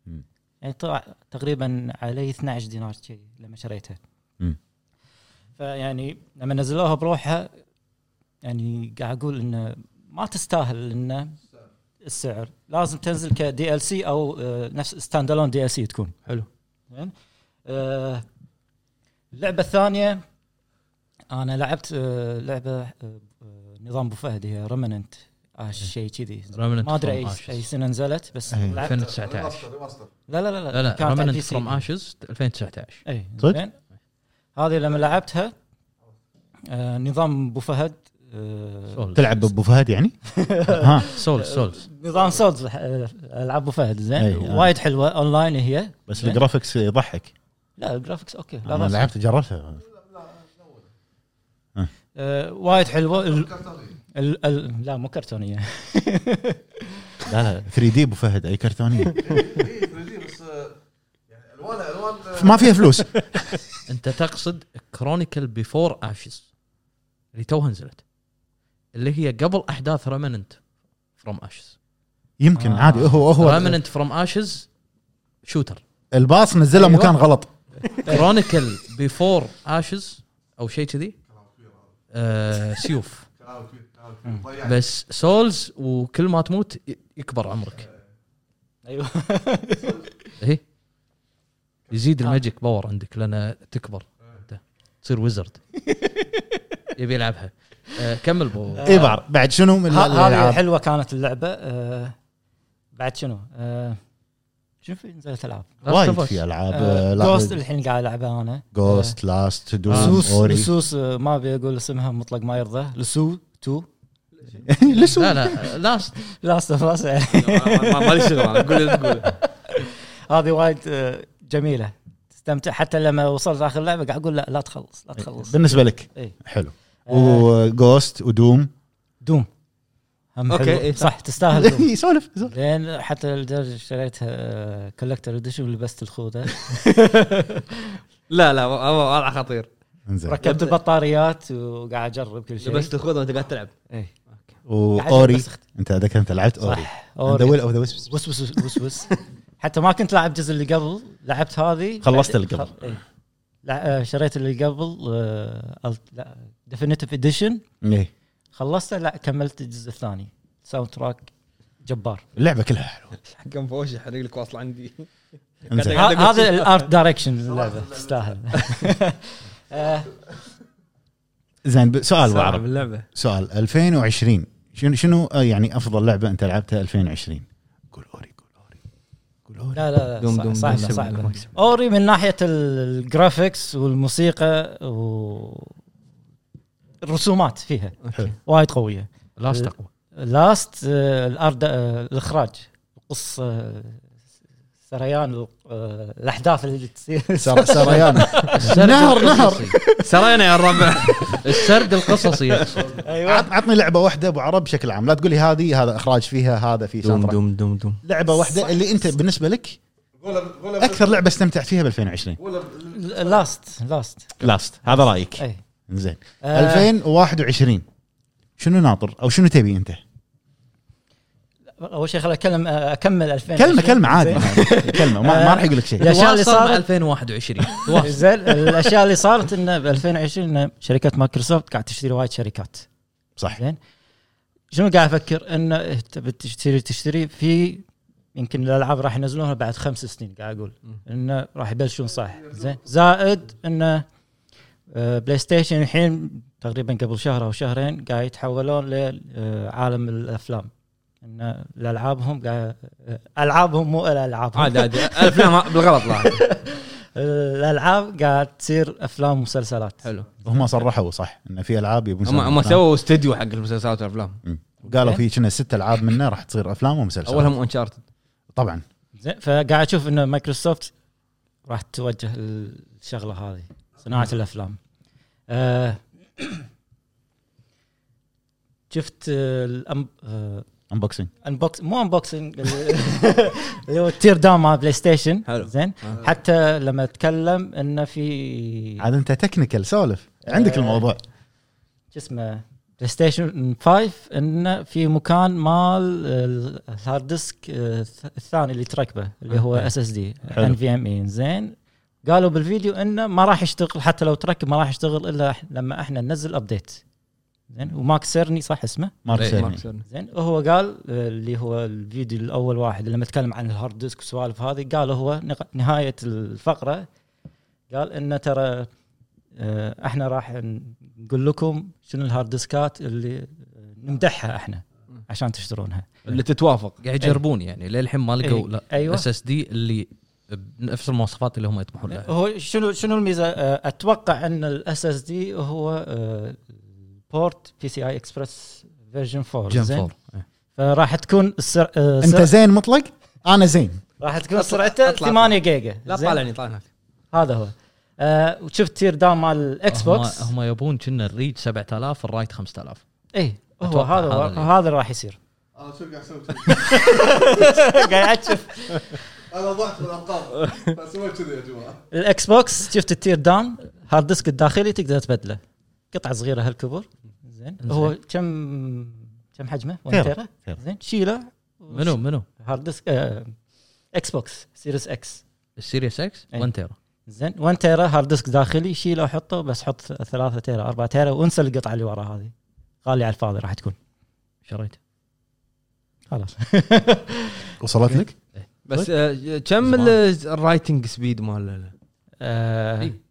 S3: مم.
S5: يعني طلع تقريبا علي 12 دينار كذي لما شريتها
S3: مم.
S5: فيعني لما نزلوها بروحها يعني قاعد اقول انه ما تستاهل انه السعر لازم تنزل كدي ال سي او آه، نفس ستاند الون دي ال سي تكون
S6: حلو.
S5: زين آه، اللعبه الثانيه انا لعبت آه، لعبه آه، آه، نظام ابو فهد هي رمننت شيء كذي
S4: Remnant
S5: ما ادري
S4: from
S5: اي
S4: Ashes.
S5: اي سنه نزلت بس
S3: أي.
S5: لعبت
S2: ريماستر
S4: 2019
S2: ريماستر
S5: لا لا لا
S4: لا لا
S5: كانت على البي
S4: رمنت
S5: سي.
S4: فروم اشز 2019
S5: اي
S3: صدق؟
S5: زين هذه لما لعبتها آه، نظام ابو فهد آه،
S4: سولز
S3: تلعب بابو فهد يعني؟ ها
S4: سولز
S5: أه.
S4: سولز
S5: نظام سولز آه، العاب ابو فهد
S3: أي.
S5: زين وايد حلوه اونلاين هي
S3: بس
S5: زين.
S3: الجرافكس يضحك
S5: لا الجرافكس اوكي لا
S3: انا
S5: بأس.
S3: لعبت جربتها
S5: آه، وايد حلوه ال... ال... ال... لا مو كرتونيه
S3: لا لا 3 دي ابو فهد اي كرتونيه
S2: اي 3 دي إيه، بس آه، يعني الوانها الوان
S3: ما فيها فلوس
S4: انت تقصد كرونيكل بيفور اشز اللي توها نزلت اللي هي قبل احداث رمننت فروم اشز
S3: يمكن
S5: آه.
S3: عادي هو هو
S4: رمننت فروم اشز شوتر
S3: الباص نزله
S5: أيوه.
S4: أيوة.
S3: مكان غلط
S4: كرونيكل بيفور اشز او شيء كذي آه، سيوف بس سولز وكل ما تموت ي- يكبر عمرك
S5: ايوه
S4: ايه
S3: آه.
S4: يزيد الماجيك باور عندك لان تكبر أنت تصير ويزرد يبي يلعبها آه، كمل بو
S3: اي إيه بعد بعد شنو من
S5: ه- هذه
S3: الألعاب؟
S5: حلوه كانت اللعبه آه، بعد شنو آه، شنو في نزلت العاب
S3: وايد في العاب
S5: جوست آه، الحين قاعد العبها انا
S3: جوست لاست دوم
S5: لسوس
S3: اوري
S5: لسوس آه، ما ابي اقول اسمها مطلق ما يرضى لسو 2
S3: لسوس
S4: لا لا لاست
S5: لاست اوف اس
S6: مالي شغل أنا، قول اللي تقوله
S5: هذه وايد آه، جميله تستمتع حتى لما وصلت اخر لعبه قاعد اقول لا لا تخلص لا تخلص
S3: بالنسبه لك
S5: إيه.
S3: حلو
S5: آه،
S3: وجوست ودوم
S5: دوم هم
S1: أوكي،
S5: حلو.
S1: إيه،
S5: صح تستاهل دوم
S3: سولف سولف.
S5: لين حتى لدرجه اشتريتها آه، كولكتر اديشن ولبست الخوذه
S1: لا لا هو وضع خطير
S3: انزين
S5: ركبت البطاريات وقاعد اجرب كل شيء
S1: لبست الخوذه وانت قاعد تلعب
S5: إيه.
S3: واوري
S5: بس-
S3: انت ذاك انت لعبت اوري
S5: صح
S3: ذا
S5: أوري.
S3: ويل اوف ذا ويسبس
S5: وس وس وس وس حتى ما كنت لاعب جزء اللي قبل لعبت هذه
S3: خلصت اللي قبل.
S5: خل- إيه. لا آه، شريت اللي قبل آه، ألت- لا ديفينيتيف اديشن
S3: ايه
S5: خلصته لا كملت الجزء الثاني ساوند تراك جبار
S3: اللعبه كلها حلوه
S1: حكم فوشي حرق لك واصل عندي
S3: انزين
S5: ه- هذا الارت دايركشن للعبه تستاهل آه،
S3: زين ب- سؤال أبو عرب
S1: اللعبه
S3: سؤال 2020 شنو شنو آه، يعني افضل لعبه انت لعبتها 2020 قول اوري قول اوري قول اوري
S5: لا لا
S1: دوم
S5: لا
S1: دوم
S5: صعب
S1: دوم دوم
S5: صعب
S1: ماكسيمم.
S5: اوري من ناحيه ال- الجرافيكس والموسيقى و الرسومات فيها
S3: حلو.
S5: وايد قويه
S4: لاست اقوى
S5: لاست آه، الارض آه، الاخراج القصه آه، سريان ال- آه، الاحداث اللي تصير
S3: سر- سريان نهر نهر
S1: سرينا يا الربع
S4: السرد القصصي يقصد.
S5: ايوه
S3: إيه، عط- عطني لعبه واحده ابو عرب بشكل عام لا تقول لي هذه هذا اخراج فيها هذا في
S6: دوم
S3: ساوند
S6: دوم دوم دوم
S3: لعبه واحده اللي انت بالنسبه لك
S2: اكثر
S3: اكثر لعبه استمتعت فيها ب 2020
S5: لاست لاست
S3: لاست هذا رايك
S5: اي
S3: زين
S5: آه،
S3: 2021 شنو ناطر او شنو تبي انت؟
S5: اول شيء خليني اتكلم آه، اكمل 2000
S3: كلمه كلمه عادي كلمه ما, ما راح يقول لك شيء
S5: لا. الأشياء اللي
S4: تواصل مع
S5: صارت-
S4: 2021 تواصل.
S5: زين الاشياء اللي صارت انه ب 2020 إنه شركات مايكروسوفت قاعد تشتري وايد شركات
S3: صح
S5: زين شنو قاعد افكر انه تبي تشتري تشتري في يمكن الالعاب راح ينزلونها بعد خمس سنين قاعد اقول انه راح يبلشون صح زين زائد انه آه، بلاي ستيشن الحين تقريبا قبل شهر او شهرين قاعد يتحولون آه، لعالم الافلام ان الالعابهم قاعد آه، العابهم مو الالعاب
S1: عادي عادي الافلام بالغلط لا
S5: الالعاب قاعد تصير افلام ومسلسلات
S1: حلو
S3: هم صرحوا صح ان في العاب يبون
S1: هم هم
S3: يسوون
S1: سووا استديو حق المسلسلات والافلام
S3: إيه. أفلام. قالوا في كنا ست العاب منها راح تصير افلام ومسلسلات
S1: اولهم انشارتد
S3: طبعا
S5: زين فقاعد اشوف انه مايكروسوفت راح توجه الشغله هذه صناعه الافلام آه، شفت الانبوكسنج
S3: انبوكسنج
S5: مو انبوكسنج اللي هو التير داون مع بلاي ستيشن
S1: حلو.
S5: زين حتى لما اتكلم انه في
S3: عاد انت تكنيكال سولف عندك
S5: آه.
S3: الموضوع
S5: شو اسمه بلاي ستيشن 5 انه في مكان مال ال- الهارد ديسك آه، الثاني اللي تركبه اللي هو اس اس دي
S3: حلو.
S5: ان في ام اي E. زين قالوا بالفيديو انه ما راح يشتغل حتى لو تركب ما راح يشتغل الا إح- لما احنا ننزل ابديت زين وماك سيرني صح اسمه
S3: مارك
S4: إيه.
S3: سيرني
S5: زين وهو قال آه، اللي هو الفيديو الاول واحد اللي لما تكلم عن الهارد ديسك والسوالف هذه قال هو نق- نهايه الفقره قال انه ترى آه، احنا راح نقول لكم شنو الهارد ديسكات اللي آه، نمدحها احنا عشان تشترونها
S1: اللي تتوافق
S4: قاعد يجربون يعني للحين ما لقوا لا
S5: ايوه
S4: اس اس دي اللي بنفس المواصفات اللي هم يطمحون لها
S5: هو شنو شنو الميزه آه، اتوقع ان الاس اس دي هو آه، بورت بي سي اي اكسبرس فيرجن 4
S4: جن
S5: زين
S4: 4 إيه.
S5: فراح تكون السر... آه،
S3: انت
S5: سر-
S3: زين مطلق انا زين
S5: راح تكون
S1: أطلع-
S5: سرعته
S1: أطلع-
S5: 8 جيجا
S1: لا
S5: زين؟
S1: طالعني طالعني
S5: هذا هو آه وشفت تير داون مال الاكس بوكس
S4: هم هم يبون كنا الريج 7000 الرايت 5000
S5: اي إيه، هو
S4: أتوقع
S5: هذا هو
S4: هذا اللي-
S5: هذا اللي راح يصير
S2: انا شو قاعد اسوي
S5: قاعد اشوف
S2: انا ضعت بالارقام فسويت كذي يا جماعه
S5: الاكس بوكس شفت التير داون هارد ديسك الداخلي تقدر تبدله قطعه صغيره هالكبر زين
S4: إنزين.
S5: هو كم كم حجمه؟ 1
S3: تيرا.
S5: تيرا
S3: تيرا.
S5: زين شيله
S4: منو منو
S5: هارد ديسك آه اكس بوكس سيريس اكس
S4: السيريس اكس
S5: إيه.
S4: 1 تيرا
S5: زين 1 تيرا هارد ديسك داخلي شيله وحطه بس حط 3 تيرا 4 تيرا وانسى القطعه اللي ورا هذه غاليه على الفاضي راح تكون
S4: شريت
S5: خلاص
S3: وصلت لك؟
S1: بس
S5: طيب.
S1: آه، كم
S4: زمان.
S1: ال- الرايتنج سبيد مال
S5: آه
S4: إيه.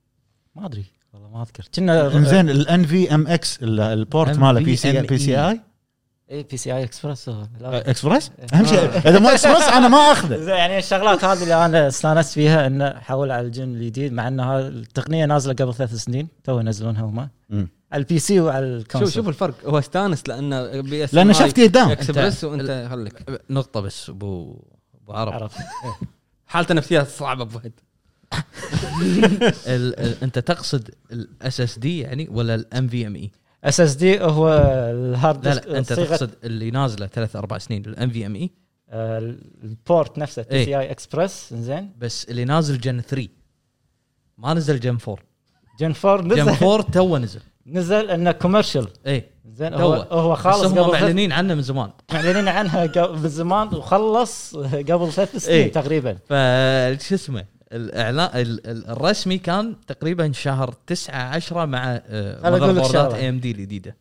S5: ما ادري والله ما إيه، اذكر كنا
S3: زين الان في ام اكس البورت ماله بي سي بي سي اي
S5: اي بي سي اي اكسبرس هو. لا.
S4: آه،
S3: اكسبرس اهم شيء اذا مو اكسبرس انا ما اخذه
S5: زين يعني الشغلات هذه اللي انا استانست فيها انه حول على الجن الجديد مع ان هذه التقنيه نازله قبل ثلاث سنين تو ينزلونها هم
S3: مم.
S5: على البي سي وعلى
S1: شوف
S5: الكونسول
S1: شوف الفرق هو استانس لانه بي اس
S3: لانه شفت قدام
S1: اكسبرس وانت خليك
S4: نقطه بس ابو ابو عرب
S5: عرفت
S4: إيه.
S1: حالته نفسيه صعبه ابو فهد
S4: ال- ال- انت تقصد الاس اس دي يعني ولا الام في ام اي؟
S5: اس اس دي هو الهارد
S4: E؟ لا
S5: ديسك
S4: لا انت
S5: صيغة،
S4: تقصد اللي نازله ثلاث اربع سنين الام في ام اي
S5: آه، البورت نفسه بي
S4: إيه.
S5: سي اي اكسبرس زين
S4: بس اللي نازل جن 3 ما نزل جن 4
S5: جن 4
S4: جن
S5: نزل
S4: 4 تو نزل
S5: نزل انه كوميرشال
S4: اي
S5: زين
S4: توه.
S5: هو هو
S4: بس
S5: خالص
S4: هم
S5: قبل ثلاث-
S4: معلنين عنه من زمان
S5: معلنين عنها قبل- من زمان وخلص قبل ثلاث سنين
S4: إيه.
S5: تقريبا
S4: فشو اسمه الاعلان ال- ال- الرسمي كان تقريبا شهر 9 10 مع آه،
S5: أقول لك
S4: بوردات
S5: شغلة.
S4: اي ام دي الجديده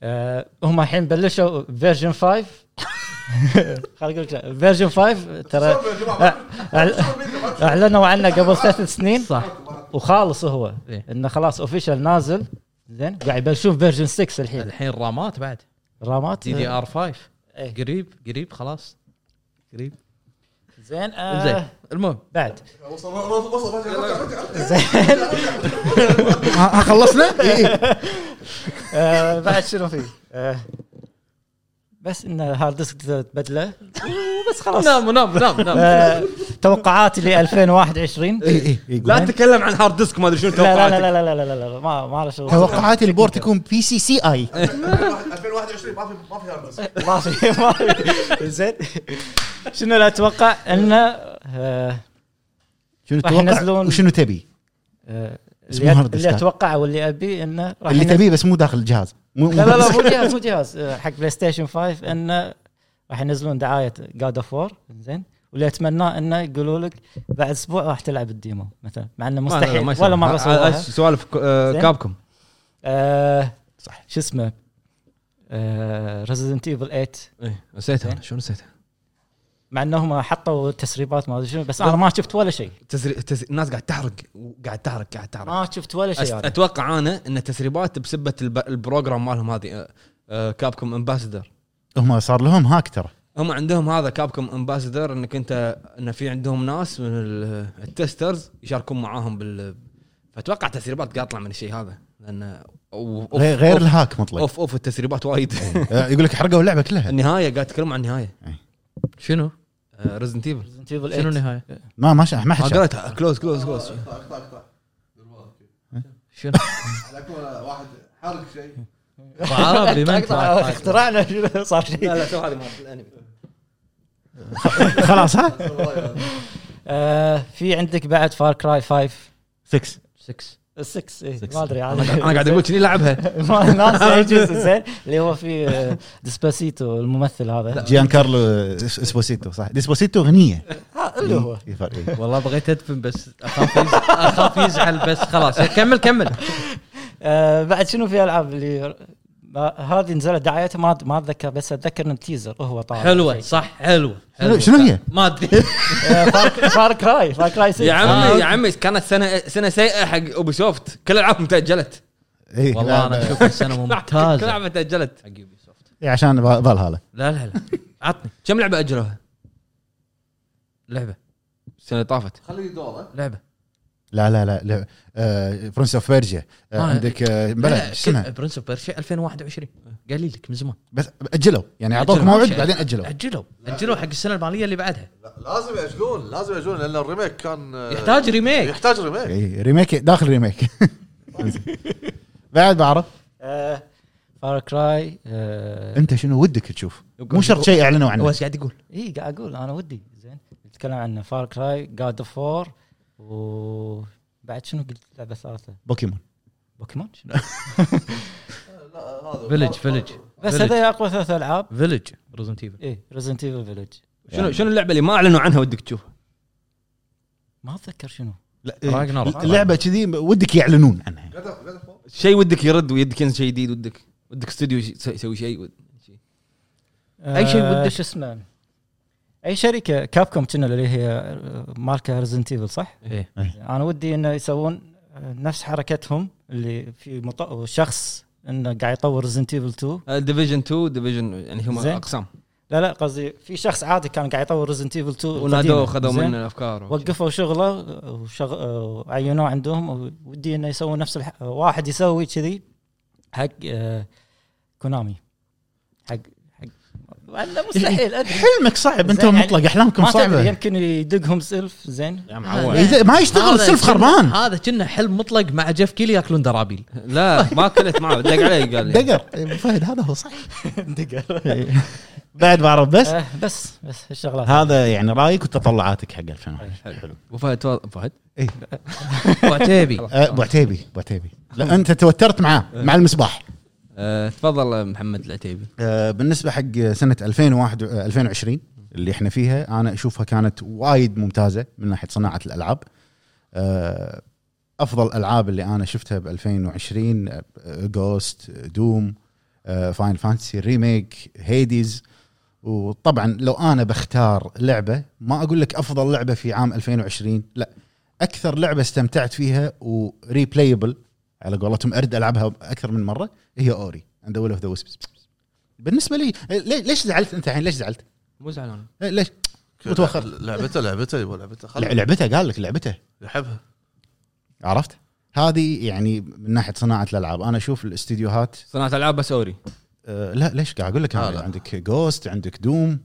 S5: آه، هم الحين بلشوا فيرجن 5 خليني اقول لك فيرجن 5 ترى
S2: يا جماعه
S5: أع- اعلنوا عنه قبل ثلاث سنين
S4: صح
S5: وخالص هو
S4: إيه.
S5: انه خلاص اوفيشال نازل زين قاعد بنشوف فيرجن 6 الحين
S4: الحين رامات بعد
S5: رامات
S4: دي دي ار 5
S5: إيه.
S4: قريب قريب خلاص قريب
S5: زين
S4: زين
S5: آه
S4: المهم
S5: بعد
S2: وصل وصل
S3: ها- ها خلصنا؟ إي إي.
S5: آه بعد شنو في؟ آه بس ان الهارد ديسك تقدر تبدله وبس خلاص
S4: نعم.
S1: نام نام نام نام
S5: آه توقعاتي ل 2021
S3: إيه،
S5: لا
S1: لا تتكلم عن هارد ديسك ما ادري شنو
S5: لا لا
S1: توقعاتك
S5: لا لا لا لا, لا ما ما له شغل
S3: توقعاتي البورت يكون بي سي سي اي
S2: 2021 ما في ما في هاردسك
S5: ما في ما في زين شنو اللي اتوقع انه آه،
S3: شنو
S5: راح
S3: تتوقع
S5: ينزلون-
S3: وشنو تبي؟
S5: آه،
S3: اسمه
S5: اللي
S3: هارد
S5: اللي
S3: ديسكات.
S5: اتوقعه واللي ابي انه راح
S3: اللي
S5: ين-
S3: تبيه بس مو داخل الجهاز مو
S5: لا لا لا مو جهاز مو جهاز آه، حق بلاي ستيشن 5 انه راح ينزلون دعايه جاد اوف وور زين واللي اتمناه انه يقولوا لك بعد اسبوع راح تلعب الديمو مثلا مع انه مستحيل ولا مره سووها
S1: آه، سوالف
S5: زين.
S1: كابكم
S5: آه،
S3: صح.
S5: شو اسمه آه، ريزدنت ايفل 8
S1: ايه نسيتها
S5: زين.
S1: أنا، شو نسيتها
S5: مع انهم حطوا تسريبات ما ادري شنو بس انا ما شفت ولا شيء
S1: تسري... تس... الناس قاعد تحرق وقاعد تحرق قاعد تحرق
S5: ما شفت ولا
S1: أس...
S5: شيء أنا.
S1: اتوقع انا ان تسريبات بسبه الب... البروجرام مالهم هذه آه، كابكم امباسدر
S3: هم صار لهم هاك ترى
S1: هم عندهم هذا كابكم امباسدر انك انت ان في عندهم ناس من ال- التسترز يشاركون معاهم بال فاتوقع تسريبات قاطعه من الشيء هذا لان أو- أوف-
S3: غير غير إيه.
S1: أوف-
S3: الهاك مطلق
S1: اوف اوف التسريبات وايد
S3: آه، يقول لك حرقوا اللعبه كلها
S1: النهايه قاعد تتكلم عن النهايه
S4: شنو؟
S1: ريزنت ايفل
S4: شنو النهايه؟
S3: ما ما شا- ما
S1: ما
S3: حد شاف.
S1: آه، قريتها كلوز كلوز كلوز
S4: شنو؟
S2: على كون واحد حرق شيء
S4: أبو عربي ما أنت واحد فايت.
S5: اخترعنا صار شيء
S1: لا شوف هذه مال الانمي
S3: خلاص ها
S5: آه، في عندك بعد فار كراي 5
S3: 6
S4: 6
S5: 6 إيه، ما ادري عاد.
S1: انا قاعد اقول كذي لعبها
S5: ما ناسي أي جزء زين اللي هو في آه، ديسباسيتو الممثل هذا
S3: جيان كارلو اس- اسبوسيتو صح ديسبوسيتو اغنيه
S5: ها، اللي هو
S3: في فرق، إيه.
S4: والله بغيت ادفن بس اخاف يز- اخاف يزعل بس خلاص كمل كمل
S5: آه، بعد شنو في العاب اللي ما- هذه نزلت دعايتها ما ما اتذكر بس اتذكر انه تيزر هو طالع
S4: حلوه صح حلوه حلوة.
S3: شنو هي؟
S4: ما ادري
S5: آه، فار كراي فار كراي 6
S1: يا عمي
S4: آه.
S1: يا عمي كانت سنه سنه سيئه حق اوبي سوفت كل العابهم تاجلت
S3: إيه،
S4: والله
S3: لا،
S4: انا
S3: لا.
S4: اشوف السنه
S1: كل
S4: ممتازه
S1: لعبه تاجلت
S4: حق يوبي سوفت
S3: إيه، عشان فال- فالهالا
S4: لا لا لا عطني
S1: كم لعبه اجلوها
S4: لعبه
S1: السنه اللي طافت
S2: خليه دوره
S4: لعبه
S3: لا لا لا, لا. آه، برنس اوف بيرجيا آه،
S4: آه.
S3: عندك آه، بلا شو اسمها
S4: برنس اوف بيرشيا 2021 قال لك من زمان
S3: بس اجلوا يعني اعطوك
S4: أجلوا.
S3: موعد
S4: شيء.
S3: بعدين اجلوا
S4: اجلوا اجلوا حق السنه الماليه اللي بعدها
S2: لازم ياجلون لازم ياجلون لان الريميك كان آه،
S4: يحتاج ريميك
S2: يحتاج ريميك
S3: إيه، ريميك داخل ريميك بعد بعرف
S5: آه، فار كراي آه،
S3: انت شنو ودك تشوف مو شرط شيء اعلنوا
S4: هو
S3: عنه
S4: ايش قاعد يقول
S5: اي إيه، قاعد اقول انا ودي زين نتكلم عن فار كراي جاد اوف 4 وبعد شنو قلت لعبه ثالثه
S3: بوكيمون
S5: بوكيمون شنو؟
S4: فيلج فيلج
S5: بس
S4: Village.
S5: هذا اقوى ثلاث إيه، العاب
S4: فيلج ريزنت ايفل
S5: اي ريزنت ايفل فيلج
S1: شنو شنو اللعبه اللي ما اعلنوا عنها ودك تشوفها
S5: ما اتذكر شنو
S3: لا،
S4: راجناروك.
S3: اللعبه كذي ودك يعلنون عنها
S1: شيء ودك يرد ويدك ينزل شيء جديد ودك ودك استوديو يس- يسوي شيء ود- آه.
S5: اي
S4: شيء ودك؟
S5: شو اسمه اي شركه كابكوم كنا اللي هي ماركه ريزنت ايفل صح؟
S1: إيه.
S4: ايه
S5: انا ودي انه يسوون نفس حركتهم اللي في مط... شخص انه قاعد يطور ريزنت ايفل 2
S1: ديفيجن 2 ديفيجن يعني هم
S5: زين.
S1: اقسام
S5: لا لا قصدي في شخص عادي كان قاعد يطور ريزنت ايفل 2
S1: ونادوه خذوا
S5: زين؟
S1: منه الافكار
S5: وقفوا شغله وشغ... وعينوه عندهم ودي انه يسوون نفس الح... واحد يسوي كذي حق آه، كونامي حق حق والله مستحيل ادري
S3: حلمك صعب انت
S5: زين، يعني
S3: مطلق احلامكم
S5: ما تدري يعني
S3: صعبه
S5: يمكن يدقهم سلف زين
S1: يا
S4: معود.
S3: إيه، إذا ما يشتغل
S4: هذا
S3: سلف
S4: كنا-
S3: خربان
S4: هذا كنا حلم مطلق مع جيف كيلي ياكلون درابيل
S1: لا ما كلت معه دق علي قال لي
S3: دقر أبو فهد هذا هو صح دقر بعد بعرف بس
S5: آه، بس بس الشغلات
S3: هذا يعني رايك وتطلعاتك حق 2021 حلو
S1: ابو فهد تو- فهد إيه.
S4: ابو عتيبي
S3: أه، ابو عتيبي ابو عتيبي لا انت توترت معاه مع المصباح
S1: أه، تفضل أه، محمد العتيبي
S3: آه، بالنسبه حق سنه 2001 آه، 2020 اللي احنا فيها انا اشوفها كانت وايد ممتازه من ناحيه صناعه الالعاب آه، افضل الالعاب اللي انا شفتها آه، ب 2020 جوست دوم فاين فانتسي ريميك هيديز وطبعا لو انا بختار لعبه ما اقول لك افضل لعبه في عام 2020 لا اكثر لعبه استمتعت فيها وريبلايبل على قولتهم ارد العبها اكثر من مره هي اوري اند ويل اوف ذا ويسبس بالنسبه لي لي- ليش زعلت انت الحين ليش زعلت؟
S1: مو زعلان
S3: ليش؟ متوخر.
S2: لعبته لعبته يبغى لعبته خليه
S3: لعبته قال لك لعبته
S2: يحبها
S3: عرفت؟ هذه يعني من ناحيه صناعه الالعاب انا اشوف الاستديوهات
S1: صناعه العاب بس اوري
S3: آه لا ليش قاعد اقول لك
S2: آه،
S3: أنا
S2: لا.
S3: عندك جوست عندك دوم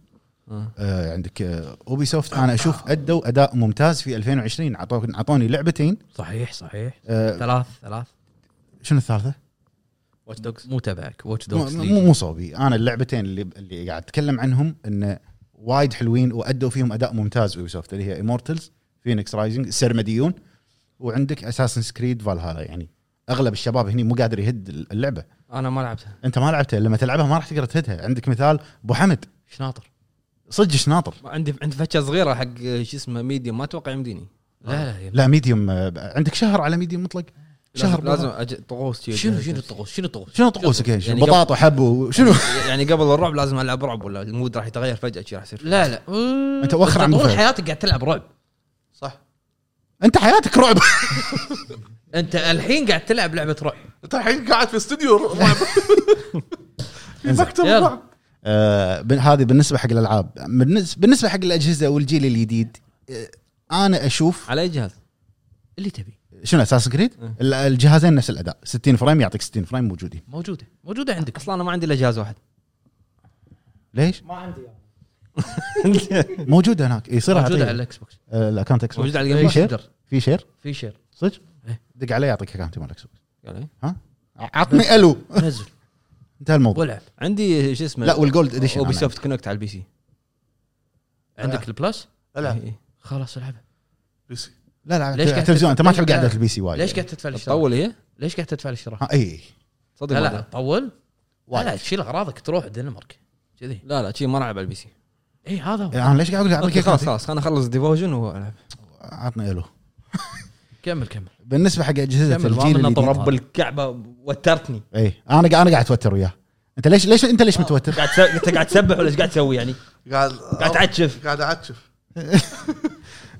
S1: آه.
S3: آه عندك آه اوبي سوفت انا اشوف ادوا اداء ممتاز في 2020 عطو- عطوني لعبتين
S4: صحيح صحيح
S3: آه
S4: ثلاث ثلاث
S3: شنو الثالثه؟
S1: واتش دوجز
S4: مو تبعك واتش
S3: مو
S4: دوجز
S3: مو مو صوبي انا اللعبتين اللي اللي قاعد اتكلم عنهم انه وايد حلوين وادوا فيهم اداء ممتاز اوبي سوفت اللي هي امورتلز فينيكس رايزنج سيرمديون وعندك اساسن سكريد فالهالا يعني اغلب الشباب هني مو قادر يهد اللعبه
S1: انا ما لعبتها
S3: انت ما لعبتها لما تلعبها ما راح تقدر تهدها عندك مثال ابو حمد
S4: شناطر
S3: صدق شناطر
S1: عندي عندي فتشه صغيره حق أه، شو اسمه ميديوم ما اتوقع يمديني
S4: لا لا يا
S3: لا ميديوم آه، عندك شهر على ميديوم مطلق شهر
S1: لازم- لازم أج- طقوس شي.
S4: شنو شنو الطقوس شنو الطقوس
S3: شنو طقوسك يعني
S1: يعني
S3: بطاطا حب وشنو
S1: يعني قبل الرعب لازم العب رعب ولا المود راح يتغير فجاه شي راح يصير
S4: لا لا
S3: أنت وخر عن
S4: طول
S3: مخك.
S4: حياتك قاعد تلعب رعب
S2: صح
S3: انت حياتك رعب
S4: انت الحين قاعد تلعب لعبه رعب
S2: انت الحين طيب، قاعد في استوديو رعب في مكتب
S4: يلا.
S2: رعب
S3: آه، بن- هذه بالنسبه حق الالعاب بالنس- بالنسبه حق الاجهزه والجيل الجديد آه، انا اشوف
S1: على اي جهاز؟
S4: اللي تبي
S3: شنو اساس كريد ال- الجهازين نفس الاداء 60 فريم يعطيك 60 فريم موجودين
S4: موجوده موجوده عندك
S1: اصلا انا ما عندي الا جهاز واحد
S3: ليش
S5: ما عندي
S3: موجوده هناك إيه، يصير آه،
S4: موجوده على
S3: على
S4: الاكس بوكس
S3: الاكونت اكس بوكس
S1: موجود على
S3: في
S1: الجيم
S4: إيه،
S1: باس؟
S3: شير في شير
S4: في شير
S3: صدق
S4: إيه.
S3: دق عليه يعطيك اكونت مال اكس بوكس
S1: قال إيه.
S3: عطني الو
S4: نزل
S3: انتهى الموضوع
S4: والعب
S1: عندي شو اسمه
S3: لا والجولد اديشن
S1: اوبي سوفت كونكت على البي سي
S4: عندك البلس
S2: العب
S1: إيه.
S4: خلاص العبها
S2: بي سي
S3: لا لا
S4: ليش
S3: ليش
S4: قاعد
S3: التلفزيون انت ما
S4: ليش
S3: تحب
S4: قاعد-
S3: قعده البي
S1: طيب.
S3: سي وايد
S4: ليش قاعد تدفع الاشتراك؟
S1: تطول هي
S4: ليش قاعد تدفع الاشتراك؟
S3: ها إيه. اي
S1: إيه؟ صدق
S4: لا
S1: ما
S4: لا
S1: أدري.
S4: طول لا لا
S3: وايد
S4: تشيل اغراضك تروح الدنمارك كذي
S1: لا لا شي ما العب على البي سي
S4: اي هذا
S1: إيه.
S4: هو
S3: انا ليش قاعد اقول لك اعطيك
S1: أوكي، خلاص
S3: اكونت
S1: خلاص خلنا نخلص ديفوجن والعب
S3: عطني الو
S4: كمل كمل
S3: بالنسبه حق اجهزه
S4: كمل،
S3: الجيل
S4: ما
S3: الجديد
S4: نطر.
S1: رب الكعبه وترتني
S3: اي انا إيه. قاعد انا قاعد اتوتر وياه انت ليش ليش انت ليش متوتر؟
S1: قاعد تس- انت قاعد تسبح ولا ايش قاعد تسوي يعني؟
S2: قاعد
S1: قاعد تعتشف
S2: قاعد اعتشف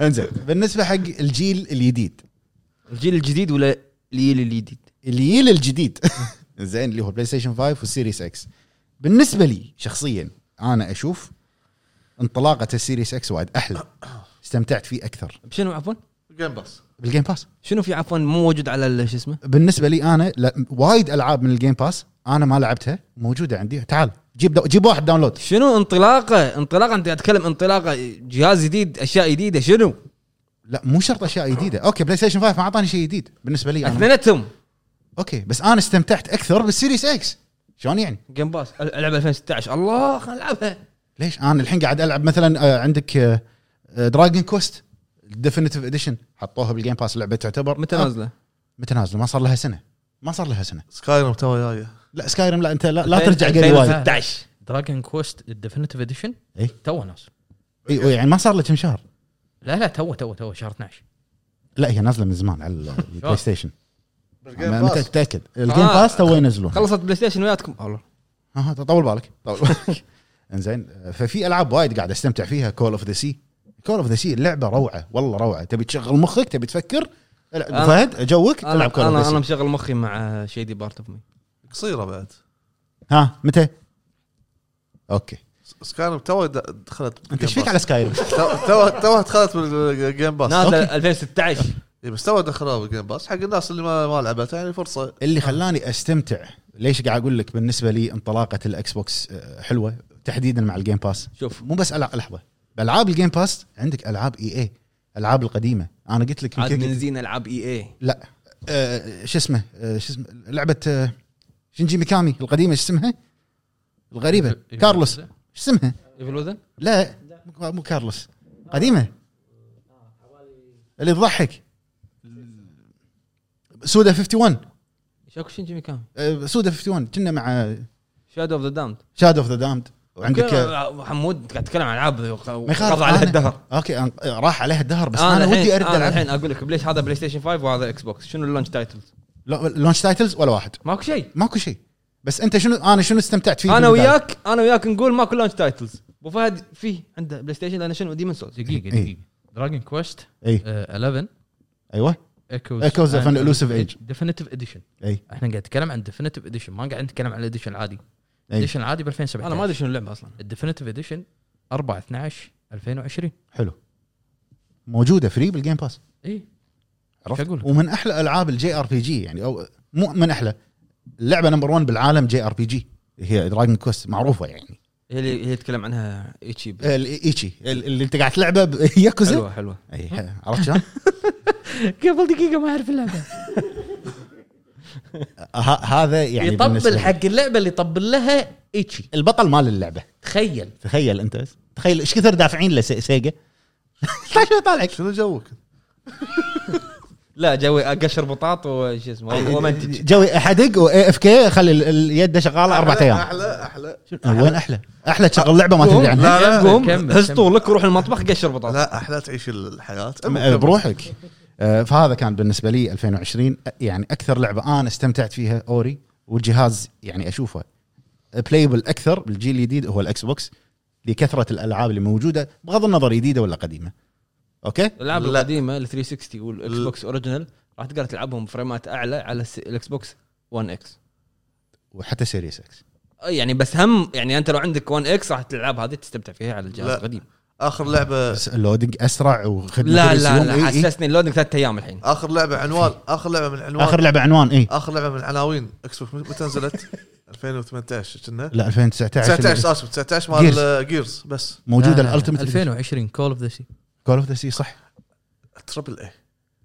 S3: انزين بالنسبه حق الجيل الجديد
S1: الجيل الجديد ولا الجيل الجديد؟
S3: الجيل الجديد زين اللي هو بلاي ستيشن 5 والسيريس اكس بالنسبه لي شخصيا انا اشوف انطلاقه السيريس اكس وايد احلى استمتعت فيه اكثر
S1: شنو عفوا؟
S2: جيم باس
S3: بالجيم باس
S1: شنو في عفوا مو موجود على ال- شو اسمه؟
S3: بالنسبه لي انا لا وايد العاب من الجيم باس انا ما لعبتها موجوده عندي تعال جيب دو جيب واحد داونلود
S1: شنو انطلاقه؟ انطلاقه انت قاعد تتكلم انطلاقه جهاز جديد اشياء جديده شنو؟
S3: لا مو شرط اشياء جديده اوكي بلاي ستيشن 5 ما اعطاني شيء جديد بالنسبه
S1: يعني.
S3: لي انا
S1: اثنينتهم
S3: اوكي بس انا استمتعت اكثر بالسيريس اكس شلون يعني
S1: جيم باس أل- العب 2016 الله خلنا نلعبها
S3: ليش انا الحين قاعد العب مثلا آه، عندك دراجون كوست ديفينيتيف اديشن حطوها بالجيم باس لعبه تعتبر
S1: متى
S3: آه،
S1: نازله؟
S3: متى نازله ما صار لها سنه ما صار لها سنه
S2: سكايرم تو جايه
S3: لا سكايرم لا انت لا, لا ترجع قبل وايد
S1: 2016
S4: دراجون كويست الديفينيتيف اديشن
S3: إي.
S1: إيه.
S4: تو ناس
S3: إي، يعني ما صار له كم شهر
S4: لا لا تو تو تو شهر 12
S3: لا هي نازله من زمان على ال- البلاي ستيشن
S2: بالجيم
S3: أنا
S2: باس
S3: متاكد الجيم
S1: آه.
S3: باس تو ينزلون
S1: خلصت بلاي ستيشن وياكم والله
S3: ها طول بالك طول بالك انزين ففي العاب وايد قاعد استمتع فيها كول اوف ذا سي كول اوف ذا سي اللعبه روعه والله روعه تبي تشغل مخك تبي تفكر
S1: أنا-
S3: فهد جوك
S1: انا
S3: تلعب كول اوف ذا
S1: انا انا
S3: سي
S1: مشغل مخي مع شيدي بارت اوف مي
S2: قصيره بعد
S3: ها متى؟ اوكي
S2: سكايرم تو د- دخلت
S3: انت
S2: Game
S3: ايش فيك
S2: Pass.
S3: على سكايرم؟
S2: تو تو- تو دخلت بالجيم باس
S1: نازله 2016
S2: إي، إيه، بس تو دخلوها بالجيم باس حق الناس اللي ما ما لعبتها يعني فرصه
S3: اللي خلاني استمتع ليش قاعد اقول لك بالنسبه لي انطلاقه الاكس بوكس آه، حلوه تحديدا مع الجيم باس
S1: شوف
S3: مو بس ألع... لحظه بالعاب الجيم باس عندك E العاب اي اي العاب القديمه انا قلت لك
S1: عاد
S3: يمكن-
S1: من زين العاب إيه. اي اي
S3: لا آه، شو اسمه آه، شو اسمه لعبه آه، شينجي ميكامي القديمه شو اسمها؟ الغريبه كارلوس شو اسمها؟
S1: ايفل وذن
S3: لا مو- مو كارلوس قديمه اللي تضحك سودا 51
S1: شاكو شينجي ميكامي
S3: آه، سودا 51 كنا مع
S1: شادو اوف ذا داوند
S3: شادو اوف ذا دامد وعندك آه،
S1: حمود قاعد تتكلم عن العاب
S3: ما يخالف،
S1: قضى عليها
S3: أنا-
S1: الدهر
S3: اوكي أنا- آه، راح عليها الدهر بس انا,
S1: الحين- آه،
S3: ودي ارد العب
S1: الحين اقول لك ليش هذا بلاي ستيشن 5 وهذا اكس بوكس شنو اللونش تايتلز
S3: لو- لونش تايتلز ولا واحد
S1: ماكو شيء
S3: ماكو شيء بس انت شنو انا شنو استمتعت فيه
S1: انا
S3: بالبداية؟
S1: وياك انا وياك نقول ماكو لونش تايتلز ابو فهد فيه عنده بلاي ستيشن لانه شنو ديمون سولز
S4: دقيقه
S3: إي.
S4: دقيقه دراجون كويست
S3: اي
S4: 11
S3: ايوه
S4: ايكوز
S3: Echoes of an Elusive Age.
S4: ديفينيتيف اديشن
S3: اي
S4: احنا قاعد نتكلم عن ديفينيتيف اديشن ما قاعد نتكلم عن الاديشن العادي
S3: أي.
S4: الاديشن العادي ب 2017
S1: انا ما ادري شنو اللعبه اصلا
S4: الديفينيتيف اديشن 4 12 2020
S3: حلو موجوده فري بالجيم باس
S4: اي
S3: عرفت
S4: إيه. شو أقول لك؟
S3: ومن احلى العاب الجي ار بي جي يعني او مو من احلى اللعبه نمبر 1 بالعالم جي ار بي جي هي دراجون كوست معروفه يعني
S1: هي اللي هي يتكلم عنها ايتشي
S3: إيه، الايتشي اللي انت قاعد تلعبه ب- ياكوزا
S1: حلوه حلوه
S3: اي ح- عرفت شلون؟
S4: قبل دقيقه ما اعرف اللعبه
S3: ه- هذا يعني بالنسبة
S4: يطبل
S3: لي.
S4: حق اللعبه اللي يطبل لها ايتشي
S3: البطل مال اللعبه
S4: تخيل
S3: تخيل انت بس. تخيل ايش كثر دافعين طيب، لسيجا شو طالعك
S2: شنو جوك؟
S1: لا جوي اقشر بطاط وش
S3: إيه،
S1: اسمه ومنتج
S3: جوي حدق واي اف كي خلي ال- اليد شغاله اربع
S2: أحلى-
S3: ايام
S2: احلى احلى
S3: وين احلى احلى تشغل لعبه ما تدري عنها
S2: لا لا
S1: قوم هز طولك وروح المطبخ قشر بطاط
S2: لا احلى تعيش الحياه
S3: م- بروحك آه، فهذا كان بالنسبه لي 2020 آه، يعني اكثر لعبه انا استمتعت فيها اوري والجهاز يعني اشوفه بلايبل اكثر بالجيل الجديد هو الاكس بوكس لكثره الالعاب اللي موجوده بغض النظر جديده ولا قديمه اوكي
S1: الالعاب
S2: لا.
S1: القديمه ال 360 والاكس بوكس اوريجنال راح تقدر تلعبهم فريمات اعلى على الس- الاكس بوكس 1 اكس
S3: وحتى سيريس اكس
S1: يعني بس هم يعني انت لو عندك 1 اكس راح تلعب هذه تستمتع فيها على الجهاز
S2: لا.
S1: القديم
S2: اخر لعبه
S3: بس اللودنج اسرع وخدمه
S1: لا
S3: سيريس
S1: لا
S3: يوم. إي
S1: لا
S2: إيه،
S3: إي.
S1: حسسني اللودنج ثلاث ايام الحين
S2: اخر لعبه عنوان اخر لعبه من عنوان آه.
S3: اخر لعبه عنوان إيه. اي
S2: اخر لعبه من العناوين اكس بوكس متى نزلت؟ 2018 كنا
S3: لا 2019 اللي-
S2: 19 اسف 19 مال جيرز بس
S3: موجود
S4: لا، لا،
S3: الالتيميت
S4: 2020 كول اوف ذا سي
S3: كول اوف ذا سي صح
S2: تربل اي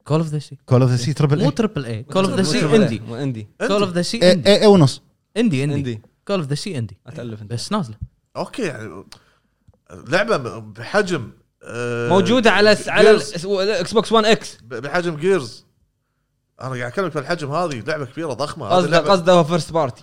S4: كول اوف ذا سي
S3: كول اوف ذا سي تربل
S4: مو طيب.
S3: اي
S4: تربل اي كول اوف ذا سي اندي
S1: عندي
S4: كول اوف ذا سي
S3: اي
S4: اندي
S3: اي- اي إيه، ونص
S4: اندي اندي
S1: عندي
S4: كول اوف ذا سي اندي
S1: اتالف انت
S4: بس نازله
S2: اوكي يعني لعبه بحجم آه،
S1: موجوده على على
S2: Gears.
S1: الاكس بوكس 1 اكس
S2: ب- بحجم جيرز انا قاعد اكلمك في الحجم هذه لعبه كبيره ضخمه هذه
S1: قصده
S2: لعبة-
S1: قصده هو فيرست بارتي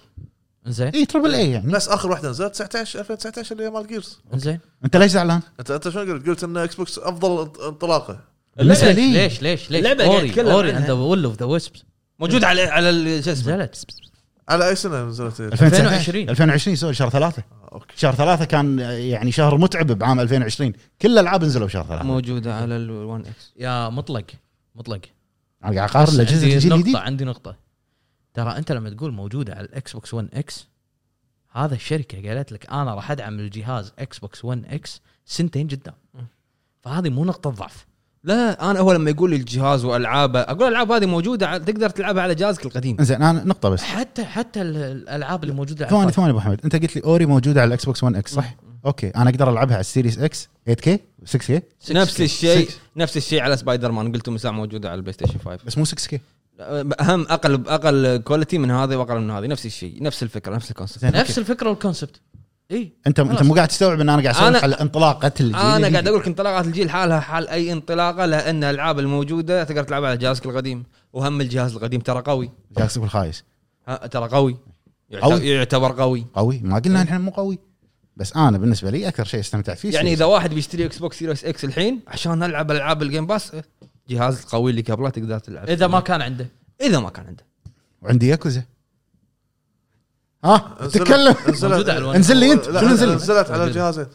S4: زين
S3: اي تربل اي يعني
S2: بس اخر واحده نزلت 19 2019 اللي هي مال جيرز
S4: زين
S3: انت ليش زعلان؟
S2: انت انت شنو قلت؟ قلت ان اكس بوكس افضل انط- انطلاقه
S3: بالنسبه
S4: ليش
S3: لي
S4: ليش ليش ليش
S1: اللعبة قاعد
S4: اوري
S1: يتكلم
S4: اوري اند
S1: عنها.
S4: ذا ويل اوف ذا ويسبس
S1: موجود على على ال- شو اسمه
S4: نزلت
S2: على اي سنه نزلت هي؟
S3: 2020
S4: 2020.
S3: 2020 سوري شهر ثلاثه
S2: آه، اوكي
S3: شهر ثلاثه كان يعني شهر متعب بعام 2020 كل الالعاب نزلوا بشهر ثلاثه انا
S1: موجوده على ال1 اكس
S4: يا مطلق مطلق
S3: قاعد اقارن الاجهزه
S4: عندي
S3: الجيل
S4: نقطة
S3: الجديد
S4: عندي نقطة ترى انت لما تقول موجودة على الاكس بوكس 1 اكس هذا الشركة قالت لك انا راح ادعم الجهاز اكس بوكس 1 اكس سنتين قدام فهذه مو نقطة ضعف
S1: لا انا هو لما يقول لي الجهاز والعابه اقول الالعاب هذه موجوده على- تقدر تلعبها على جهازك القديم
S3: زين انا نقطه بس
S4: حتى حتى ال- الالعاب اللي موجودة على
S3: ثواني
S4: الفايف.
S3: ثواني ابو حمد انت قلت لي اوري موجوده على الاكس بوكس 1 اكس صح؟ اوكي انا اقدر العبها على السيريس اكس 8K 6K
S4: 6K.
S1: نفس الشيء
S3: Six.
S1: نفس الشيء على سبايدر مان قلت مساع موجوده على أه، البلاي ستيشن 5
S3: بس مو 6K
S1: اهم اقل اقل كواليتي من هذه واقل من هذه نفس الشيء نفس الفكره نفس الكونسبت
S3: زين
S4: نفس
S3: نفس
S4: الفكرة والكونسبت اي
S3: انت انت
S4: خلاص.
S3: مو قاعد تستوعب ان انا قاعد اسولف
S1: أنا-
S3: على انطلاقه الجيل
S1: انا
S3: الجديد.
S1: قاعد اقول لك انطلاقات الجيل حالها حال اي انطلاقه لان الالعاب الموجوده تقدر تلعبها على جهازك القديم وهم الجهاز القديم ترى قوي
S3: جالس اقول خايس
S1: ها، ترى قوي يعت-
S3: قوي.
S1: يعتبر قوي
S3: قوي ما قلنا نحن مو قوي بس انا بالنسبه لي اكثر شيء استمتعت فيه
S1: يعني
S3: Series.
S1: اذا واحد بيشتري اكس بوكس سيريس اكس الحين عشان العب العاب الجيم باس إيه، جهاز القوي اللي قبله تقدر تلعب
S4: اذا ما كان عنده
S1: اذا ما كان عنده
S3: وعندي ياكوزا ها
S2: نزلت-
S3: تتكلم
S2: نزلت-
S4: موجودة على الوان.
S3: انزل لي انت
S2: لا،
S3: شنو نزل لي؟
S2: نزلت على الجهازين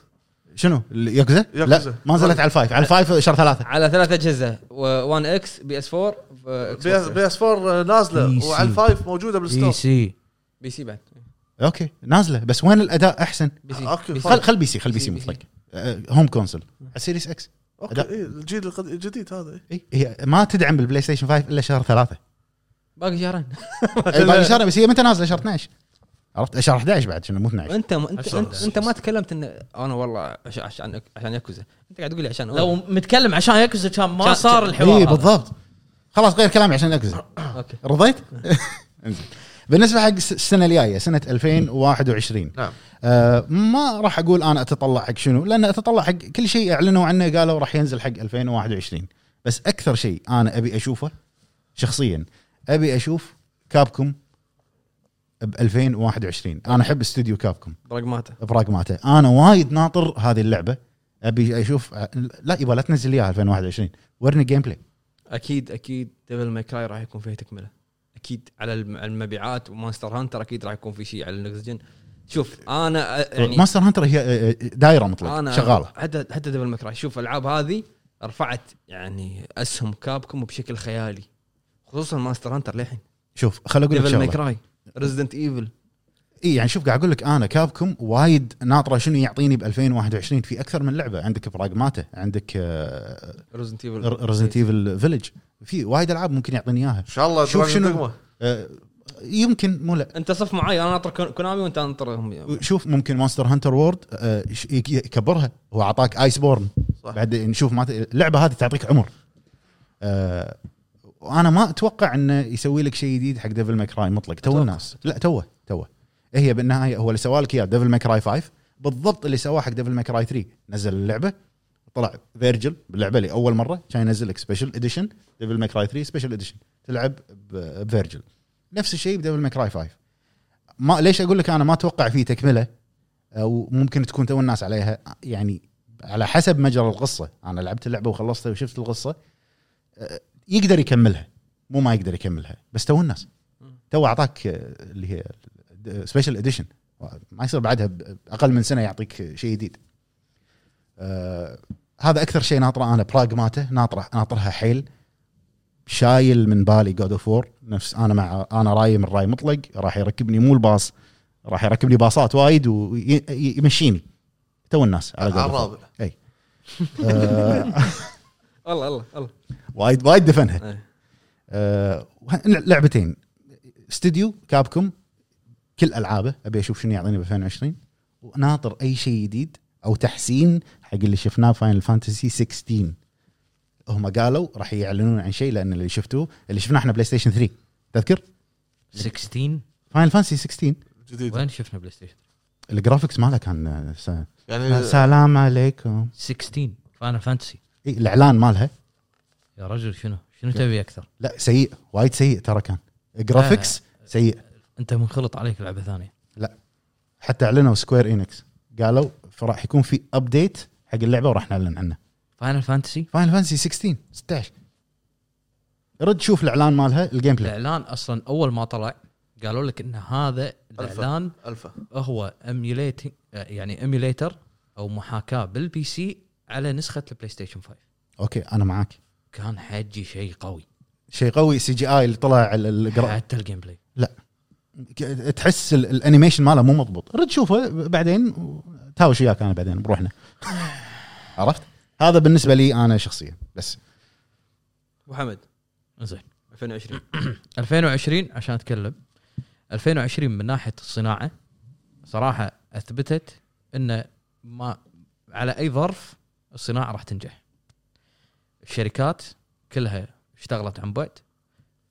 S3: شنو الياكوزا؟
S2: ياكوزا.
S3: لا ما نزلت على الفايف على الفايف شهر ثلاثه
S1: على ثلاث اجهزه 1 اكس بي اس 4 إكس بوكس
S2: بي اس 4
S4: بي
S2: نازله
S4: سي.
S2: وعلى الفايف موجوده
S4: بي
S2: بالستور
S4: سي
S1: بي سي بعد
S3: اوكي نازله بس وين الاداء احسن؟
S1: بي سي
S2: اوكي
S1: بي سي.
S3: خل
S2: فايف.
S3: خل بي سي خل بي سي
S1: بي طيب. سي.
S3: مطلق أه، هوم كونسول على السيريس اكس
S2: اوكي
S3: أداء.
S2: إيه، الجيل القد- الجديد هذا إيه.
S3: اي هي ما تدعم بالبلاي ستيشن 5 الا شهر ثلاثه
S1: باقي شهرين
S3: أي، باقي شهر بس هي متى نازله شهر 12 عرفت شهر 11 بعد شنو مو 12
S1: انت انت
S4: عشان-
S1: انت, انت ما تكلمت ان انا والله عش- عشان عشان ياكوزا انت قاعد تقول لي عشان
S4: لو متكلم عشان ياكوزا كان ما
S1: كان-
S4: صار
S1: كان-
S4: الحوار
S3: اي
S4: هذا.
S3: بالضبط خلاص غير كلامي عشان اكزل
S1: اوكي
S3: رضيت؟ انزين. بالنسبه حق الس- السنه الجايه سنه 2021
S2: نعم
S3: آه ما راح اقول انا اتطلع حق شنو لان اتطلع حق كل شيء اعلنوا عنه قالوا راح ينزل حق 2021 بس اكثر شيء انا ابي اشوفه شخصيا ابي اشوف كابكم ب 2021 انا احب استوديو كابكم
S1: براغماتا
S3: براغماته انا وايد ناطر هذه اللعبه ابي اشوف آه، لا يبا لا تنزل اياها 2021 ورني جيم بلاي
S1: اكيد اكيد ديفل ماي كراي راح يكون فيها تكمله اكيد على الم- المبيعات ومونستر هانتر اكيد راح يكون في شيء على النكست جن شوف انا أ- يعني
S3: ماستر هانتر هي آه، آه، دايره مطلق شغاله
S1: حتى حتى ديفل ماي كراي شوف الالعاب هذه رفعت يعني اسهم كابكم بشكل خيالي خصوصا ماستر هانتر للحين
S3: شوف خل اقول لك
S1: ديفل ماي
S3: شغله
S1: كراي ريزدنت ايفل
S3: اي يعني شوف قاعد اقول لك انا كابكم وايد ناطره شنو يعطيني ب 2021 في اكثر من لعبه عندك براغماتا عندك آه،
S1: ريزدنت ايفل
S3: ريزنت ايفل فيلج في وايد العاب ممكن يعطيني اياها
S2: ان شاء الله
S3: شوف
S2: شوف
S3: شنو-
S2: شنو
S3: آه، يمكن مو لا
S1: انت صف معي انا ناطر كون- كونامي وانت
S6: يعني.
S1: ناطرهم
S3: شوف ممكن مونستر هانتر وورد آه، يكبرها هو اعطاك ايس بورن
S2: صح.
S3: بعد نشوف ما ت- اللعبه هذه تعطيك عمر آه، وانا ما اتوقع انه يسوي لك شيء جديد حق ديفل ماكراي مطلق تو
S1: أتوقع.
S3: الناس لا توه توه هي بالنهايه هو اللي سوى لك اياه ديفل ماكراي 5 بالضبط اللي سواه حق ديفل ماكراي 3 نزل اللعبه طلع فيرجل باللعبه لاول مره كان ينزل لك سبيشل اديشن ديفل ماكراي 3 سبيشل اديشن تلعب ب- بفيرجل نفس الشيء بديفل ماكراي 5 ما ليش اقول لك انا ما اتوقع فيه تكمله او ممكن تكون تو الناس عليها يعني على حسب مجرى القصه انا لعبت اللعبه وخلصتها وشفت القصه أه، يقدر يكملها مو ما يقدر يكملها بس تو الناس تو اعطاك أه، اللي هي سبيشل اديشن ما يصير بعدها ب- اقل من سنه يعطيك شيء جديد أه، هذا اكثر شيء ناطره انا براغ ماته ناطره ناطرها حيل شايل من بالي جود اوف وور نفس انا مع انا راي من راي مطلق راح يركبني مو الباص راح يركبني باصات وايد ويمشيني تو الناس على God
S2: على
S3: of War.
S2: الرابع
S3: آه،
S1: الله الله الله
S3: وايد وايد دفنها
S1: إيه.
S3: آه، وه- لعبتين استديو كابكم كل العابه ابي اشوف شنو يعطيني ب 2020 وناطر اي شيء جديد او تحسين حق اللي شفناه فاينل فانتسي 16 هم قالوا راح يعلنون عن شيء لان اللي شفتوه اللي شفناه احنا بلاي ستيشن 3 تذكر
S4: 16
S3: فاينل فانتسي 16
S2: جديد
S4: وين شفنا بلاي ستيشن الجرافكس
S3: الجرافكس ماله كان س...
S2: يعني
S3: السلام عليكم
S4: 16 فانا فانتسي
S3: إيه الاعلان مالها
S4: يا رجل شنو شنو تبي اكثر
S3: لا سيء وايد سيء ترى كان جرافكس سيء
S4: انت منخلط عليك لعبه ثانيه
S3: حتى اعلنوا سكوير انكس قالوا فراح يكون في ابديت حق اللعبه وراح نعلن عنه
S4: فاينل فانتسي
S3: فاينل فانسي 16 16 رد شوف الاعلان مالها الجيم بلاي
S4: الاعلان اصلا اول ما طلع قالوا لك ان هذا الاعلان
S2: الفا
S4: هو ايميوليتنج يعني ايميوليتر او محاكاه بالبي سي على نسخه البلاي ستيشن 5
S3: اوكي انا معاك
S4: كان حجي شيء قوي
S3: شيء قوي سي جي اي اللي طلع ال- الجرا-
S4: حتى الجيم بلاي
S3: ك- تحس ال- الانيميشن ماله مو مضبوط رد شوفه بعدين تهاوش وياك انا بعدين بروحنا عرفت هذا بالنسبه لي انا شخصيا بس
S6: وحمد
S4: زين
S6: 2020
S4: 2020 عشان اتكلم 2020 من ناحيه الصناعه صراحه اثبتت ان ما على اي ظرف الصناعه راح تنجح. الشركات كلها اشتغلت عن بعد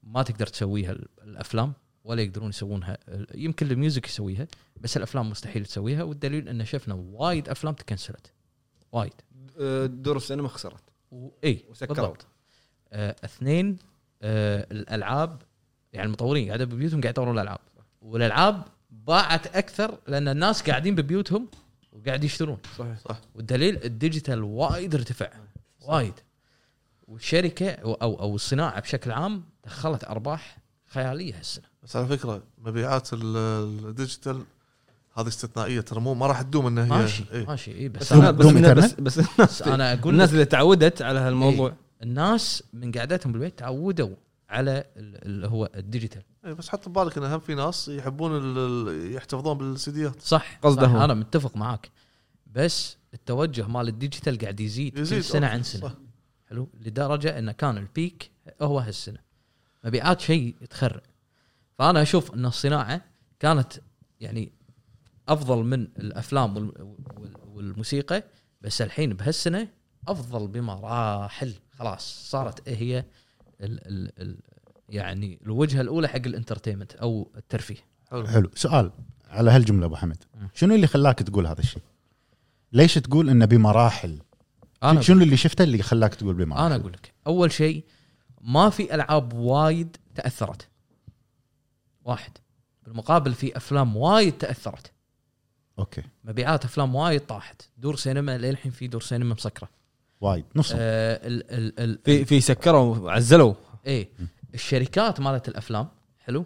S4: ما تقدر تسويها ال- الافلام ولا يقدرون يسوونها يمكن الميوزك يسويها بس الافلام مستحيل تسويها والدليل ان شفنا وايد افلام تكنسلت وايد
S6: آه، دور السينما خسرت
S4: و- اي
S6: وسكرت.
S4: إيه، بالضبط آه، اثنين آه، الالعاب يعني المطورين قاعدين ببيوتهم قاعد يطورون الالعاب والالعاب باعت اكثر لان الناس قاعدين ببيوتهم وقاعد يشترون
S6: صحيح صح
S4: والدليل الديجيتال وايد ارتفع وايد والشركه او او أو الصناعه بشكل عام دخلت ارباح خياليه هالسنه
S2: بس على فكره مبيعات ال- الديجيتال هذه استثنائيه ترى مو ما راح تدوم ان هي
S4: ماشي
S2: إيه.
S4: ماشي اي
S6: بس
S4: بس
S3: دوم-
S6: أنا-
S4: انا
S6: بس
S3: دوم
S6: إن- بس
S3: إنترنت؟
S6: بس الناس
S4: بس انا اقول
S6: الناس
S4: لك
S6: اللي تعودت على هالموضوع
S4: الناس من قعدتهم بالبيت تعودوا على ال- اللي هو الديجيتال
S2: إيه، بس حط ببالك ان هم في ناس يحبون ال- ال- يحتفظون بالسيديات
S4: صح
S6: قصده
S4: صح
S6: هو.
S4: انا متفق معاك بس التوجه مال الديجيتال قاعد يزيد,
S2: يزيد،
S4: كل سنه
S2: أوكي،
S4: عن
S2: صح.
S4: سنه حلو لدرجه انه كان البيك هو هالسنه مبيعات شيء تخرع فانا اشوف ان الصناعه كانت يعني افضل من الافلام وال- وال- والموسيقى بس الحين بهالسنه افضل بمراحل خلاص صارت إيه هي ال ال ال يعني الوجهه الاولى حق الانترتينمنت او الترفيه
S3: حلو سؤال على هالجمله ابو حمد شنو اللي خلاك تقول هذا الشيء؟ ليش تقول انه بمراحل؟
S4: انا
S3: شنو اللي شفته اللي خلاك تقول بمراحل؟
S4: انا اقول لك اول شيء ما في العاب وايد تاثرت واحد بالمقابل في افلام وايد تاثرت
S3: اوكي
S4: مبيعات افلام وايد طاحت دور سينما للحين في دور سينما مسكره
S3: وايد نص
S4: آه ال ال ال
S6: في في سكروا وعزلوا
S4: ايه الشركات مالت الافلام حلو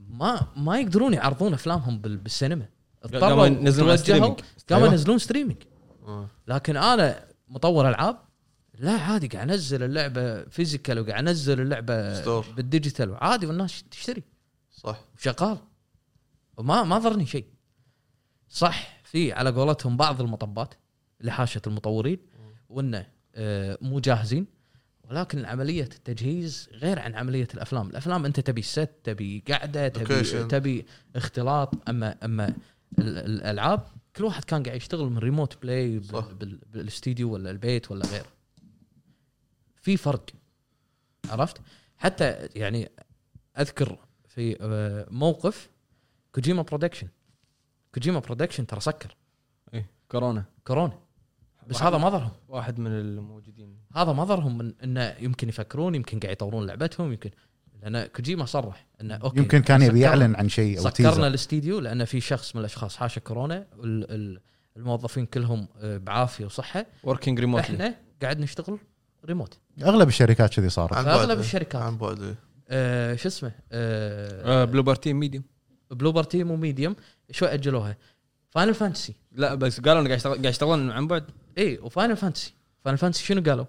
S4: ما ما يقدرون يعرضون افلامهم بال- بالسينما اضطروا
S6: قاموا ينزلون على
S4: يتوجهوا-
S6: ستريمينج.
S4: قاموا
S6: أيوة.
S4: ينزلون ستريمينج
S2: آه.
S4: لكن انا مطور العاب لا عادي قاعد انزل اللعبه فيزيكال وقاعد انزل اللعبه
S2: ستور.
S4: بالديجيتال وعادي والناس تشتري
S2: صح
S4: وشغال وما ما ضرني شيء صح في على قولتهم بعض المطبات اللي حاشت المطورين وانه آه، مو جاهزين ولكن عمليه التجهيز غير عن عمليه الافلام، الافلام انت تبي ست، تبي قعده، تبي
S2: Location.
S4: تبي اختلاط اما اما ال- الالعاب كل واحد كان قاعد يشتغل من ريموت بلاي بال-
S2: صح.
S4: بال- بالاستديو ولا البيت ولا غير. في فرق عرفت؟ حتى يعني اذكر في آه، موقف كوجيما برودكشن كوجيما برودكشن ترى سكر
S6: إيه، كورونا
S4: كورونا بس
S6: واحد-
S4: هذا ما ضرهم
S6: واحد من الموجودين
S4: هذا ما ضرهم من انه يمكن يفكرون يمكن قاعد يطورون لعبتهم يمكن لان كوجيما صرح انه اوكي
S3: يمكن كان يبي
S4: سكرنا-
S3: يعلن عن شيء او
S4: سكرنا
S3: تيزر
S4: الاستديو لان في شخص من الاشخاص حاشا كورونا ال- ال- الموظفين كلهم آه، بعافيه وصحه
S6: وركينج ريموتلي
S4: احنا قاعد نشتغل ريموت
S3: اغلب الشركات كذي صارت
S2: عن
S4: أغلب
S2: بعد، إيه.
S4: الشركات.
S2: عن بعد إيه.
S4: آه، شو اسمه آه،
S6: بلوبر تيم ميديوم
S4: بلوبر تيم وميديوم شوي اجلوها فاينل فانتسي
S6: لا بس قالوا إنه قاعد يشتغل- قاعد يشتغلون عن بعد
S4: اي وفاينل فانتسي فاينل فانتسي شنو قالوا؟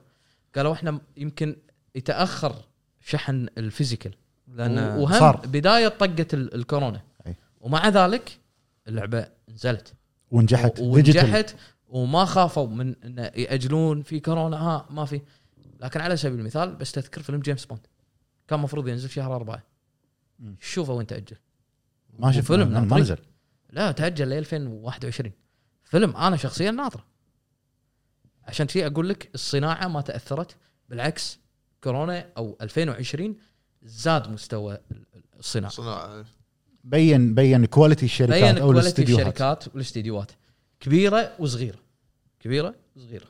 S4: قالوا احنا يمكن يتاخر شحن الفيزيكال
S6: لان
S4: و-
S3: صار.
S4: وهم صار. بدايه طقه ال- الكورونا
S3: أي.
S4: ومع ذلك اللعبه نزلت
S3: ونجحت
S4: و-
S3: ديجيتال
S4: ونجحت وما خافوا من ان ياجلون في كورونا ها ما في لكن على سبيل المثال بس تذكر فيلم جيمس بوند كان المفروض ينزل شهر أربعة
S3: مم.
S4: شوفه وين تاجل
S3: ما شفت
S4: وفيلم
S3: ما
S4: ناطري.
S3: نزل
S4: لا تاجل ل 2021 فيلم انا شخصيا ناطره عشان كذي اقول لك الصناعه ما تاثرت بالعكس كورونا او 2020 زاد مستوى الصناعه
S2: صناعه
S3: بين بين كواليتي الشركات
S4: بين
S3: او
S4: كواليتي
S3: الاستديوهات
S4: الشركات والاستديوهات كبيره وصغيره كبيره وصغيره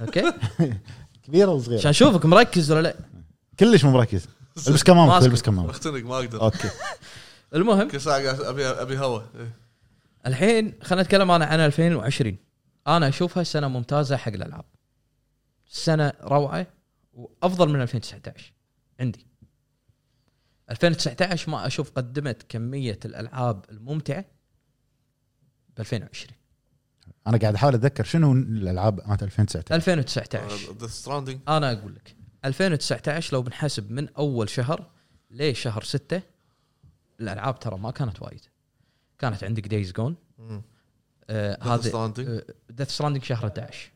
S4: اوكي
S3: كبيره وصغيره
S4: عشان اشوفك مركز ولا لا
S3: كلش مو مركز البس كمامك
S4: ماسك.
S3: البس كمامك
S2: اختنق ما اقدر
S3: اوكي
S4: المهم
S2: كل ساعه قاعد ابي ابي هواء إيه.
S4: الحين خلينا نتكلم انا عن 2020 انا اشوفها سنه ممتازه حق الالعاب سنه روعه وافضل من 2019 عندي 2019 ما اشوف قدمت كميه الالعاب الممتعه ب 2020
S3: انا قاعد احاول اتذكر شنو الالعاب مالت 2019
S4: 2019
S2: ذا ستراندنج
S4: انا اقول لك 2019 لو بنحسب من اول شهر لشهر 6 الالعاب ترى ما كانت وايد كانت عندك دايز جون آه هذا
S2: ستراندنج
S4: ديث ستراندنج شهر 11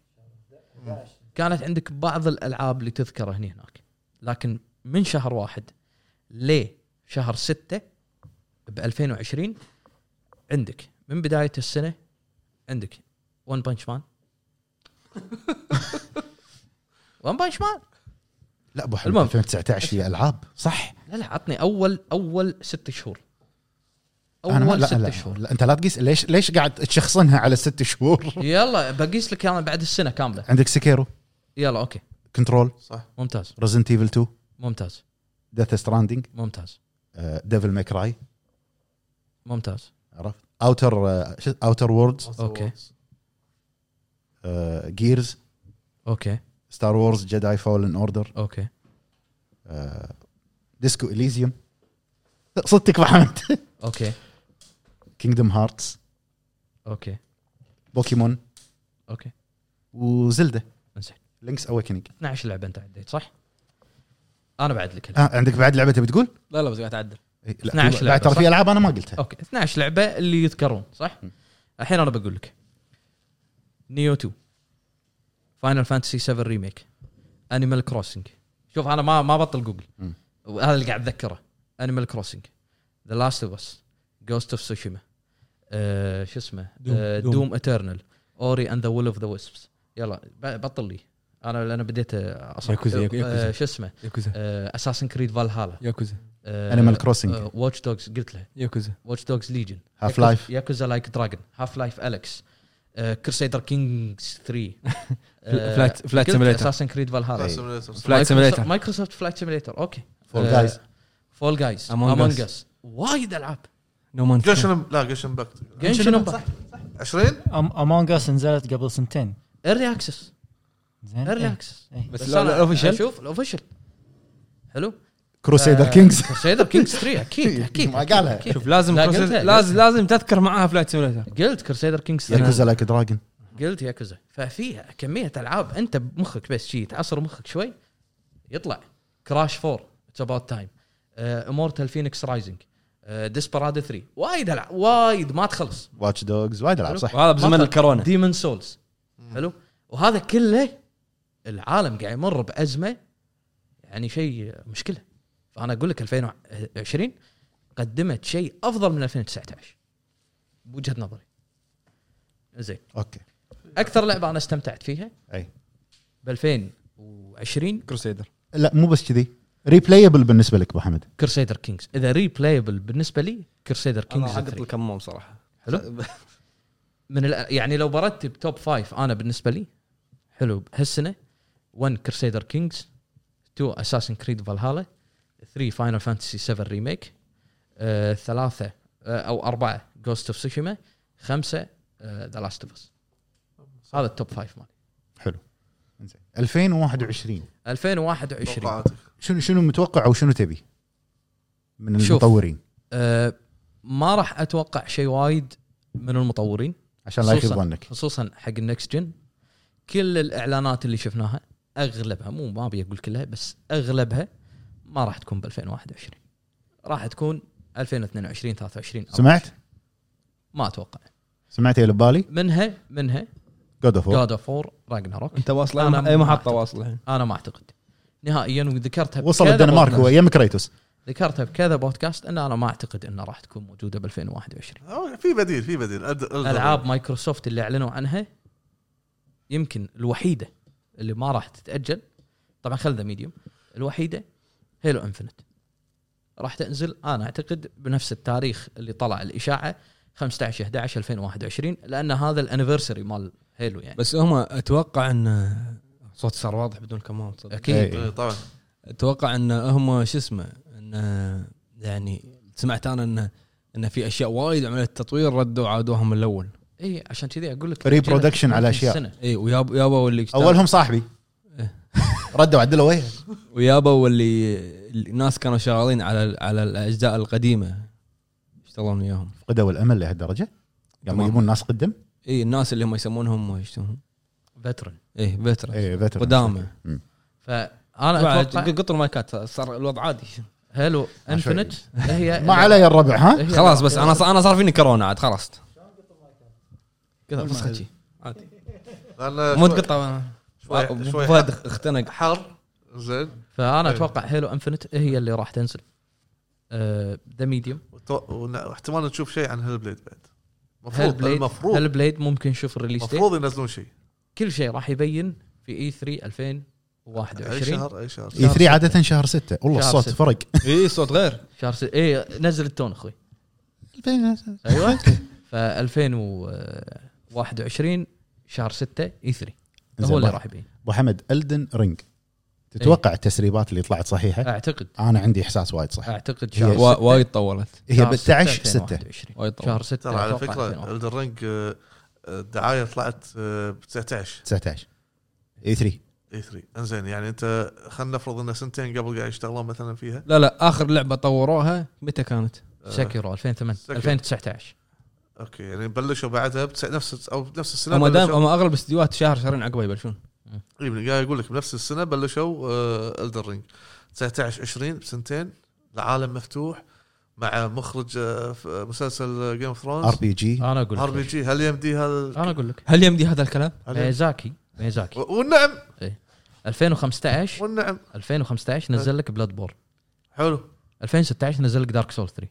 S4: كانت عندك بعض الالعاب اللي تذكر هني هناك لكن من شهر واحد لشهر ستة ب 2020 عندك من بدايه السنه عندك ون بانش مان ون بانش مان
S3: لا ابو حمد
S4: المهم.
S3: 2019 في العاب صح
S4: لا لا عطني اول اول ست شهور
S3: أنا ما-
S4: اول
S3: لا-
S4: ست
S3: لا-
S4: شهور
S3: لا انت لا تقيس ليش ليش قاعد تشخصنها على ست شهور
S4: يلا بقيس لك انا بعد السنه كامله
S3: عندك سكيرو
S4: يلا اوكي
S3: كنترول
S2: صح
S4: ممتاز
S3: ريزنت ايفل 2
S4: ممتاز
S3: ديث ستراندنج
S4: ممتاز
S3: ديفل ماي كراي
S4: ممتاز
S3: عرفت اوتر اوتر ووردز
S4: أوكي.
S3: جيرز
S4: اوكي
S3: ستار وورز جداي فولن اوردر
S4: اوكي
S3: ديسكو اليزيوم صدتك فحمت
S4: اوكي
S3: كينجدم هارتس
S4: اوكي
S3: بوكيمون
S4: اوكي
S3: وزلده
S4: انزين
S3: لينكس اويكننج
S4: 12 لعبه انت عديت صح؟ انا بعد لك
S3: آه عندك بعد لعبه تبي تقول؟
S6: لا لا بس قاعد اعدل
S3: إيه،
S4: 12
S3: بعد ترى
S4: لعبة،
S3: في العاب انا ما قلتها
S4: اوكي 12 لعبه اللي يذكرون صح؟ الحين انا بقول لك نيو 2 فاينل فانتسي 7 ريميك انيمال كروسنج شوف انا ما ما بطل جوجل
S3: مم.
S4: وهذا اللي قاعد اتذكره انيمال كروسنج ذا لاست اوف اس جوست اوف سوشيما آه، شو اسمه
S5: Doom. Doom.
S4: دوم اترنال اوري اند ذا ويل اوف ذا ويسبس يلا ب- بطل لي انا لان بديت آه، اصعب
S6: ياكوزا- ياك- ياكوزا.
S4: آه، شو اسمه آه،
S6: ياكوزا
S4: اساسن كريد فالهالا
S6: ياكوزا
S4: آه،
S3: Animal Crossing.
S4: واتش دوجز قلت له
S6: ياكوزا
S4: واتش دوجز ليجن
S3: Half Life.
S4: ياكوزا لايك دراجون هاف لايف اليكس
S6: Uh,
S4: كرسيدر كينجز 3
S6: Flight- Flight Simulator.
S4: اساسن كريد فالهالا
S1: إيه.
S6: Flight Simulator.
S4: مايكروسوفت فلايت سيميليتر اوكي
S3: Fall Guys.
S4: فول جايز
S6: Uh, Among
S4: امونج
S6: Us.
S4: اس وايد العاب
S6: نو مان
S2: جنشن لا جنشن باك
S4: جنشن امباكت
S2: 20
S5: امونج اس نزلت قبل سنتين
S4: ايرلي اكسس
S5: زين
S4: ايرلي
S5: إيه.
S4: اكسس
S5: إيه.
S6: بس لا- لا official.
S4: شوف الاوفيشال حلو
S3: كروسيدر كينجز
S4: كروسيدر كينجز 3 اكيد اكيد
S3: ما قالها
S4: أكيد.
S6: شوف لازم
S4: لا،
S6: Crossed-
S4: قلتها،
S6: لازم لازم تذكر معاها فلايت سيميليتر
S4: قلت كروسيدر كينجز 3
S3: ياكوزا لايك دراجون
S4: قلت ياكوزا ففيها كميه العاب انت بمخك بس شي تعصر مخك شوي يطلع كراش 4 اتس اباوت تايم امورتال فينيكس رايزنج ديسبرادو 3 آه، وايد العاب وايد ما تخلص
S3: واتش دوجز وايد العاب صح
S6: وهذا بزمن
S4: بطل.
S6: الكورونا
S4: ديمون سولز حلو وهذا كله العالم قاعد يمر بازمه يعني شيء مشكله فانا اقول لك 2020 قدمت شيء افضل من 2019 بوجهه نظري زين
S3: اوكي
S4: اكثر لعبه انا استمتعت فيها
S3: اي
S4: ب 2020
S6: كروسيدر
S3: لا مو بس كذي ريبلايبل بالنسبه لك ابو حمد
S4: كرسيدر كينجز اذا ريبلايبل بالنسبه لي كرسيدر
S6: انا
S4: كينجز
S6: اقط
S4: 3.
S6: الكمام صراحه
S4: حلو من الأ... يعني لو برتب توب فايف انا بالنسبه لي حلو هالسنه 1 كرسيدر كينجز 2 اساسن كريد فالهالا 3 فاينل فانتسي 7 ريميك آه، ثلاثه آه، او اربعه جوست اوف سوشيما خمسه ذا لاست اوف اس هذا التوب فايف مالي
S3: حلو إنزين. 2021
S4: 2021
S2: توقعاتك
S3: شنو شنو متوقع او شنو تبي من
S4: شوف.
S3: المطورين
S4: أه، ما راح اتوقع شيء وايد من المطورين
S3: عشان لا يخيب
S4: خصوصاً-
S3: ظنك
S4: خصوصا حق النكست جن كل الاعلانات اللي شفناها اغلبها مو ما ابي اقول كلها بس اغلبها ما راح تكون ب 2021 راح تكون 2022 23
S3: سمعت
S4: 24. ما اتوقع
S3: سمعت يا اللي ببالي
S4: منها منها
S3: جود اوف
S4: جاد اوف 4 راجناروك
S6: انت واصل
S4: أنا
S6: اي
S4: ما
S6: محطه
S4: أعتقد.
S6: واصل الحين
S4: انا ما اعتقد نهائيا وذكرتها
S3: وصل
S4: بكذا
S3: الدنمارك
S4: بودكاست.
S3: هو يم كريتوس
S4: ذكرتها بكذا بودكاست ان انا ما اعتقد انها راح تكون موجوده ب 2021
S2: أو في بديل في بديل أد- ألدر
S4: العاب مايكروسوفت اللي اعلنوا عنها يمكن الوحيده اللي ما راح تتاجل طبعا خل ذا ميديوم الوحيده هيلو انفنت راح تنزل انا اعتقد بنفس التاريخ اللي طلع الاشاعه 15 11 2021 لان هذا الانيفرساري مال هيلو يعني
S1: بس هم اتوقع ان صوت صار واضح بدون كمام صدق.
S4: اكيد
S2: إيه، طبعا
S1: اتوقع ان هم شو اسمه ان يعني سمعت انا ان ان في اشياء وايد عمليه تطوير ردوا عادوها من الاول
S4: اي إيه، عشان كذي اقول لك
S3: Reproduction على أشياء.
S4: سنة.
S1: اي وياب يابوا اللي كتاب-
S3: اولهم صاحبي
S4: إيه.
S3: ردوا عدلوا وجهه
S1: ويابوا اللي الناس كانوا شغالين على على الاجزاء القديمه يشتغلون وياهم
S3: فقدوا الامل لهالدرجه قاموا
S1: تمام.
S3: يجيبون ناس قدم
S1: اي الناس اللي هم يسمونهم شو اسمهم
S4: فترن
S1: اي فتره
S3: ايه veterans.
S1: قدامه
S4: فانا
S1: بعد
S4: اتوقع
S1: قطر مايكات صار الوضع عادي
S4: هيلو انفنت هي
S3: ما علي الربع ها
S4: هي-
S1: خلاص بس انا صار انا صار فيني كورونا عاد خلاص كذا فسخه شي.
S2: لان
S1: مو
S2: شوي-
S1: تقطع
S2: شوي- شوي
S1: فهد اختنق
S2: حر زين
S4: فانا
S2: أيوه.
S4: اتوقع هيلو انفنت هي اللي راح تنزل آه، ذا ميديوم
S2: وت- ون- واحتمال نشوف شيء عن هيل بليد بعد
S4: هيل
S2: المفروض
S4: بليد
S2: المفروض
S4: هيل بليد ممكن نشوف الريليس ديت
S2: المفروض ينزلون شيء
S4: كل شيء راح يبين في E اي 3
S2: اي
S4: 2021
S2: شهر اي شهر
S3: اي 3 عاده شهر 6 والله
S4: إيه. شهر
S3: الصوت
S4: ستة.
S3: فرق
S1: اي إيه، صوت غير
S4: شهر س... اي نزل التون اخوي ايوه ف 2021 شهر 6 اي 3
S3: زين،
S4: هو اللي
S3: بقى.
S4: إيه. راح يبين
S3: ابو حمد الدن رينج تتوقع التسريبات اللي طلعت
S2: إيه.
S3: صحيحه
S4: اعتقد
S3: انا عندي احساس وايد صح
S4: اعتقد
S3: هي
S4: شهر
S1: وا-
S4: ستة-
S1: وايد طولت
S3: هي
S4: شهر
S3: ب 11
S4: ستة إيه،
S3: 6
S4: 2021.
S1: وايد طولت
S4: شهر 6
S2: ترى على فكره الدرنج الدعايه آه، طلعت آه، ب 19
S3: 19 اي 3
S2: اي 3 انزين يعني انت خلينا نفرض انه سنتين قبل قاعد يشتغلون مثلا فيها
S1: لا لا اخر لعبه طوروها متى كانت؟
S2: آه،
S4: سكيرو 2008
S2: سكيرو.
S4: 2019
S2: اوكي يعني بلشوا بعدها بتس- نفس او بنفس السنه
S1: هم دائما
S2: بلشوا-
S1: هم اغلب الاستديوهات شهر شهرين عقبه يبلشون
S2: اي إيه، من- قاعد اقول لك بنفس السنه بلشوا آه، الدر رينج 19 20 بسنتين العالم مفتوح مع مخرج آه، ف- مسلسل جيم اوف
S3: ار
S2: ثرونز
S3: بي جي
S4: انا اقول
S2: ار بي
S4: لك
S2: جي هل يمدي
S3: آه.
S2: هذا
S4: انا اقول لك
S1: هل يمدي هذا الكلام؟
S2: هل يمدي؟
S4: ميزاكي ميزاكي
S2: و- والنعم
S4: 2015
S2: والنعم
S4: 2015 نزل لك بلاد بور
S2: حلو
S4: 2016 نزل لك دارك سول 3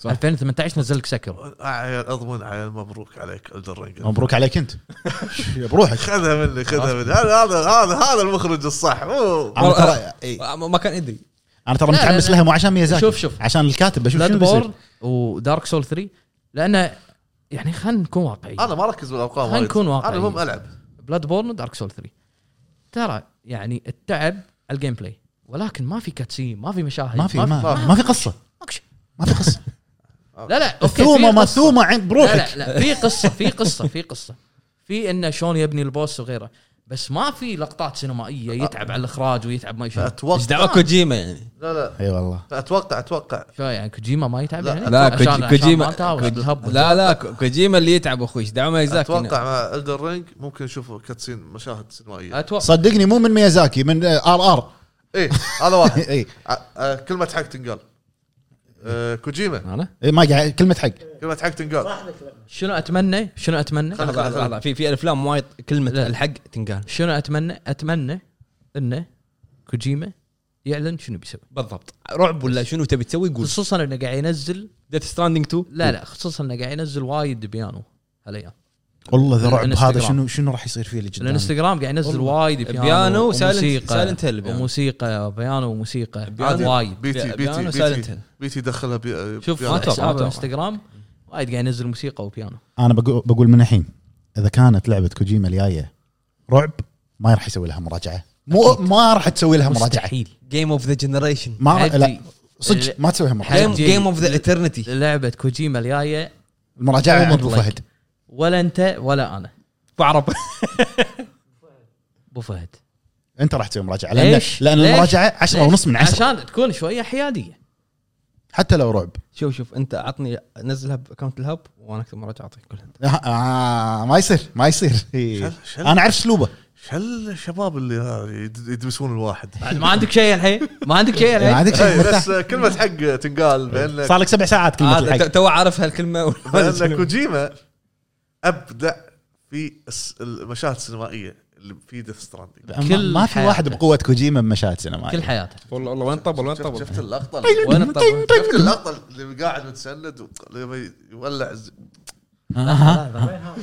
S1: صح.
S4: 2018 نزل لك سكر
S2: آه، عيال اضمن عيال مبروك عليك الدر رينج
S3: مبروك عليك انت بروحك
S2: خذها مني خذها مني هذا هذا هذا هذا المخرج الصح أوه.
S3: انا ترى إي،
S1: ما ما كان يدري
S3: انا ترى
S4: لا، لا،
S3: متحمس
S4: لا.
S3: لها مو عشان ميازاكي
S4: شوف- شوف.
S3: عشان الكاتب بشوف
S4: بلاد
S3: شنو بيصير
S4: بور ودارك سول 3 لانه يعني خلينا نكون واقعيين
S2: انا ما اركز بالارقام
S4: خلينا
S2: وايد.
S4: نكون
S2: انا
S4: واقعيين.
S2: المهم العب
S4: بلاد بورن ودارك سول 3 ترى يعني التعب على الجيم بلاي ولكن ما في كاتسين ما في مشاهد
S3: ما في ما, ما في قصه
S4: ماكو شيء.
S3: ما في قصه
S4: لا لا أوكي، في
S3: الثومه ما
S4: قصة.
S3: الثومه عند بروحك
S4: لا لا, لا في قصه في قصه في قصه في انه شلون يبني البوس وغيره بس ما في لقطات سينمائيه يتعب على الاخراج ويتعب ما شو
S1: ايش
S2: اتوقع
S1: دعوه كوجيما يعني
S2: لا لا
S3: اي والله
S2: اتوقع اتوقع
S4: شو يعني كوجيما ما يتعب
S2: لا،
S4: يعني
S1: لا
S4: عشان-
S1: كوجي-
S4: عشان
S1: كوجيما
S4: ما تهاوش بالهب وال-
S1: لا لا كو- كوجيما اللي يتعب اخوي ايش دعوه ميزاكي
S2: اتوقع مع الدر رينج ممكن نشوف كاتسين مشاهد سينمائيه
S4: اتوقع
S3: صدقني مو من ميازاكي من ار ار
S2: ايه هذا واحد
S3: اي
S2: ع- آه، كلمه حق تنقال آه، كوجيما
S1: انا
S3: إي، إيه، ما قاعد كلمه حق
S2: كلمه حق تنقال
S4: شنو اتمنى شنو اتمنى
S1: لحظه لحظه لحظة. في في افلام وايد كلمه
S4: لا.
S1: الحق تنقال
S4: شنو اتمنى اتمنى انه كوجيما يعلن شنو بيسوي
S1: بالضبط رعب ولا شنو تبي تسوي قول
S4: خصوصا انه قاعد ينزل
S1: ديث ستراندنج 2
S4: لا لا خصوصا انه قاعد ينزل وايد بيانو هالايام
S3: والله ذا رعب
S4: الانستغرام.
S3: هذا شنو شنو راح يصير فيه اللي قدام
S4: الانستغرام قاعد ينزل وايد بيانو,
S1: بيانو وسايلنت-
S4: وموسيقى
S1: سايلنت هيل بيانو.
S4: وموسيقى بيانو وموسيقى
S1: بيانو.
S4: وايد
S2: بيتي بيتي
S1: بيانو
S2: بيتي
S1: Silent Hill.
S2: بيتي دخلها بي...
S4: شوف
S2: بيانو.
S1: أتوقع-
S4: حسابه
S1: أتوقع.
S4: انستغرام وايد قاعد ينزل موسيقى وبيانو
S3: انا بقول بقول من الحين اذا كانت لعبه كوجيما الجايه رعب ما راح يسوي لها مراجعه مو ما راح تسوي لها مراجعه
S4: مستحيل
S1: جيم اوف ذا جنريشن
S3: ما راح-
S4: عدي.
S3: لا صدق ما تسوي لها مراجعه
S4: حجي.
S1: جيم اوف ذا اترنتي
S4: لعبه كوجيما الجايه
S3: المراجعه عند ابو
S4: مطلق.
S3: فهد
S4: ولا انت ولا انا
S1: بعرب
S4: ابو فهد
S3: انت راح تسوي مراجعه لان
S4: ليش؟
S3: لان
S4: ليش؟
S3: المراجعه 10 ونص من 10
S4: عشان تكون شويه حياديه
S3: حتى لو رعب
S1: شوف شوف انت اعطني نزلها باكونت الهب وانا اكتب مراجعه اعطيك كلها
S3: آه ما يصير ما يصير إيه.
S2: شل شل
S3: انا اعرف اسلوبه
S2: شل الشباب اللي ها يد- يدبسون الواحد
S4: بعد ما عندك شيء الحين ما عندك شيء
S3: ما
S4: الحين
S3: عندك
S2: إيه،
S3: يعني شيء
S2: بس
S3: مرتاح
S2: آه، كلمه حق تنقال
S1: إيه.
S2: بانك
S3: صار لك سبع ساعات كلمه
S1: آه،
S3: الحق
S1: تو عارف هالكلمه ولا
S2: بان
S1: شنو.
S2: كوجيما ابدع في الس- المشاهد السينمائيه اللي في ديث ستراندنج
S4: كل
S3: ما في واحد
S4: حياته.
S3: بقوه كوجيما بمشاهد سينمائيه
S4: كل حياته
S1: والله والله وين طبل وين
S2: شفت,
S1: طبل
S2: شفت اللقطه
S4: وين الطبع؟
S2: شفت اللقطه اللي قاعد متسند و- لما يولع الز-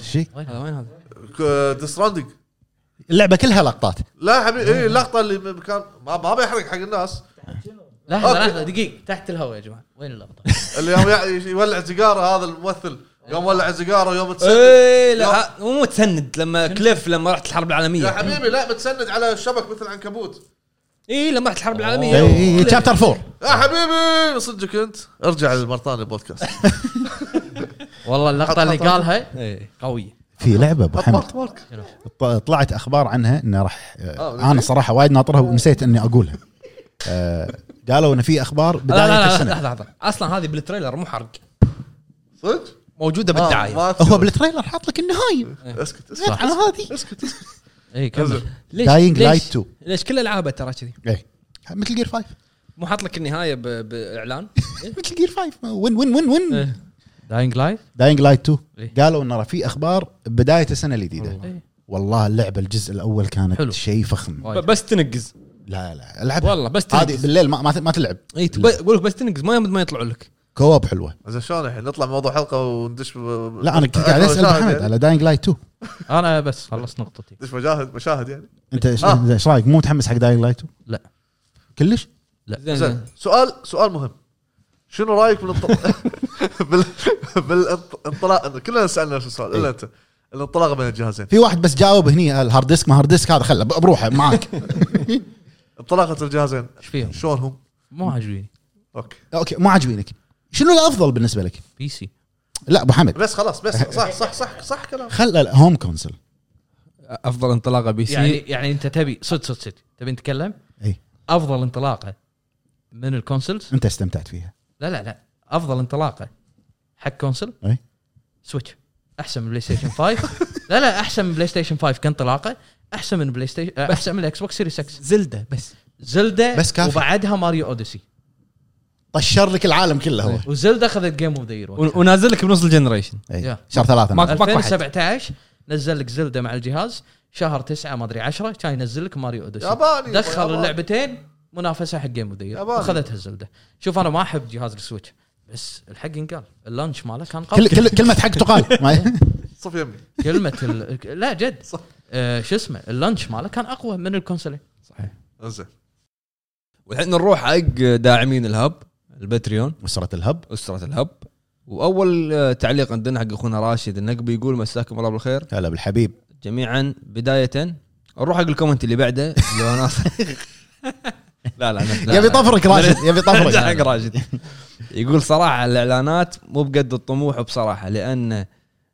S3: شي.
S4: وين
S1: هذا وين هذا؟
S2: ك- ديث ستراندنج
S3: اللعبه كلها لقطات
S2: لا حبيبي اي اللقطه اللي مكان ما ما بيحرق حق الناس
S4: لحظه
S2: أوكي.
S4: لحظه دقيقه تحت الهواء يا جماعه وين اللقطه؟
S2: اللي يوم يع- يولع سيجاره هذا الممثل يوم ولع سيجاره يوم
S3: إيه.
S2: تسند
S1: اي إيه، لا مو متسند لما كليف لما رحت الحرب
S2: يا
S1: العالميه
S2: حبيبي لا متسند على الشبك مثل عنكبوت
S1: اي إيه، لما رحت الحرب
S3: إيه،
S1: العالميه
S3: اي شابتر 4
S2: يا حبيبي صدقك انت ارجع للبرطاني بودكاست
S4: والله اللقطه اللي قالها
S1: إيه.
S4: قويه
S3: في لعبه ابو حمد
S2: بارت مارك
S3: ط- طلعت اخبار عنها انه راح
S2: آه،
S3: انا صراحه وايد ناطرها ونسيت اني اقولها آه، قالوا انه في اخبار
S4: لا
S3: بدايه
S4: لا لا
S3: السنه
S4: لحظه لحظه اصلا هذه بالتريلر مو حرق
S2: صدق؟
S4: موجوده
S2: آه،
S4: بالدعايه
S2: ما أذكر.
S3: هو بالتريلر حاط لك النهايه
S2: اسكت اسكت
S3: زين على هذه
S4: اي إيه، كمل
S1: ليش
S3: Dying
S1: ليش-
S3: Light 2.
S1: ليش كل العابه ترى كذي
S4: إيه.
S3: ايه مثل جير 5
S1: مو حاط لك النهايه ب- باعلان
S3: مثل جير 5 وين وين وين وين
S4: داينج لايف
S3: داينج لايت 2
S4: إيه.
S3: قالوا انه في اخبار بدايه السنه الجديده
S4: إيه.
S3: والله اللعبه الجزء الاول كانت
S4: حلو.
S3: شيء فخم
S4: وايد.
S1: بس تنقز
S3: لا لا العبها
S1: والله بس إيه،
S3: هذه
S1: تنقز
S3: بالليل ما ما- ما تلعب
S1: اي اقول لك بس تنقز ما يمد ما يطلع لك
S3: كواب حلوه
S2: زين شلون الحين نطلع موضوع حلقه وندش ب-
S3: لا انا كنت قاعد اسال
S2: مشاهد
S3: محمد
S2: يعني.
S3: على داينج لايت 2
S4: انا بس خلصت نقطتي
S2: ندش مشاهد مشاهد يعني
S3: انت ايش
S2: آه.
S3: إيش رايك مو متحمس حق داينج لايت 2
S4: لا
S3: كلش
S4: لا
S1: يعني
S2: زين سؤال سؤال مهم شنو رايك بالانطلاق بال بالانطلاق كلنا سالنا نفس السؤال الا انت الانطلاق بين الجهازين
S3: في واحد بس جاوب هني آه، الهارد ديسك ما هارد ديسك هذا خله ب- بروحه معاك
S2: انطلاقه الجهازين
S4: ايش فيهم؟
S2: شلون هم؟
S4: مو عاجبني
S2: اوكي
S3: اوكي ما عاجبينك شنو الافضل بالنسبه لك؟
S4: بي سي
S3: لا ابو حمد
S2: بس خلاص بس صح صح صح صح كلام
S3: خل الهوم كونسل
S1: افضل انطلاقه بي سي
S4: يعني يعني انت تبي صدق صدق صدق تبي نتكلم؟
S3: إي.
S4: افضل انطلاقه من الكونسلز
S3: انت استمتعت فيها
S4: لا لا لا افضل انطلاقه حق كونسل
S3: إي.
S4: سويتش احسن من بلاي ستيشن 5 لا لا احسن من بلاي ستيشن 5 كانطلاقه احسن من بلاي ستيشن احسن من الاكس بوكس سيريس 6
S1: زلده بس
S4: زلدة
S3: بس كافي.
S4: وبعدها ماريو اوديسي
S3: طشر لك العالم كله هو
S4: وزلدة اخذت جيم اوف ذا يير
S1: و- ونازل لك بنص الجنريشن
S3: إيه.
S4: يا.
S3: شهر ثلاثة
S1: ما-
S3: ما
S1: ماك واحد.
S4: 2017 نزل لك زلدة مع الجهاز شهر تسعة ما ادري 10 كان ينزل لك ماريو اوديسي
S2: ياباني
S4: دخل
S2: ياباني.
S4: اللعبتين منافسه حق جيم اوف ذا يير
S2: ياباني.
S4: واخذتها الزلدة شوف انا ما احب جهاز السويتش بس الحق ينقال اللانش ماله كان قوي
S3: كل كل كلمة حق تقال ما-
S2: صف يمي
S4: كلمه ال... لا جد
S2: صح.
S4: آه شو اسمه اللانش ماله كان اقوى من الكونسولين
S2: زين
S1: والحين نروح حق داعمين الهب الباتريون
S3: أسرة الهب
S1: اسره الهب واول آه، تعليق عندنا حق اخونا راشد النقبي يقول مساكم الله بالخير
S3: هلا بالحبيب
S1: جميعا بدايه نروح حق الكومنت اللي بعده اللي هو ناصر لا لا لا، لا.
S3: يبي طفرك راشد يبي
S1: رجع
S3: طفرك
S1: حق راشد يقول صراحه الاعلانات مو بقد الطموح بصراحه لان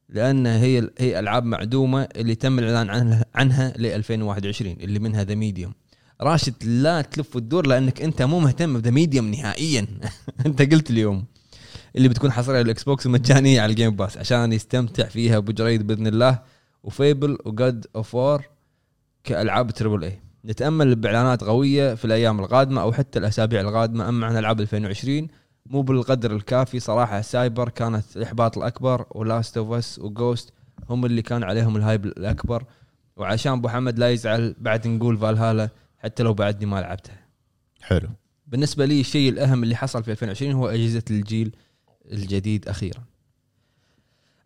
S1: لان هي هي العاب معدومه اللي تم الاعلان عنها عنها ل 2021 اللي منها ذا ميديوم راشد لا تلف وتدور لانك انت مو مهتم بذا ميديوم نهائيا انت قلت اليوم اللي بتكون حصريه على الاكس بوكس ومجانيه على الجيم باس عشان يستمتع فيها ابو جريد باذن الله وفيبل وجاد اوف وار إيه. كالعاب تربل اي نتامل باعلانات قويه في الايام القادمه او حتى الاسابيع القادمه اما عن العاب 2020 مو بالقدر الكافي صراحه سايبر كانت الاحباط الاكبر ولاست اوف اس وجوست هم اللي كان عليهم الهايب الاكبر وعشان ابو حمد لا يزعل بعد نقول فالهالا حتى لو بعدني ما لعبتها
S3: حلو
S1: بالنسبه لي الشيء الاهم اللي حصل في 2020 هو اجهزه الجيل الجديد اخيرا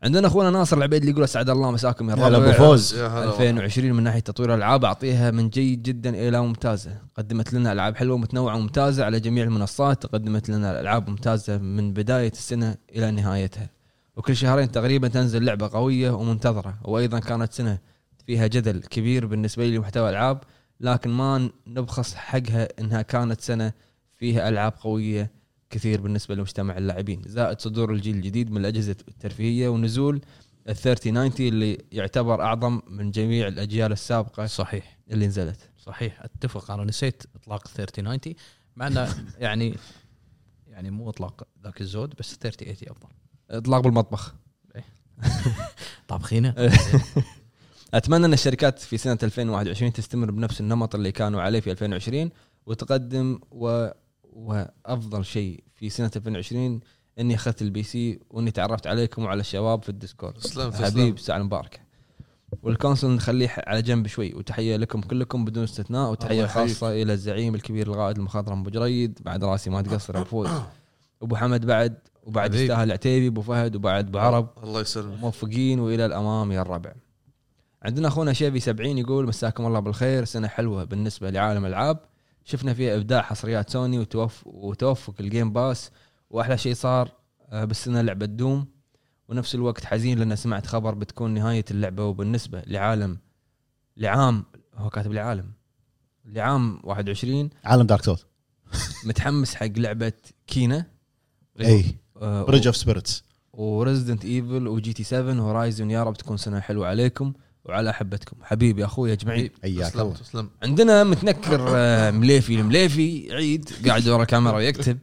S1: عندنا اخونا ناصر العبيد اللي يقول اسعد الله مساكم يا
S3: هلا
S1: الربع
S3: ابو فوز
S2: يا هلا والله.
S1: 2020 من ناحيه تطوير الالعاب اعطيها من جيد جدا الى ممتازه قدمت لنا العاب حلوه متنوعه وممتازه على جميع المنصات قدمت لنا العاب ممتازه من بدايه السنه الى نهايتها وكل شهرين تقريبا تنزل لعبه قويه ومنتظره وايضا كانت سنه فيها جدل كبير بالنسبه لي لمحتوى العاب لكن ما نبخس حقها انها كانت سنه فيها العاب قويه كثير بالنسبه لمجتمع اللاعبين زائد صدور الجيل الجديد من الاجهزه الترفيهيه ونزول ال 3090 اللي يعتبر اعظم من جميع الاجيال السابقه
S4: صحيح
S1: اللي نزلت
S4: صحيح اتفق انا نسيت اطلاق 3090 مع انه يعني يعني مو اطلاق ذاك الزود بس 3080 افضل
S1: اطلاق بالمطبخ
S4: طابخينه
S1: اتمنى ان الشركات في سنه 2021 تستمر بنفس النمط اللي كانوا عليه في 2020 وتقدم و... وافضل شيء في سنه 2020 اني اخذت البي سي واني تعرفت عليكم وعلى الشباب في الديسكورد
S2: تسلم، تسلم.
S1: حبيب ساعه مباركه والكونسل نخليه على جنب شوي وتحيه لكم كلكم بدون استثناء وتحيه
S2: الله يحييك.
S1: خاصه الى الزعيم الكبير القائد المخضرم ابو جريد بعد راسي ما تقصر يا فوز ابو حمد بعد وبعد
S4: حبيبي.
S1: يستاهل عتيبي ابو فهد وبعد ابو عرب
S2: الله يسلمك
S1: موفقين والى الامام يا الربع عندنا اخونا شيبي 70 يقول مساكم الله بالخير سنه حلوه بالنسبه لعالم الالعاب شفنا فيها ابداع حصريات سوني وتوف... وتوفق الجيم باس واحلى شيء صار آه، بالسنه لعبه دوم ونفس الوقت حزين لان سمعت خبر بتكون نهايه اللعبه وبالنسبه لعالم لعام هو كاتب لعالم لعام 21
S3: عالم دارك سولز
S1: متحمس حق لعبه كينا
S3: اي
S1: آه،
S3: بريدج اوف سبيرتس
S1: وريزدنت ايفل وجي تي 7 وهورايزن يا رب تكون سنه حلوه عليكم وعلى احبتكم حبيبي اخوي اجمعين
S3: حياك
S2: تسلم
S3: الله
S2: تسلم
S1: عندنا متنكر آه، مليفي المليفي عيد قاعد ورا كاميرا ويكتب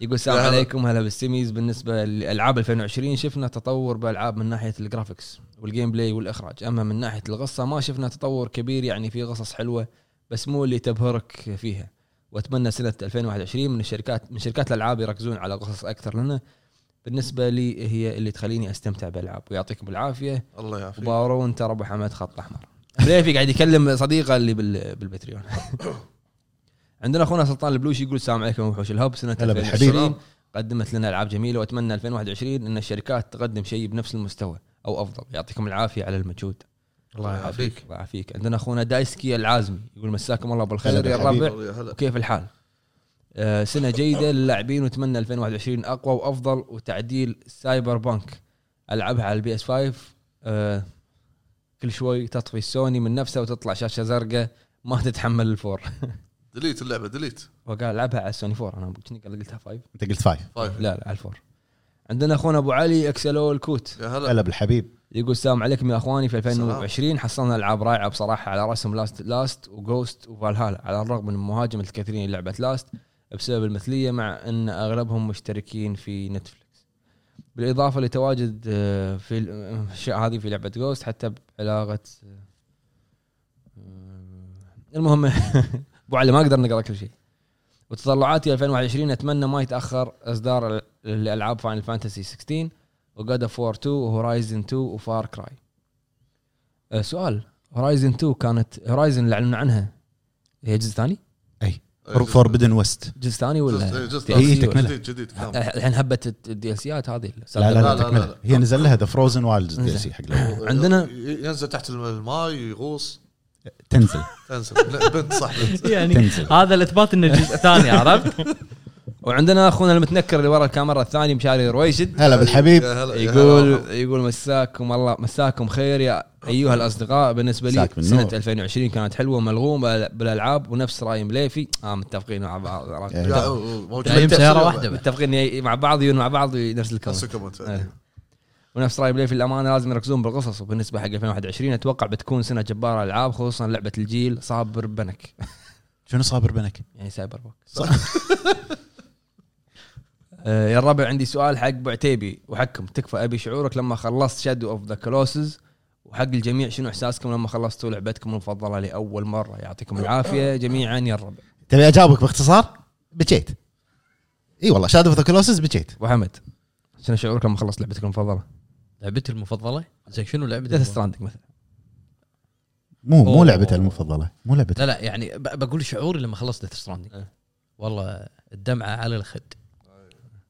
S1: يقول السلام
S2: لا، لا.
S1: عليكم هلا بالسيميز بالنسبه لالعاب 2020 شفنا تطور بالالعاب من ناحيه الجرافكس والجيم بلاي والاخراج اما من ناحيه القصه ما شفنا تطور كبير يعني في قصص حلوه بس مو اللي تبهرك فيها واتمنى سنه 2021 من الشركات من شركات الالعاب يركزون على قصص اكثر لنا بالنسبه لي هي اللي تخليني استمتع بالالعاب ويعطيكم العافيه
S2: الله يعافيك
S1: وبارون ترى ابو حمد خط احمر ليفي قاعد يكلم صديقه اللي بال... بالبتريون عندنا اخونا سلطان البلوشي يقول السلام عليكم وحوش الهب سنه
S3: هلا بالحبيب.
S1: 2020 قدمت لنا العاب جميله واتمنى 2021 ان الشركات تقدم شيء بنفس المستوى او افضل يعطيكم العافيه على المجهود
S2: الله يعافيك
S1: الله يعافيك عندنا اخونا دايسكي العازمي يقول مساكم الله بالخير
S3: هلا
S1: يا الربع
S2: يا هلا
S1: وكيف الحال؟ آه، سنة جيدة للاعبين واتمنى 2021 اقوى وافضل وتعديل سايبر بانك العبها على البي اس 5 آه، كل شوي تطفي السوني من نفسها وتطلع شاشة زرقاء ما تتحمل الفور
S2: ديليت اللعبه ديليت
S1: وقال العبها على السوني 4 انا كنت قلتها 5
S3: انت قلت فايف
S1: لا لا على الفور عندنا اخونا ابو علي اكسلو الكوت
S2: يا هلا
S3: هلا بالحبيب
S1: يقول السلام عليكم يا اخواني في 2020 حصلنا العاب رائعه بصراحه على راسهم لاست لاست وجوست وفالهالا على الرغم من مهاجمه الكثيرين لعبه لاست بسبب المثليه مع ان اغلبهم مشتركين في نتفلكس بالاضافه لتواجد آه، في ال- آه، الاشياء هذه في لعبه جوست حتى بعلاقه آه، المهم ابو علي ما اقدر نقرا كل شيء وتطلعاتي 2021 اتمنى ما يتاخر اصدار ال- الالعاب فاينل فانتسي 16 وجاد اوف 4 2 وهورايزن 2 وفار كراي أه سؤال هورايزن 2 كانت هورايزن اللي اعلنوا عنها هي جزء ثاني؟
S3: اي فوربدن وست
S1: جزء ثاني ولا
S2: جزء
S1: DLC
S3: هي
S1: ولا-
S3: تكملة.
S2: إيه، جديد جديد كلام.
S1: الحين هبه الدي ال سيات هذه
S3: لا لا
S2: لا،
S3: لا
S2: لا،
S3: تكملة.
S2: لا.
S3: هي نزل لها ذا فروزن وايلدز
S1: إنزين.
S3: دي سي حق الأول.
S1: عندنا-
S2: ينزل تحت الماي يغوص
S3: تنزل
S2: تنزل لا، بنت صح بنت
S4: يعني
S3: تنزل
S4: هذا الاثبات انه جزء ثاني عرفت؟
S1: وعندنا اخونا المتنكر اللي ورا الكاميرا الثاني مشاري رويشد
S3: هلا بالحبيب
S2: يا هلا- يا هلا
S1: يقول
S2: والله.
S1: يقول مساكم الله مساكم خير يا ايها الاصدقاء بالنسبه لي
S3: مساك بالنور.
S1: سنه 2020 كانت حلوه ملغومه بالالعاب ونفس راي مليفي اه متفقين مع بعض عرفت؟
S3: إيه.
S2: يا- موجود
S4: جايين بسياره واحده بعد.
S1: متفقين ي- مع بعض يجون مع بعض نفس الكلام
S2: نفس الكومنت
S1: أيوه. ونفس راي بلاي في الامانه لازم يركزون بالقصص وبالنسبه حق 2021 اتوقع بتكون سنه جباره العاب خصوصا لعبه الجيل صابر بنك
S3: شنو صابر بنك؟
S1: يعني سايبر بانك آه، يا الربع عندي سؤال حق ابو عتيبي وحقكم تكفى ابي شعورك لما خلصت شادو اوف ذا كلوسز وحق الجميع شنو احساسكم لما خلصتوا لعبتكم المفضله لاول مره يعطيكم العافيه جميعا يا الربع
S3: تبي اجاوبك باختصار؟ بكيت اي والله شادو اوف ذا كلوسس بكيت
S1: ابو حمد شنو شعورك لما خلصت لعبتك المفضله؟
S4: لعبتي المفضله زين شنو لعبتي؟
S1: ديث
S4: المفضلة؟
S1: ستراندنج مثلا
S3: مو مو
S4: أوه.
S3: لعبته المفضله مو لعبته
S4: لا لا يعني ب- بقول شعوري لما خلصت ديث ستراندنج
S1: إيه.
S4: والله الدمعه على الخد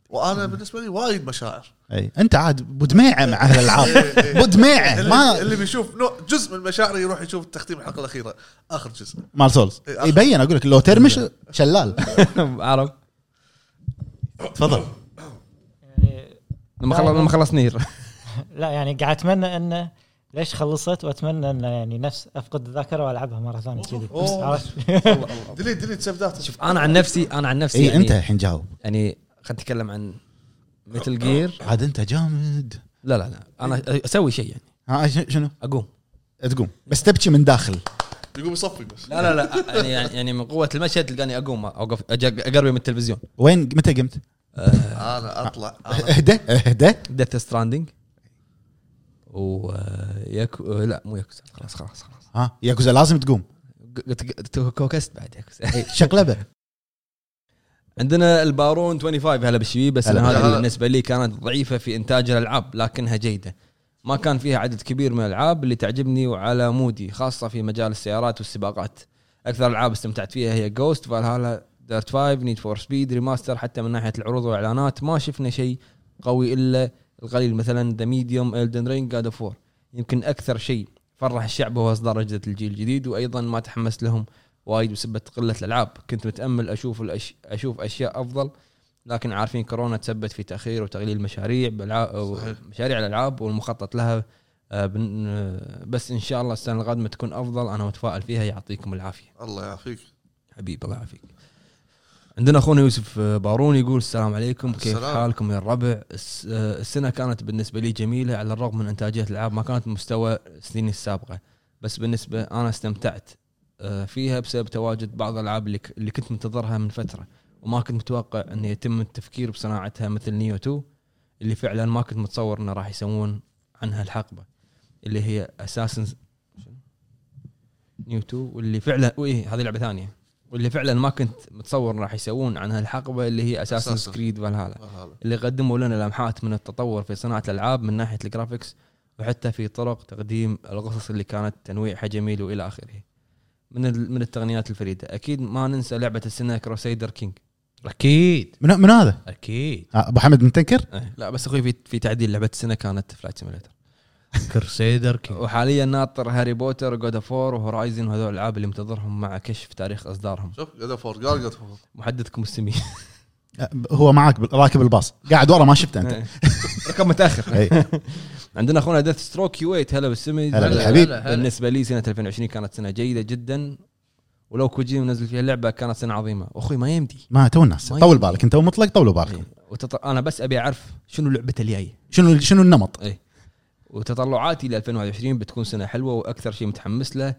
S2: وانا بالنسبه لي وايد مشاعر
S3: اي انت عاد بدميعه مع اهل الالعاب
S2: إيه، إيه.
S3: بدميعه
S2: اللي,
S3: ما
S2: اللي بيشوف نوع جزء من مشاعري يروح يشوف تختيم الحلقه الاخيره اخر جزء
S3: مال سولز
S2: إيه، آخر.
S3: يبين اقول لك لو ترمش شلال إيه،
S1: عرب
S3: تفضل
S5: يعني
S1: لما خلص لما خلص نير
S5: لا يعني قاعد اتمنى انه ليش خلصت واتمنى انه يعني نفس افقد الذاكره والعبها مره ثانيه كذي
S2: أوه.
S5: عرفت؟
S2: ديليت ديليت سيف داتا
S1: شوف انا عن نفسي انا عن نفسي
S3: اي
S1: يعني
S3: انت الحين جاوب
S1: يعني خلينا نتكلم عن مثل جير
S3: عاد انت جامد
S1: لا لا لا انا اسوي شيء يعني
S3: ها ش- شنو؟
S1: اقوم
S3: تقوم بس تبكي من داخل
S2: يقوم يصفق بس
S1: لا لا لا يعني- يعني يعني من قوه المشهد تلقاني اقوم اوقف أج- اقرب من التلفزيون
S3: وين متى قمت؟
S2: انا اطلع أنا
S3: اهدى اهدى
S1: ديث ستراندنج و آه، ياكو آه، لا مو ياكوزا خلاص خلاص خلاص
S3: ها ياكوزا لازم تقوم إيه،
S1: قلت قلت كوكست بعد ياكوزا
S3: شقلبه
S1: عندنا البارون 25 هلا بالشبيب بس
S3: هلا.
S1: أنا
S2: هلا.
S1: هذه بالنسبه لي كانت ضعيفه في انتاج الالعاب لكنها جيده ما كان فيها عدد كبير من الالعاب اللي تعجبني وعلى مودي خاصه في مجال السيارات والسباقات اكثر العاب استمتعت فيها هي جوست فالهالا دارت 5 نيد فور سبيد ريماستر حتى من ناحيه العروض والاعلانات ما شفنا شيء قوي الا القليل مثلا ذا ميديوم الدن رينج جاد اوف وور يمكن اكثر شيء فرح الشعب هو اصدار اجهزه الجيل الجديد وايضا ما تحمست لهم وايد بسبه قله الالعاب كنت متامل اشوف الأش... اشوف اشياء افضل لكن عارفين كورونا تسبت في تاخير وتقليل مشاريع بالعاب
S2: صحيح.
S1: مشاريع الالعاب والمخطط لها آه، بن- آه، بس ان شاء الله السنه القادمه تكون افضل انا متفائل فيها يعطيكم العافيه
S2: الله يعافيك
S1: حبيبي الله يعافيك عندنا اخونا يوسف بارون يقول السلام عليكم كيف
S2: السلام.
S1: حالكم يا الربع الس- آه، السنه كانت بالنسبه لي جميله على الرغم من انتاجيه الالعاب ما كانت مستوى السنين السابقه بس بالنسبه انا استمتعت آه، فيها بسبب تواجد بعض الالعاب اللي ك- اللي كنت منتظرها من فتره وما كنت متوقع ان يتم التفكير بصناعتها مثل نيو 2 اللي فعلا ما كنت متصور انه راح يسوون عنها الحقبه اللي هي اساسن نيو 2 واللي فعلا وإيه هذه لعبه ثانيه واللي فعلا ما كنت متصور راح يسوون عنها الحقبه اللي هي اساسن
S2: Assassin's.
S1: سكريد فالهالا
S2: هلا.
S1: اللي قدموا لنا لمحات من التطور في صناعه الالعاب من ناحيه الجرافكس وحتى في طرق تقديم القصص اللي كانت تنويعها جميل والى اخره من ال- من التقنيات الفريده اكيد ما ننسى لعبه السنه كروسيدر كينج
S4: اكيد
S3: من من هذا؟
S4: اكيد
S3: آه، ابو حمد متنكر؟
S1: أه. لا بس اخوي في في تعديل لعبه السنه كانت فلايت سيميليتر
S4: كرسيدر كينج
S1: وحاليا ناطر هاري بوتر جود اوف وور وهورايزن وهذول الالعاب اللي منتظرهم مع كشف تاريخ اصدارهم
S2: شوف قد فور قال قد فور
S1: محدثكم السمي
S3: آه، هو معك بال- راكب الباص قاعد ورا ما شفته إيه. انت
S7: رقم متاخر
S3: إي.
S1: عندنا اخونا ديث ستروك يويت هلا بالسمي
S3: هلا بالحبيب.
S4: هلا.
S1: بالنسبه لي سنه 2020 كانت سنه جيده جدا ولو كوجيما منزل فيها اللعبه كانت سنه عظيمه اخوي ما يمدي
S3: ما تو الناس
S1: ما إيه.
S3: طول
S1: يمدي.
S3: بالك انت مطلق طولوا بالكم
S1: وتط... انا بس ابي اعرف شنو لعبته الجايه
S3: شنو شنو النمط؟
S1: وتطلعاتي ل 2021 بتكون سنه حلوه واكثر شيء متحمس له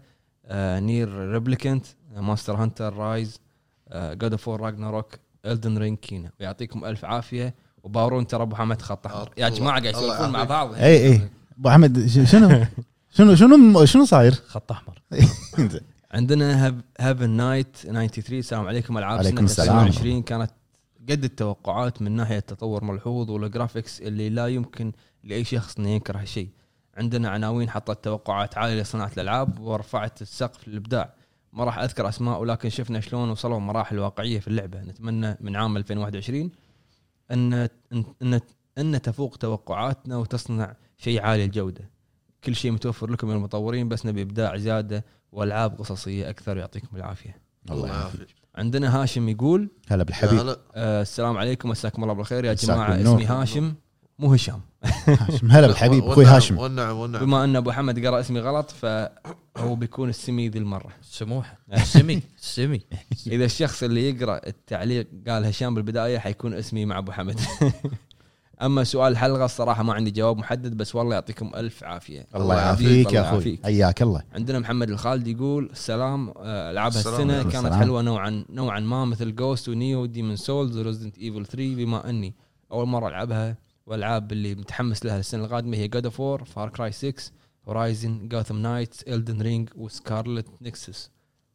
S1: آه نير ريبليكنت آه، ماستر هانتر رايز آه، جود اوف وور راجناروك الدن رينج كينا ويعطيكم الف عافيه وبارون ترى ابو حمد خط احمر يا
S2: الله-
S1: جماعه قاعد
S2: الله
S1: يسولفون مع
S2: يعافيك.
S1: بعض
S3: اي اي ابو إيه، حمد ش- شنو شنو شنو شنو صاير؟
S4: خط احمر
S1: عندنا هافن نايت 93 السلام عليكم العاب
S3: عليكم
S1: سنة
S3: السلام.
S1: 2020 كانت قد التوقعات من ناحيه التطور ملحوظ والجرافيكس اللي لا يمكن لاي شخص انه ينكره شيء عندنا عناوين حطت توقعات عاليه لصناعه الالعاب ورفعت السقف للابداع ما راح اذكر اسماء ولكن شفنا شلون وصلوا مراحل واقعيه في اللعبه نتمنى من عام 2021 ان ان ان, أن تفوق توقعاتنا وتصنع شيء عالي الجوده كل شيء متوفر لكم يا المطورين بس نبي ابداع زياده والعاب قصصيه اكثر يعطيكم العافيه.
S2: الله يعافيك
S1: عندنا هاشم يقول
S3: هلا
S2: يا
S3: بالحبيب
S2: هلا
S1: آه السلام عليكم مساكم الله بالخير يا
S3: مساكم
S1: جماعه
S3: النور.
S1: اسمي هاشم مو هشام
S3: هاشم هلا بالحبيب اخوي
S2: والنعم-
S3: طيب، هاشم
S2: والنعم والنعم
S1: بما ان ابو حمد قرا اسمي غلط فهو بيكون السمي ذي المره
S4: سموحه السمي السمي
S1: اذا الشخص اللي يقرا التعليق قال هشام بالبدايه حيكون اسمي مع ابو حمد اما سؤال الحلقه الصراحه ما عندي جواب محدد بس والله يعطيكم الف عافيه
S3: الله يعافيك
S1: الله
S3: يا اخوي
S1: يعافيك.
S3: حياك الله
S1: عندنا محمد الخالد يقول السلام آه، العابها
S2: السلام
S1: السنه
S2: عليكم.
S1: كانت
S3: السلام.
S1: حلوه نوعا نوعا ما مثل جوست ونيو ديمون سولز وريزدنت ايفل 3 بما اني اول مره العبها والالعاب اللي متحمس لها السنه القادمه هي جاد اوف وور فار كراي 6 هورايزن جاثم نايتس الدن رينج وسكارلت نكسس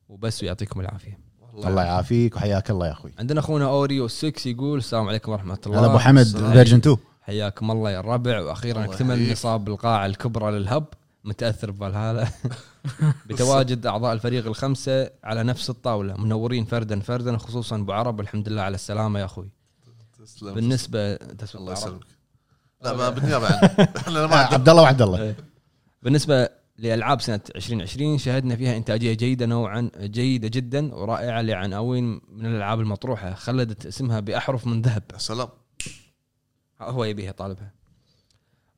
S1: وبس ويعطيكم العافيه
S3: الله يعافيك وحياك الله يا اخوي
S1: عندنا اخونا اوريو 6 يقول السلام عليكم ورحمه الله
S3: هلا ابو حمد
S1: السلام.
S3: فيرجن 2
S1: حياكم الله يا الربع واخيرا
S2: الله
S1: اكتمل
S2: يحييك.
S1: نصاب القاعه الكبرى للهب متاثر بفالهالا بتواجد اعضاء الفريق الخمسه على نفس الطاوله منورين فردا فردا خصوصا ابو عرب الحمد لله على السلامه يا اخوي
S2: تسلم.
S1: بالنسبه تسلم
S2: الله
S1: أبو عرب.
S2: يسلمك لا ما بالنيابه عنك احنا ما عندنا
S3: عبد الله وعبد الله
S1: إيه. بالنسبه لالعاب سنه 2020 شهدنا فيها انتاجيه جيده نوعا جيده جدا ورائعه لعناوين من الالعاب المطروحه خلدت اسمها باحرف من ذهب
S2: يا سلام
S1: هو يبيها طالبها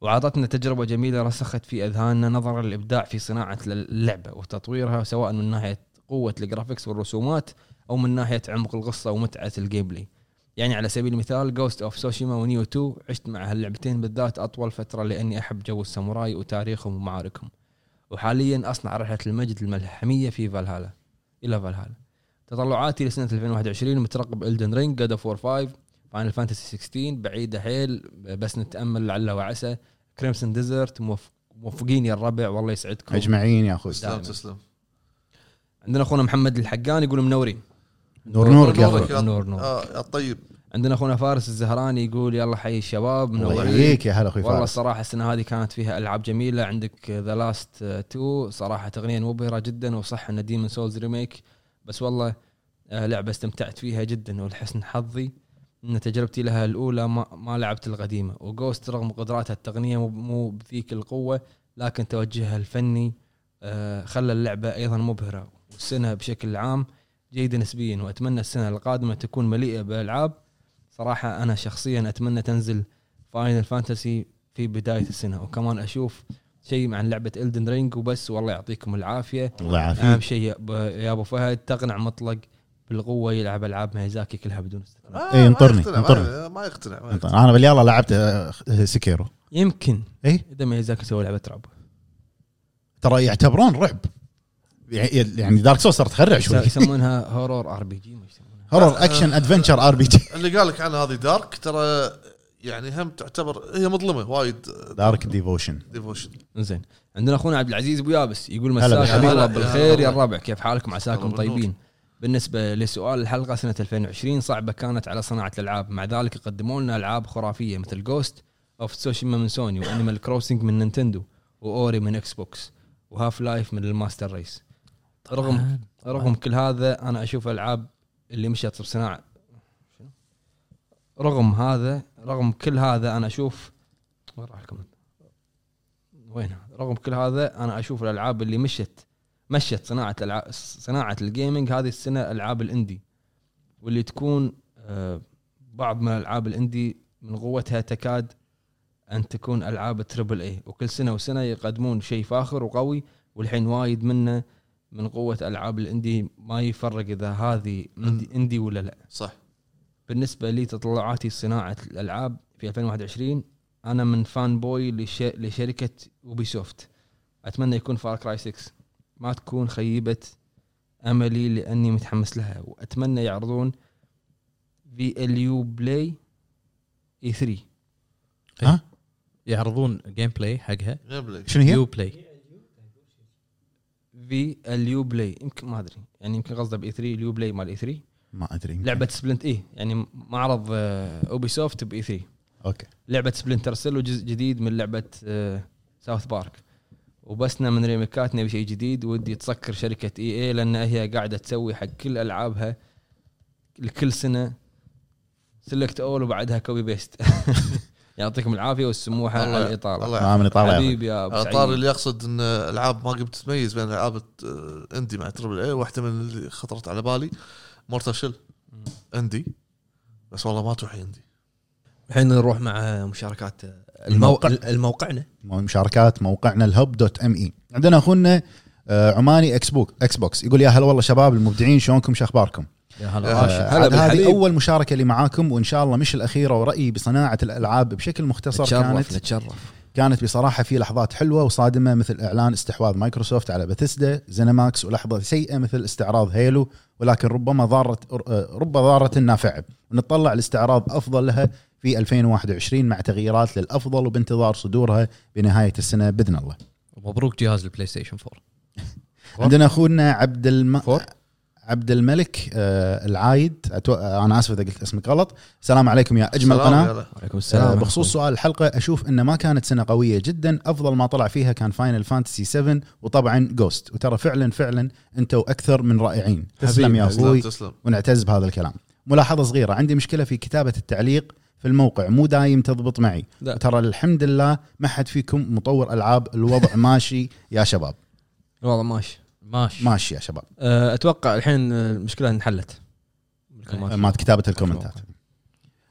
S1: وعطتنا تجربة جميلة رسخت في أذهاننا نظرا للإبداع في صناعة اللعبة وتطويرها سواء من ناحية قوة الجرافيكس والرسومات أو من ناحية عمق القصة ومتعة الجيم بلاي يعني على سبيل المثال جوست اوف سوشيما ونيو 2 عشت مع هاللعبتين بالذات أطول فترة لأني أحب جو الساموراي وتاريخهم ومعاركهم وحاليا أصنع رحلة المجد الملحمية في فالهالا إلى فالهالا تطلعاتي لسنة 2021 مترقب الدن رينج جاد اوف 5 فاينل فانتسي 16 بعيده حيل بس نتامل لعل وعسى كريمسون ديزرت موفقين يا الربع والله يسعدكم
S3: اجمعين يا اخوي
S2: تسلم
S1: دائماً.
S2: تسلم
S1: عندنا اخونا محمد الحقان يقول منورين
S3: نور نورك يا
S2: نورك
S3: اخوي
S2: يا-
S1: نور نور
S2: آه، يا الطيب
S1: عندنا اخونا فارس الزهراني يقول يلا حي الشباب
S3: الله
S1: منورين
S3: يحييك يا هلا اخوي
S1: والله
S3: فارس
S1: الصراحه السنه هذه كانت فيها العاب جميله عندك ذا لاست 2 صراحه تقنيا مبهره جدا وصح ان ديمن سولز ريميك بس والله آه، لعبه استمتعت فيها جدا ولحسن حظي ان تجربتي لها الاولى ما, ما لعبت القديمه وجوست رغم قدراتها التقنيه مو- مو بذيك القوه لكن توجهها الفني آه، خلى اللعبه ايضا مبهره والسنه بشكل عام جيده نسبيا واتمنى السنه القادمه تكون مليئه بالالعاب صراحه انا شخصيا اتمنى تنزل فاينل فانتسي في بدايه السنه وكمان اشوف شيء عن لعبه الدن رينج وبس والله يعطيكم العافيه
S3: الله
S1: اهم
S3: يعافيك
S1: شيء يا ب- يا ابو فهد تقنع مطلق بالقوه يلعب العاب ميازاكي كلها بدون استثناء
S2: آه، ما-
S3: إيه،
S2: ما
S3: انطرني،
S2: يقتنع، ما-
S3: انطرني.
S2: ما يقتنع ما يقتنع.
S3: انا باليلا لعبت آه، سكيرو
S1: يمكن
S3: إيه؟
S1: اذا ميازاكي سوى لعبه رعب
S3: ترى يعتبرون رعب يعني- يعني دارك سوس صارت تخرع شوي
S1: يسمونها هورور ار بي جي ما يسمونها
S3: هورر
S1: آه،
S3: اكشن ادفنشر ار بي جي
S2: اللي قال لك عنها هذه دارك ترى يعني هم تعتبر هي مظلمه وايد
S3: دارك ديفوشن
S2: ديفوشن
S1: زين عندنا اخونا عبد العزيز ابو يابس يقول مساكم
S3: هلا بالحبيب.
S1: الله
S2: هلا.
S1: بالخير
S2: هلا.
S1: يا الربع كيف حالكم عساكم
S2: الله بالنور.
S1: طيبين بالنسبه لسؤال الحلقه سنه 2020 صعبه كانت على صناعه الالعاب مع ذلك قدموا لنا العاب خرافيه مثل جوست اوف تسوشيما من سوني وانيمال كروسنج من نينتندو واوري من اكس بوكس وهاف لايف من الماستر ريس رغم رغم كل هذا انا اشوف العاب اللي مشت بصناعه شنو؟ رغم هذا رغم كل هذا انا اشوف وين راح الكومنت؟ وين رغم كل هذا انا اشوف الالعاب اللي مشت مشت صناعه العاب صناعه الجيمنج هذه السنه العاب الاندي واللي تكون آه، بعض من الالعاب الاندي من قوتها تكاد ان تكون العاب تربل اي وكل سنه وسنه يقدمون شيء فاخر وقوي والحين وايد منه من قوه العاب الاندي ما يفرق اذا هذه اندي- اندي ولا لا
S2: صح
S1: بالنسبه لي تطلعاتي صناعه الالعاب في 2021 انا من فان بوي لش... لشركه اوبيسوفت اتمنى يكون فار كراي 6 ما تكون خيبه املي لاني متحمس لها واتمنى يعرضون في ال يو بلاي اي 3
S4: يعرضون جيم بلاي حقها
S2: يبلي
S3: شنو هي؟
S4: يو بلاي
S1: في ال يو بلاي يمكن ما ادري يعني يمكن قصده باي 3 اليو بلاي مال E اي 3
S3: ما ادري
S1: لعبه سبلنت اي يعني معرض آه، اوبي سوفت باي 3
S3: اوكي
S1: لعبه سبلنتر سيل وجزء جديد من لعبه ساوث بارك وبسنا من ريميكات نبي شيء جديد ودي تسكر شركه اي اي لان هي قاعده تسوي حق كل العابها لكل سنه سلكت اول وبعدها كوبي بيست يعطيكم العافيه والسموحه
S2: الله-
S1: على الاطاله
S2: الله
S3: ما من طالع
S1: حبيبي يا
S3: نعم.
S1: ابو
S2: على طار
S1: سعيد
S2: اللي يقصد ان العاب ما قمت تميز بين العاب الت- آه، اندي مع تربل اي واحده من اللي خطرت على بالي مورتال شيل اندي بس والله ما توحي اندي
S1: الحين نروح مع مشاركات
S3: الموقع.
S1: الموقعنا
S3: مشاركات موقعنا الهب دوت ام اي عندنا اخونا آه، عماني اكس بوك اكس بوكس يقول يا هلا والله شباب المبدعين شلونكم شو اخباركم؟
S4: يا هلا
S2: يا
S4: راشد
S3: آه،
S1: هلا
S3: عاد هذه
S1: بالحبيب.
S3: اول مشاركه لي معاكم وان شاء الله مش الاخيره ورايي بصناعه الالعاب بشكل مختصر
S1: نتشرف
S3: كانت
S1: نتشرف
S3: كانت بصراحه في لحظات حلوه وصادمه مثل اعلان استحواذ مايكروسوفت على بثسدا زينماكس ولحظه سيئه مثل استعراض هيلو ولكن ربما ضارت رب ضاره نافعه ونتطلع لاستعراض افضل لها في 2021 مع تغييرات للافضل وبانتظار صدورها بنهايه السنه باذن الله
S4: مبروك جهاز البلاي ستيشن 4
S3: عندنا اخونا عبد الم...
S1: فور؟
S3: عبد الملك آه العايد أتو... آه، انا اسف اذا قلت اسمك غلط السلام عليكم يا اجمل
S2: سلام،
S3: قناه
S2: يلا.
S1: وعليكم
S3: آه،
S1: السلام
S3: بخصوص سؤال الحلقه اشوف انه ما كانت سنه قويه جدا افضل ما طلع فيها كان فاينل فانتسي 7 وطبعا جوست وترى فعلا فعلا انتوا اكثر من رائعين تسلم يا
S2: تسلم،
S3: اخوي
S2: تسلم
S3: ونعتز بهذا الكلام ملاحظه صغيره عندي مشكله في كتابه التعليق في الموقع مو دايم تضبط معي
S1: لا.
S3: ترى الحمد لله ما حد فيكم مطور العاب الوضع ماشي يا شباب
S1: والله ماشي
S4: ماشي
S3: ماشي يا شباب
S1: أه، اتوقع الحين المشكله انحلت
S3: آه، مالت كتابه الكومنتات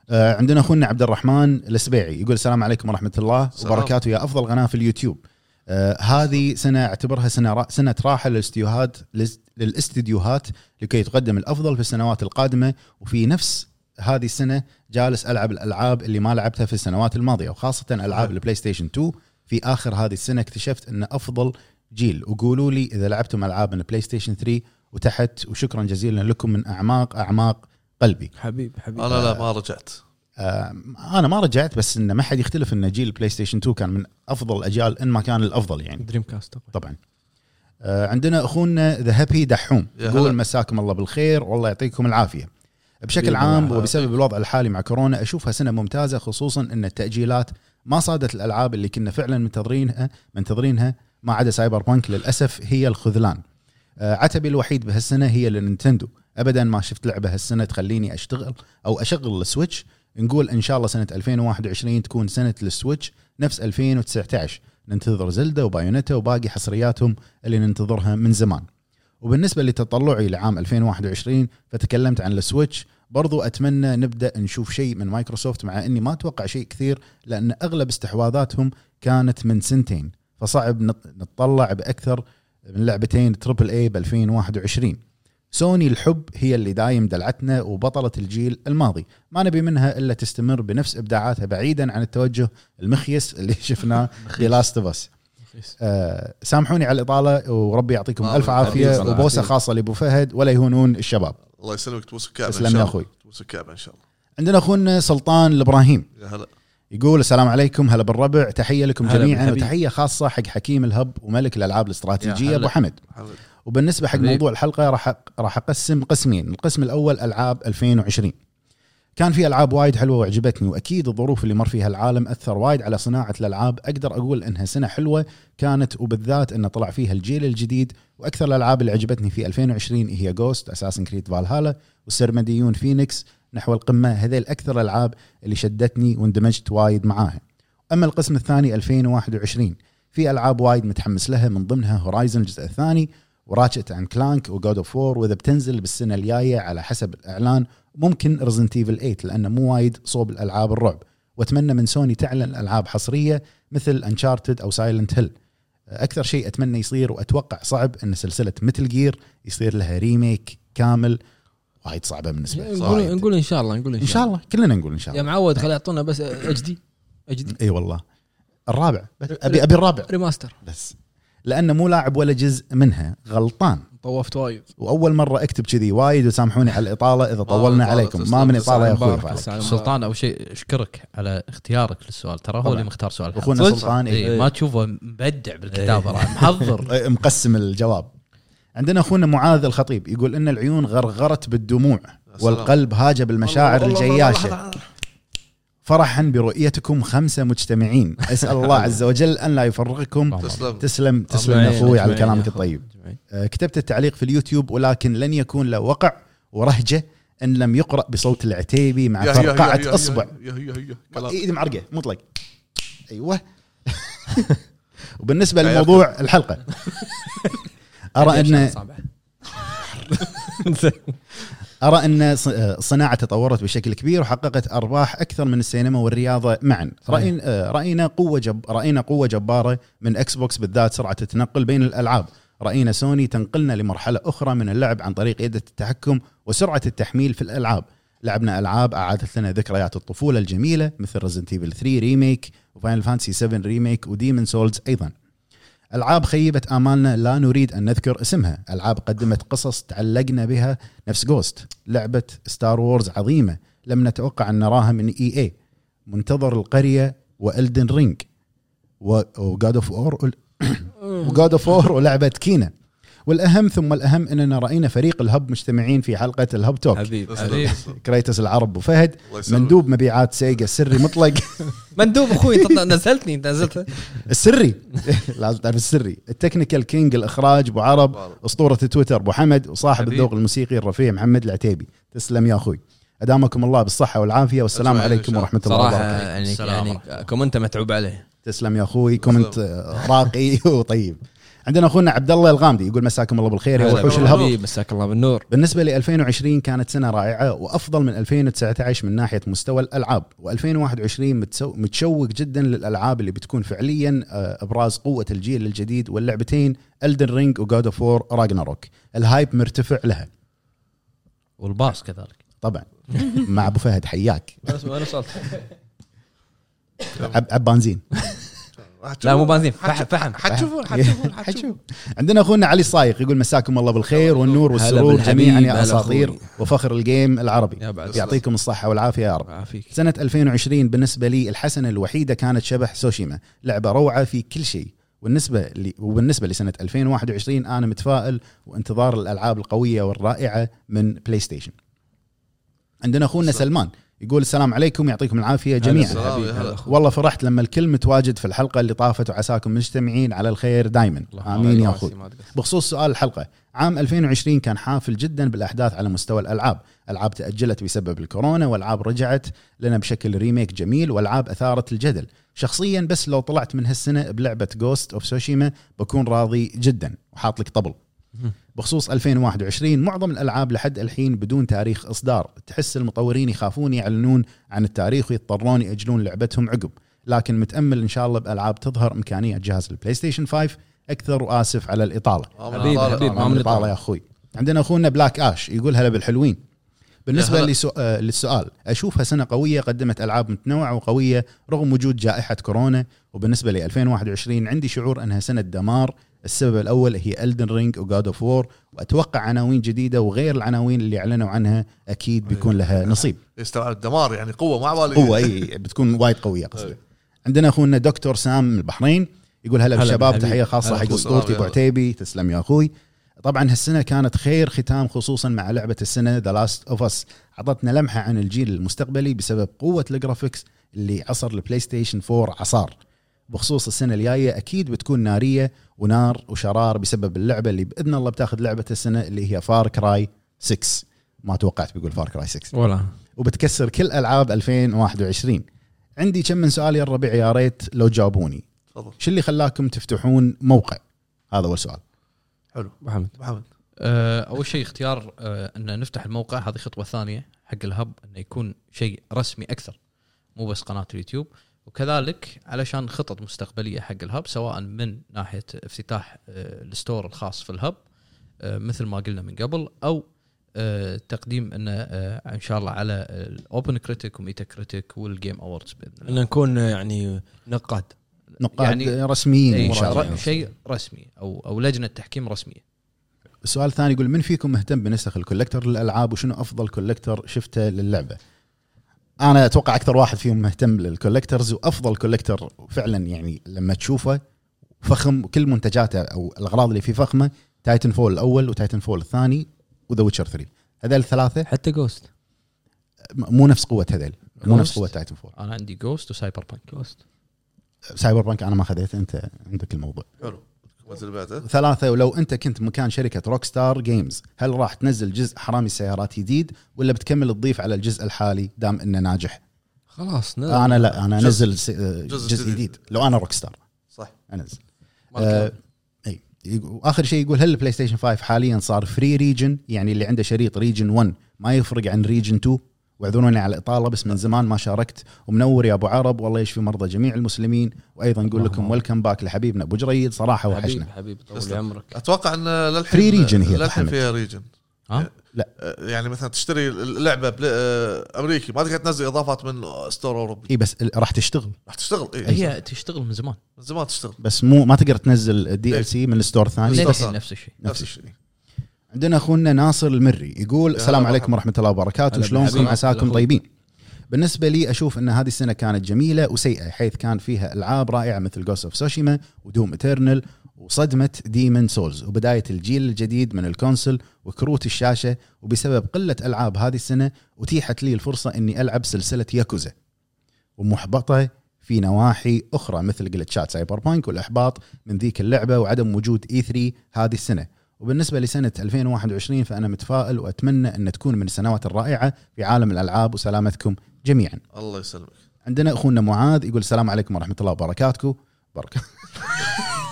S3: آه، عندنا اخونا عبد الرحمن السبيعي يقول السلام عليكم ورحمه الله
S2: سلام.
S3: وبركاته يا افضل قناه في اليوتيوب آه، هذه سنه اعتبرها سنه را سنه راحه للاستديوهات للست- للاستديوهات لكي تقدم الافضل في السنوات القادمه وفي نفس هذه السنه جالس العب الالعاب اللي ما لعبتها في السنوات الماضيه وخاصه العاب البلاي ستيشن 2 في اخر هذه السنه اكتشفت ان افضل جيل وقولوا لي اذا لعبتم العاب من بلاي ستيشن 3 وتحت وشكرا جزيلا لكم من اعماق اعماق قلبي
S1: حبيب حبيب
S2: انا لا ما رجعت
S3: آه، انا ما رجعت بس انه ما حد يختلف ان جيل بلاي ستيشن 2 كان من افضل الاجيال ان ما كان الافضل يعني
S1: دريم كاست
S3: طبعا آه، عندنا اخونا ذا هابي دحوم
S2: يا
S3: يقول
S2: هلا.
S3: مساكم الله بالخير والله يعطيكم العافيه بشكل عام وبسبب الوضع الحالي مع كورونا اشوفها سنه ممتازه خصوصا ان التاجيلات ما صادت الالعاب اللي كنا فعلا منتظرينها منتظرينها ما عدا سايبر بانك للاسف هي الخذلان. آه، عتبي الوحيد بهالسنه هي للنينتندو ابدا ما شفت لعبه هالسنه تخليني اشتغل او اشغل السويتش نقول ان شاء الله سنه 2021 تكون سنه السويتش نفس 2019 ننتظر زلدة وبايونيتا وباقي حصرياتهم اللي ننتظرها من زمان وبالنسبة لتطلعي لعام 2021 فتكلمت عن السويتش برضو أتمنى نبدأ نشوف شيء من مايكروسوفت مع أني ما أتوقع شيء كثير لأن أغلب استحواذاتهم كانت من سنتين فصعب نط- نتطلع بأكثر من لعبتين إيه تربل اي ب 2021 سوني الحب هي اللي دايم دلعتنا وبطلة الجيل الماضي ما نبي منها إلا تستمر بنفس إبداعاتها بعيدا عن التوجه المخيس اللي شفناه في لاست اوف اس آه، سامحوني على الاطاله وربي يعطيكم
S2: آه،
S3: الف عافيه
S2: عافية.
S3: وبوسه خاصه لابو فهد ولا يهونون الشباب
S2: الله يسلمك تبوس الكعبه
S3: تسلم
S2: إن شاء
S3: يا
S2: الله.
S3: أخوي.
S2: تبوس الكعبه ان شاء الله
S3: عندنا اخونا سلطان الابراهيم
S2: يا هلا
S3: يقول السلام عليكم هلا بالربع تحيه لكم
S6: هلا
S3: جميعا
S6: بالحبيب.
S3: وتحيه خاصه حق حكيم الهب وملك الالعاب الاستراتيجيه
S6: يا
S3: ابو
S6: هلا.
S3: حمد
S2: محمد.
S3: وبالنسبه حق
S6: حبيب.
S3: موضوع الحلقه راح أق- راح اقسم قسمين، القسم الاول العاب 2020. كان في العاب وايد حلوه وعجبتني واكيد الظروف اللي مر فيها العالم اثر وايد على صناعه الالعاب، اقدر اقول انها سنه حلوه كانت وبالذات ان طلع فيها الجيل الجديد واكثر الالعاب اللي عجبتني في 2020 هي جوست، اساسن كريد فالهالا، والسرمديون فينيكس نحو القمه هذيل اكثر الالعاب اللي شدتني واندمجت وايد معاها. اما القسم الثاني 2021 في العاب وايد متحمس لها من ضمنها هورايزن الجزء الثاني وراتشت اند كلانك وجود اوف وور واذا بتنزل بالسنه الجايه على حسب الاعلان ممكن ريزنت ايفل 8 لانه مو وايد صوب الالعاب الرعب واتمنى من سوني تعلن العاب حصريه مثل انشارتد او سايلنت هيل اكثر شيء اتمنى يصير واتوقع صعب ان سلسله متل جير يصير لها ريميك كامل وايد صعبه بالنسبه لي
S2: صحيح.
S1: نقول نقول ان شاء الله نقول
S3: ان شاء الله كلنا نقول ان شاء
S1: يا
S3: الله
S1: معود خليه يعطونا بس اتش دي اتش دي
S3: اي والله الرابع ابي ابي الرابع
S1: ريماستر
S3: بس لانه مو لاعب ولا جزء منها غلطان
S1: طوفت وايد
S3: واول مره اكتب كذي وايد وسامحوني على الاطاله
S4: آه،
S3: اذا طولنا
S2: إطالة،
S3: عليكم ما
S2: تسلم،
S3: من اطاله يا اخوي
S1: بارك
S3: فعلا.
S1: السلام.
S4: سلطان اول شيء اشكرك على اختيارك للسؤال ترى هو
S3: طبعاً.
S4: اللي مختار سؤال الحلقة.
S3: اخونا
S4: صدق؟
S3: سلطان إيه.
S4: إيه، ما تشوفه مبدع بالكتابه راه محضر
S3: إيه، مقسم الجواب عندنا اخونا معاذ الخطيب يقول ان العيون غرغرت بالدموع
S2: السلام.
S3: والقلب هاج بالمشاعر
S2: الله- الله- الله- الله-
S3: الجياشه
S2: الله-
S3: فرحا برؤيتكم خمسه مجتمعين اسال الله عز وجل ان لا يفرقكم
S2: تسلم
S3: تسلم تسلم يا اخوي على كلامك الطيب آه، كتبت التعليق في اليوتيوب ولكن لن يكون له وقع ورهجه ان لم يقرا بصوت العتيبي مع
S2: يا- يا- يا- يا-
S3: فرقعه
S2: يا-
S3: اصبع
S2: يا- يا- يا- كلام.
S3: ايدي معرقه مطلق ايوه وبالنسبه لموضوع الحلقه ارى ان ارى ان ص- الصناعه تطورت بشكل كبير وحققت ارباح اكثر من السينما والرياضه معا رأي آه، راينا قوه جب راينا قوه جباره من اكس بوكس بالذات سرعه التنقل بين الالعاب راينا سوني تنقلنا لمرحله اخرى من اللعب عن طريق يد التحكم وسرعه التحميل في الالعاب لعبنا العاب اعادت لنا ذكريات الطفوله الجميله مثل ريزنت ايفل 3 ريميك وفاينل فانسي 7 ريميك وديمن سولز ايضا العاب خيبت امالنا لا نريد ان نذكر اسمها العاب قدمت قصص تعلقنا بها نفس جوست لعبه ستار وورز عظيمه لم نتوقع ان نراها من اي اي منتظر القريه والدن رينج وجاد اوف اور وجاد اوف اور ولعبه كينا والاهم ثم الاهم اننا راينا فريق الهب مجتمعين في حلقه الهب توك
S6: حبيب
S2: تسلم.
S3: كريتس العرب وفهد
S2: الله يسلمك.
S3: مندوب مبيعات سيجا سري مطلق
S1: مندوب اخوي تط- نزلتني نزلت
S3: السري لازم تعرف السري التكنيكال كينج الاخراج ابو عرب اسطوره تويتر ابو حمد وصاحب
S4: حبيب.
S3: الذوق الموسيقي الرفيع محمد العتيبي تسلم يا اخوي ادامكم الله بالصحه والعافيه والسلام
S2: أجمعين إن
S3: عليكم
S2: شاء
S3: ورحمه الله
S6: صراحه
S3: وبركاته
S6: يعني
S4: السلام
S6: يعني كومنت متعوب عليه
S3: تسلم يا اخوي كومنت آه، راقي وطيب عندنا اخونا عبد الله الغامدي يقول مساكم الله بالخير يا
S6: هلا
S3: وحوش
S6: بالحبيب،
S3: الهب
S6: مساك الله بالنور
S3: بالنسبة ل 2020 كانت سنة رائعة وأفضل من 2019 من ناحية مستوى الألعاب و2021 متسو- متشوق جدا للألعاب اللي بتكون فعليا آه، إبراز قوة الجيل الجديد واللعبتين ألدن رينج وجود اوف وور راجناروك الهايب مرتفع لها
S4: والباص كذلك
S3: طبعا مع ابو فهد حياك
S1: انا وصلت
S3: عب, عب بنزين
S6: لا مو بنزين فحم فحم
S2: حتشوفون حتشوفون حتشوفون
S3: عندنا اخونا علي الصايق يقول مساكم الله بالخير والنور والسرور
S6: بالحبيب،
S3: جميعا يا
S6: هلا
S3: اساطير
S6: أخوي.
S3: وفخر الجيم العربي
S6: يا بعد.
S3: يعطيكم الصحه والعافيه يا رب
S6: عافيك
S3: سنة 2020 بالنسبة لي الحسنة الوحيدة كانت شبح سوشيما لعبة روعة في كل شيء والنسبة لي وبالنسبة لسنة 2021 أنا متفائل وانتظار الألعاب القوية والرائعة من بلاي ستيشن عندنا اخونا سلمان يقول السلام عليكم يعطيكم العافيه جميعا
S2: السلام.
S6: حبيبي،
S2: يا
S6: هلا
S2: هلا.
S6: أخوي.
S3: والله فرحت لما الكل متواجد في الحلقه اللي طافت وعساكم مجتمعين على الخير دائما
S6: اللهم
S3: امين
S6: على
S3: يا
S6: رأسي
S3: اخوي
S6: ما أدري.
S3: بخصوص سؤال الحلقه عام 2020 كان حافل جدا بالاحداث على مستوى الالعاب العاب تاجلت بسبب الكورونا والعاب رجعت لنا بشكل ريميك جميل والعاب اثارت الجدل شخصيا بس لو طلعت من هالسنه بلعبه جوست اوف سوشيما بكون راضي جدا وحاط لك طبل بخصوص 2021 معظم الالعاب لحد الحين بدون تاريخ اصدار تحس المطورين يخافون يعلنون عن التاريخ ويضطرون ياجلون لعبتهم عقب لكن متامل ان شاء الله بالعاب تظهر امكانيه جهاز البلاي ستيشن 5 اكثر واسف على الاطاله
S2: آه،
S6: حبيبي،
S2: طيب،
S6: حبيبي.
S3: طال
S6: عمري
S3: عمري
S6: طال.
S3: طال يا اخوي عندنا اخونا بلاك اش يقول هلا بالحلوين بالنسبه
S2: يا هلا.
S3: لسو... آه، للسؤال اشوفها سنه قويه قدمت العاب متنوعه وقويه رغم وجود جائحه كورونا وبالنسبه ل 2021 عندي شعور انها سنه دمار السبب الاول هي الدن رينج وجاد اوف وور واتوقع عناوين جديده وغير العناوين اللي اعلنوا عنها اكيد بيكون لها نصيب
S2: يستوعب الدمار يعني قوه مع بالي
S3: قوه اي بتكون وايد قويه قصدي
S2: أي.
S3: عندنا اخونا دكتور سام من البحرين يقول هلا
S6: هلا
S3: بالشباب
S6: بالحبيب.
S3: تحيه خاصه
S6: هلا
S3: حق
S2: بالسلام
S3: اسطورتي
S2: يا
S3: ابو
S2: هلا.
S3: عتيبي تسلم يا اخوي طبعا هالسنه كانت خير ختام خصوصا مع لعبه السنه ذا لاست اوف اس اعطتنا لمحه عن الجيل المستقبلي بسبب قوه الجرافيكس اللي عصر البلاي ستيشن 4 عصار بخصوص السنه الجايه اكيد بتكون ناريه ونار وشرار بسبب اللعبه اللي باذن الله بتاخذ لعبه السنه اللي هي فار كراي 6 ما توقعت بيقول فار كراي 6
S6: ولا
S3: وبتكسر كل العاب 2021 عندي كم من سؤال يا الربيع يا ريت لو جاوبوني
S2: تفضل
S3: شو اللي خلاكم تفتحون موقع هذا اول سؤال
S2: حلو
S6: ابو حمد
S2: أبو حمد
S4: آه، اول شيء اختيار آه، ان نفتح الموقع هذه خطوه ثانيه حق الهب انه يكون شيء رسمي اكثر مو بس قناه اليوتيوب وكذلك علشان خطط مستقبليه حق الهب سواء من ناحيه افتتاح آه، الستور الخاص في الهب آه، مثل ما قلنا من قبل او آه، تقديم انه آه، ان شاء الله على الاوبن كريتيك وميتا كريتيك والجيم اووردز باذن
S6: ان
S4: الله
S6: نكون يعني نقاد
S3: نقاد يعني
S4: يعني-
S3: رسميين
S4: أي
S3: ان شاء الله
S4: شيء- شيء رسمي او او لجنه تحكيم رسميه
S3: السؤال الثاني يقول من فيكم مهتم بنسخ الكولكتر للالعاب وشنو افضل كولكتر شفته للعبه انا اتوقع اكثر واحد فيهم مهتم للكولكترز وافضل كولكتر فعلا يعني لما تشوفه فخم وكل منتجاته او الاغراض اللي فيه فخمه تايتن فول الاول وتايتن فول الثاني وذا ويتشر 3 هذول الثلاثه
S6: حتى جوست
S3: م- مو نفس قوه هذيل مو نفس
S4: Ghost.
S3: قوه تايتن فول
S4: انا عندي جوست وسايبر بانك
S6: جوست
S3: سايبر بانك انا ما خذيته انت عندك الموضوع
S2: حلو مثل
S3: إيه؟
S2: بعده
S3: ثلاثة ولو انت كنت مكان شركة روك ستار جيمز هل راح تنزل جزء حرامي سيارات جديد ولا بتكمل تضيف على الجزء الحالي دام انه ناجح
S6: خلاص نزل.
S3: انا لا انا
S2: جزء-
S3: انزل س- آه،
S2: جزء
S3: جزء
S2: جديد.
S3: جديد لو انا روك ستار
S2: صح
S3: انزل
S2: ما
S3: آه، اي يق- واخر شيء يقول هل البلاي ستيشن 5 حاليا صار فري ريجن يعني اللي عنده شريط ريجن 1 ما يفرق عن ريجن 2 واعذروني على الاطاله بس من زمان ما شاركت ومنور يا ابو عرب والله يشفي مرضى جميع المسلمين وايضا نقول لكم ويلكم باك لحبيبنا ابو جريد صراحه
S6: حبيبي
S3: آه، وحشنا
S6: حبيبي طول
S2: تسلم.
S6: عمرك
S2: اتوقع ان للحين
S3: Free region هي
S2: للحين
S3: الحمد.
S2: فيها ريجن
S4: ها؟
S3: لا.
S2: يعني مثلا تشتري لعبه بل... آه، امريكي ما تقدر تنزل اضافات من ستور اوروبي
S3: اي بس ال- راح تشتغل
S2: راح تشتغل اي
S4: هي تشتغل من زمان
S2: من زمان تشتغل
S3: بس مو ما تقدر تنزل دي ال سي من الستور
S4: لين
S3: ثاني
S2: بالضبط.
S4: الحين نفس الشيء
S3: نفس الشيء عندنا اخونا ناصر المري يقول
S2: هلا
S3: السلام عليكم
S2: مرحبا.
S3: ورحمه الله وبركاته
S6: هلا
S3: شلونكم
S6: بالحبيب. هلا
S3: عساكم
S6: أخوي.
S3: طيبين بالنسبه لي اشوف ان هذه السنه كانت جميله وسيئه حيث كان فيها العاب رائعه مثل جوست اوف سوشيما ودوم اترنال وصدمه ديمن سولز وبدايه الجيل الجديد من الكونسل وكروت الشاشه وبسبب قله العاب هذه السنه اتيحت لي الفرصه اني العب سلسله ياكوزا ومحبطه في نواحي اخرى مثل جلتشات سايبر بانك والاحباط من ذيك اللعبه وعدم وجود اي 3 هذه السنه وبالنسبه لسنه 2021 فانا متفائل واتمنى ان تكون من السنوات الرائعه في عالم الالعاب وسلامتكم جميعا.
S2: الله يسلمك
S3: عندنا اخونا معاذ يقول السلام عليكم ورحمه الله وبركاتكم بركة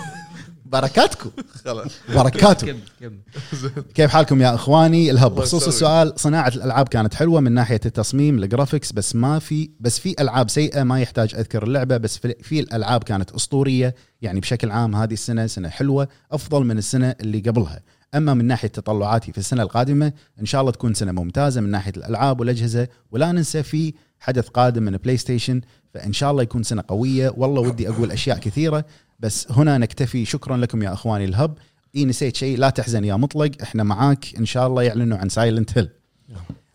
S3: بركاتكم
S2: خلاص
S3: بركاته
S4: كمل كمل
S3: كيف حالكم يا اخواني الهب
S2: الله
S3: بخصوص
S2: يسلمك.
S3: السؤال صناعه الالعاب كانت حلوه من ناحيه التصميم الجرافيكس بس ما في بس في العاب سيئه ما يحتاج اذكر اللعبه بس في, في الالعاب كانت اسطوريه يعني بشكل عام هذه السنه سنه حلوه افضل من السنه اللي قبلها اما من ناحيه تطلعاتي في السنه القادمه ان شاء الله تكون سنه ممتازه من ناحيه الالعاب والاجهزه ولا ننسى في حدث قادم من بلاي ستيشن فان شاء الله يكون سنه قويه والله ودي اقول اشياء كثيره بس هنا نكتفي شكرا لكم يا اخواني الهب اي نسيت شيء لا تحزن يا مطلق احنا معاك ان شاء الله يعلنوا عن سايلنت هيل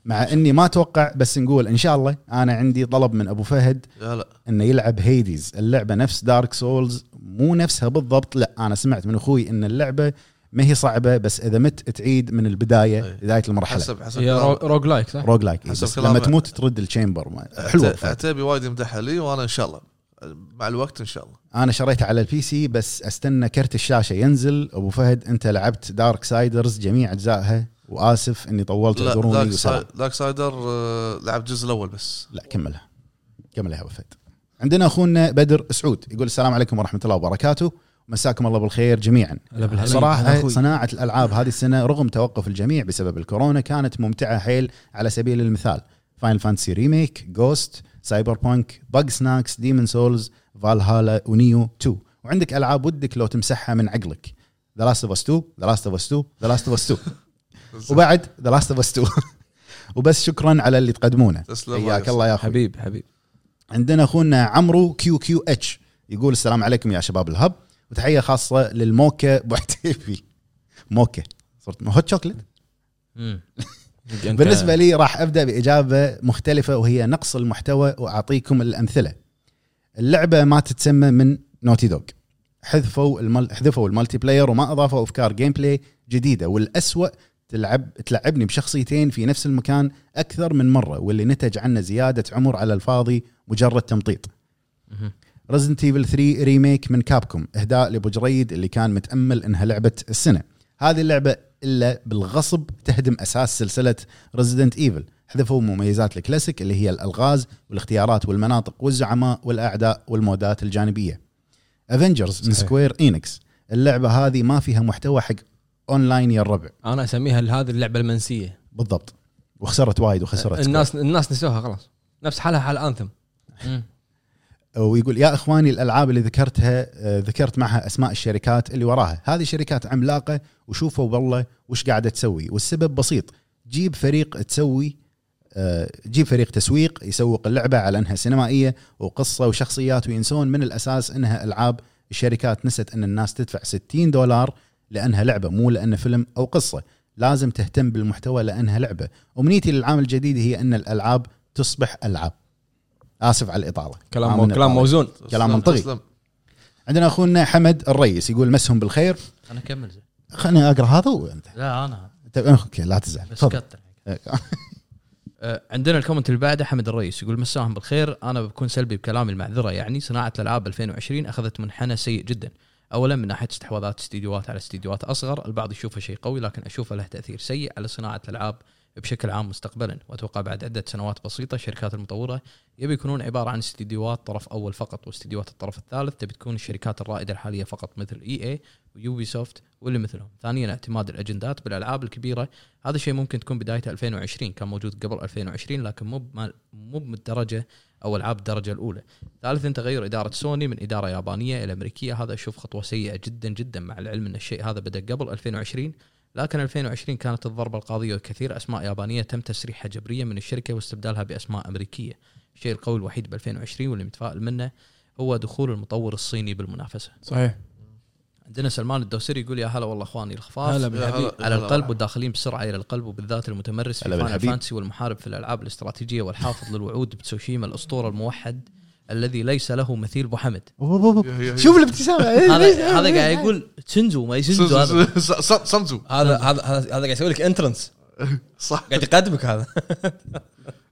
S3: مع اني ما اتوقع بس نقول ان شاء الله انا عندي طلب من ابو فهد
S2: يا هلا
S3: انه يلعب هيديز اللعبه نفس دارك سولز مو نفسها بالضبط لا انا سمعت من اخوي ان اللعبه ما هي صعبه بس اذا مت تعيد من البدايه
S2: أي.
S3: بدايه المرحله
S2: حسب حسب
S1: هي
S2: كلام-
S1: رو- روج لايك صح؟
S3: روج لايك إيه،
S2: حسب
S3: بس
S2: كلامه.
S3: لما تموت ترد الشامبر ما- حلوه
S2: عت- عتيبي وايد يمدحها لي وانا ان شاء الله مع الوقت ان شاء الله
S3: انا شريتها على البي سي بس استنى كرت الشاشه ينزل ابو فهد انت لعبت دارك سايدرز جميع اجزائها واسف اني طولت
S2: لا دارك,
S3: اعذروني
S2: ساي...
S3: وسرعت
S2: دارك سايدر آه، لعب الجزء الاول بس
S3: لا كملها كملها يا ابو فهد عندنا اخونا بدر سعود يقول السلام عليكم ورحمه الله وبركاته مساكم الله بالخير جميعا
S1: هلا بالهلا. هلا
S3: صراحه
S1: أخوي.
S3: صناعه الالعاب هذه السنه رغم توقف الجميع بسبب الكورونا كانت ممتعه حيل على سبيل المثال فاينل فانتسي ريميك جوست سايبر بانك باج سناكس ديمن سولز فالهالا ونيو 2 وعندك العاب ودك لو تمسحها من عقلك ذا لاست اوف اس 2 ذا لاست اوف اس 2 ذا لاست اوف اس 2 وبعد ذا لاست اوف اس 2 وبس شكرا على اللي تقدمونه
S2: تسلم
S3: حياك الله يا اخوي
S6: حبيب حبيب
S3: عندنا اخونا عمرو كيو كيو اتش يقول السلام عليكم يا شباب الهب وتحيه خاصه للموكا ابو عتيبي موكا صرت هوت شوكلت
S4: مم.
S3: بالنسبه لي راح ابدا باجابه مختلفه وهي نقص المحتوى واعطيكم الامثله اللعبه ما تتسمى من نوتي دوغ حذفوا المل... حذفوا المالتي بلاير وما اضافوا افكار جيم بلاي جديده والاسوأ تلعب تلعبني بشخصيتين في نفس المكان اكثر من مره واللي نتج عنه زياده عمر على الفاضي مجرد تمطيط
S4: مهم.
S3: رزنت ايفل 3 ريميك من كابكوم اهداء لابو جريد اللي كان متامل انها لعبه السنه هذه اللعبه الا بالغصب تهدم اساس سلسله ريزيدنت ايفل حذفوا مميزات الكلاسيك اللي هي الالغاز والاختيارات والمناطق والزعماء والاعداء والمودات الجانبيه افنجرز من
S1: صحيح.
S3: سكوير انكس اللعبه هذه ما فيها محتوى حق اونلاين يا الربع
S6: انا اسميها هذه اللعبه المنسيه
S3: بالضبط وخسرت وايد وخسرت سكوير.
S6: الناس الناس نسوها خلاص نفس حالها حال انثم
S3: ويقول يا اخواني الالعاب اللي ذكرتها آه، ذكرت معها اسماء الشركات اللي وراها، هذه شركات عملاقه وشوفوا والله وش قاعده تسوي، والسبب بسيط جيب فريق تسوي آه، جيب فريق تسويق يسوق اللعبه على انها سينمائيه وقصه وشخصيات وينسون من الاساس انها العاب الشركات نست ان الناس تدفع 60 دولار لانها لعبه مو لانها فيلم او قصه، لازم تهتم بالمحتوى لانها لعبه، امنيتي للعام الجديد هي ان الالعاب تصبح العاب. اسف على الاطاله
S6: كلام
S3: آمن
S6: مو- كلام
S3: الإطالة.
S6: موزون
S3: كلام منطقي. عندنا اخونا حمد الريس يقول مسهم بالخير
S4: انا كمل زين
S3: خليني اقرا هذا وانت
S4: لا انا
S3: طيب، اوكي لا تزعل
S4: بس
S3: تفضل
S4: كتر آه، عندنا الكومنت اللي بعده حمد الرئيس يقول مساهم بالخير انا بكون سلبي بكلامي المعذره يعني صناعه الالعاب 2020 اخذت منحنى سيء جدا اولا من ناحيه استحواذات استديوهات على استديوهات اصغر البعض يشوفها شيء قوي لكن اشوفه له تاثير سيء على صناعه الالعاب بشكل عام مستقبلا واتوقع بعد عده سنوات بسيطه الشركات المطوره يبي يكونون عباره عن استديوهات طرف اول فقط واستديوهات الطرف الثالث تبي تكون الشركات الرائده الحاليه فقط مثل اي اي ويوبي سوفت واللي مثلهم ثانيا اعتماد الاجندات بالالعاب الكبيره هذا الشيء ممكن تكون بداية 2020 كان موجود قبل 2020 لكن مو بما- مو بالدرجة أو ألعاب الدرجة الأولى ثالثا تغير إدارة سوني من إدارة يابانية إلى أمريكية هذا أشوف خطوة سيئة جدا جدا مع العلم أن الشيء هذا بدأ قبل 2020 لكن 2020 كانت الضربة القاضية وكثير أسماء يابانية تم تسريحها جبريا من الشركة واستبدالها بأسماء أمريكية الشيء القوي الوحيد ب 2020 واللي متفائل منه هو دخول المطور الصيني بالمنافسة
S1: صحيح
S4: عندنا سلمان الدوسري يقول يا هلا والله اخواني الخفاف
S1: هلا بالحبيب
S4: على القلب وداخلين بسرعه الى القلب وبالذات المتمرس في
S3: هلا
S4: فاينل
S3: بالحبيب.
S4: فانتسي والمحارب في الالعاب الاستراتيجيه والحافظ للوعود بتسوشيما الاسطوره الموحد الذي ليس له مثيل ابو حمد
S3: شوف الابتسامه
S4: هذا هذا قاعد يقول تنزو ما يسنزو هذا
S2: سمزو
S6: هذا هذا هذا هذا قاعد يسوي لك انترنس
S2: صح
S6: قاعد يقدمك هذا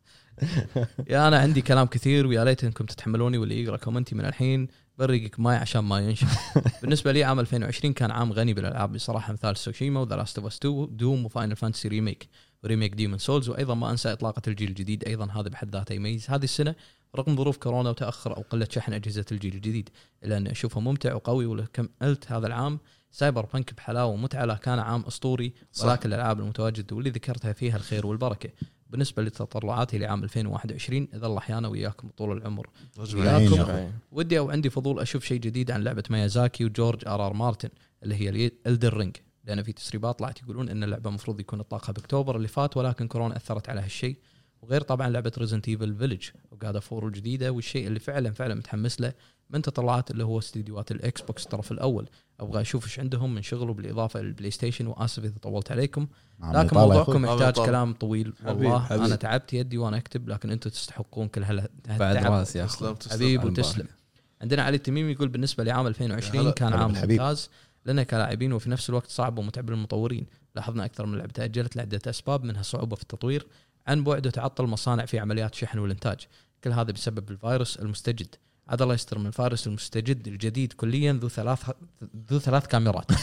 S4: يا انا عندي كلام كثير ويا ليت انكم تتحملوني واللي يقرا كومنتي من الحين برقك ماي عشان ما ينشف بالنسبه لي عام 2020 كان عام غني بالالعاب بصراحه مثال سوشيما وذا لاست اوف اس 2 دوم وفاينل فانتسي ريميك وريميك ديمون سولز وايضا ما انسى اطلاقه الجيل الجديد ايضا هذا بحد ذاته يميز هذه السنه رغم ظروف كورونا وتاخر او قله شحن اجهزه الجيل الجديد الا اني اشوفه ممتع وقوي ولكملت هذا العام سايبر بانك بحلاوه ومتعه لا كان عام اسطوري
S2: صح.
S4: ولكن الالعاب المتواجده واللي ذكرتها فيها الخير والبركه بالنسبه لتطلعاتي لعام 2021 اذا الله احيانا وياكم طول العمر يعني ودي او عندي فضول اشوف شيء جديد عن لعبه ميازاكي وجورج ار ار مارتن اللي هي الدر رينج لان في تسريبات طلعت يقولون ان اللعبه المفروض يكون اطلاقها باكتوبر اللي فات ولكن كورونا اثرت على هالشيء وغير طبعا لعبه ريزنت ايفل فيلج وقاعده فور الجديده والشيء اللي فعلا فعلا متحمس له من تطلعات اللي هو استديوهات الاكس بوكس الطرف الاول ابغى اشوف ايش عندهم من شغل وبالاضافه للبلاي ستيشن واسف اذا طولت عليكم لكن موضوعكم
S2: أخوي.
S4: يحتاج
S2: طال.
S4: كلام طويل والله
S6: حبيب.
S4: انا تعبت يدي وانا اكتب لكن انتم تستحقون كل هال-
S6: بعد
S4: هالتعب
S6: راس يا اخي
S2: تسلم تسلم
S4: حبيب وتسلم عندنا علي التميمي يقول بالنسبه لعام
S2: هلا.
S4: 2020 كان
S3: هلا
S4: عام
S3: بالحبيب.
S4: ممتاز لنا كلاعبين وفي نفس الوقت صعب ومتعب للمطورين لاحظنا اكثر من لعبه تاجلت لعده اسباب منها صعوبه في التطوير عن بعد وتعطل مصانع في عمليات شحن والانتاج كل هذا بسبب الفيروس المستجد عاد الله يستر من الفيروس المستجد الجديد كليا ذو ثلاث ذو ثلاث كاميرات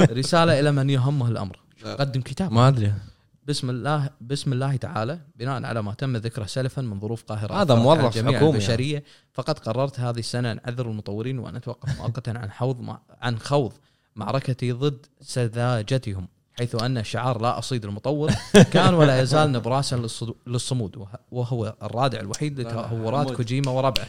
S4: رساله الى من يهمه الامر قدم كتاب
S6: ما ادري
S4: بسم الله بسم الله تعالى بناء على ما تم ذكره سلفا من ظروف قاهره
S6: هذا
S4: أثرت
S6: موظف
S4: على جميع
S6: حكومي يعني.
S4: البشريه فقد قررت هذه السنه ان اعذر المطورين وان اتوقف مؤقتا عن حوض مع عن خوض معركتي ضد سذاجتهم حيث ان شعار لا اصيد المطور كان ولا يزال نبراسا للصدو- للصمود وه- وهو الرادع الوحيد لتهورات كوجيما وربعه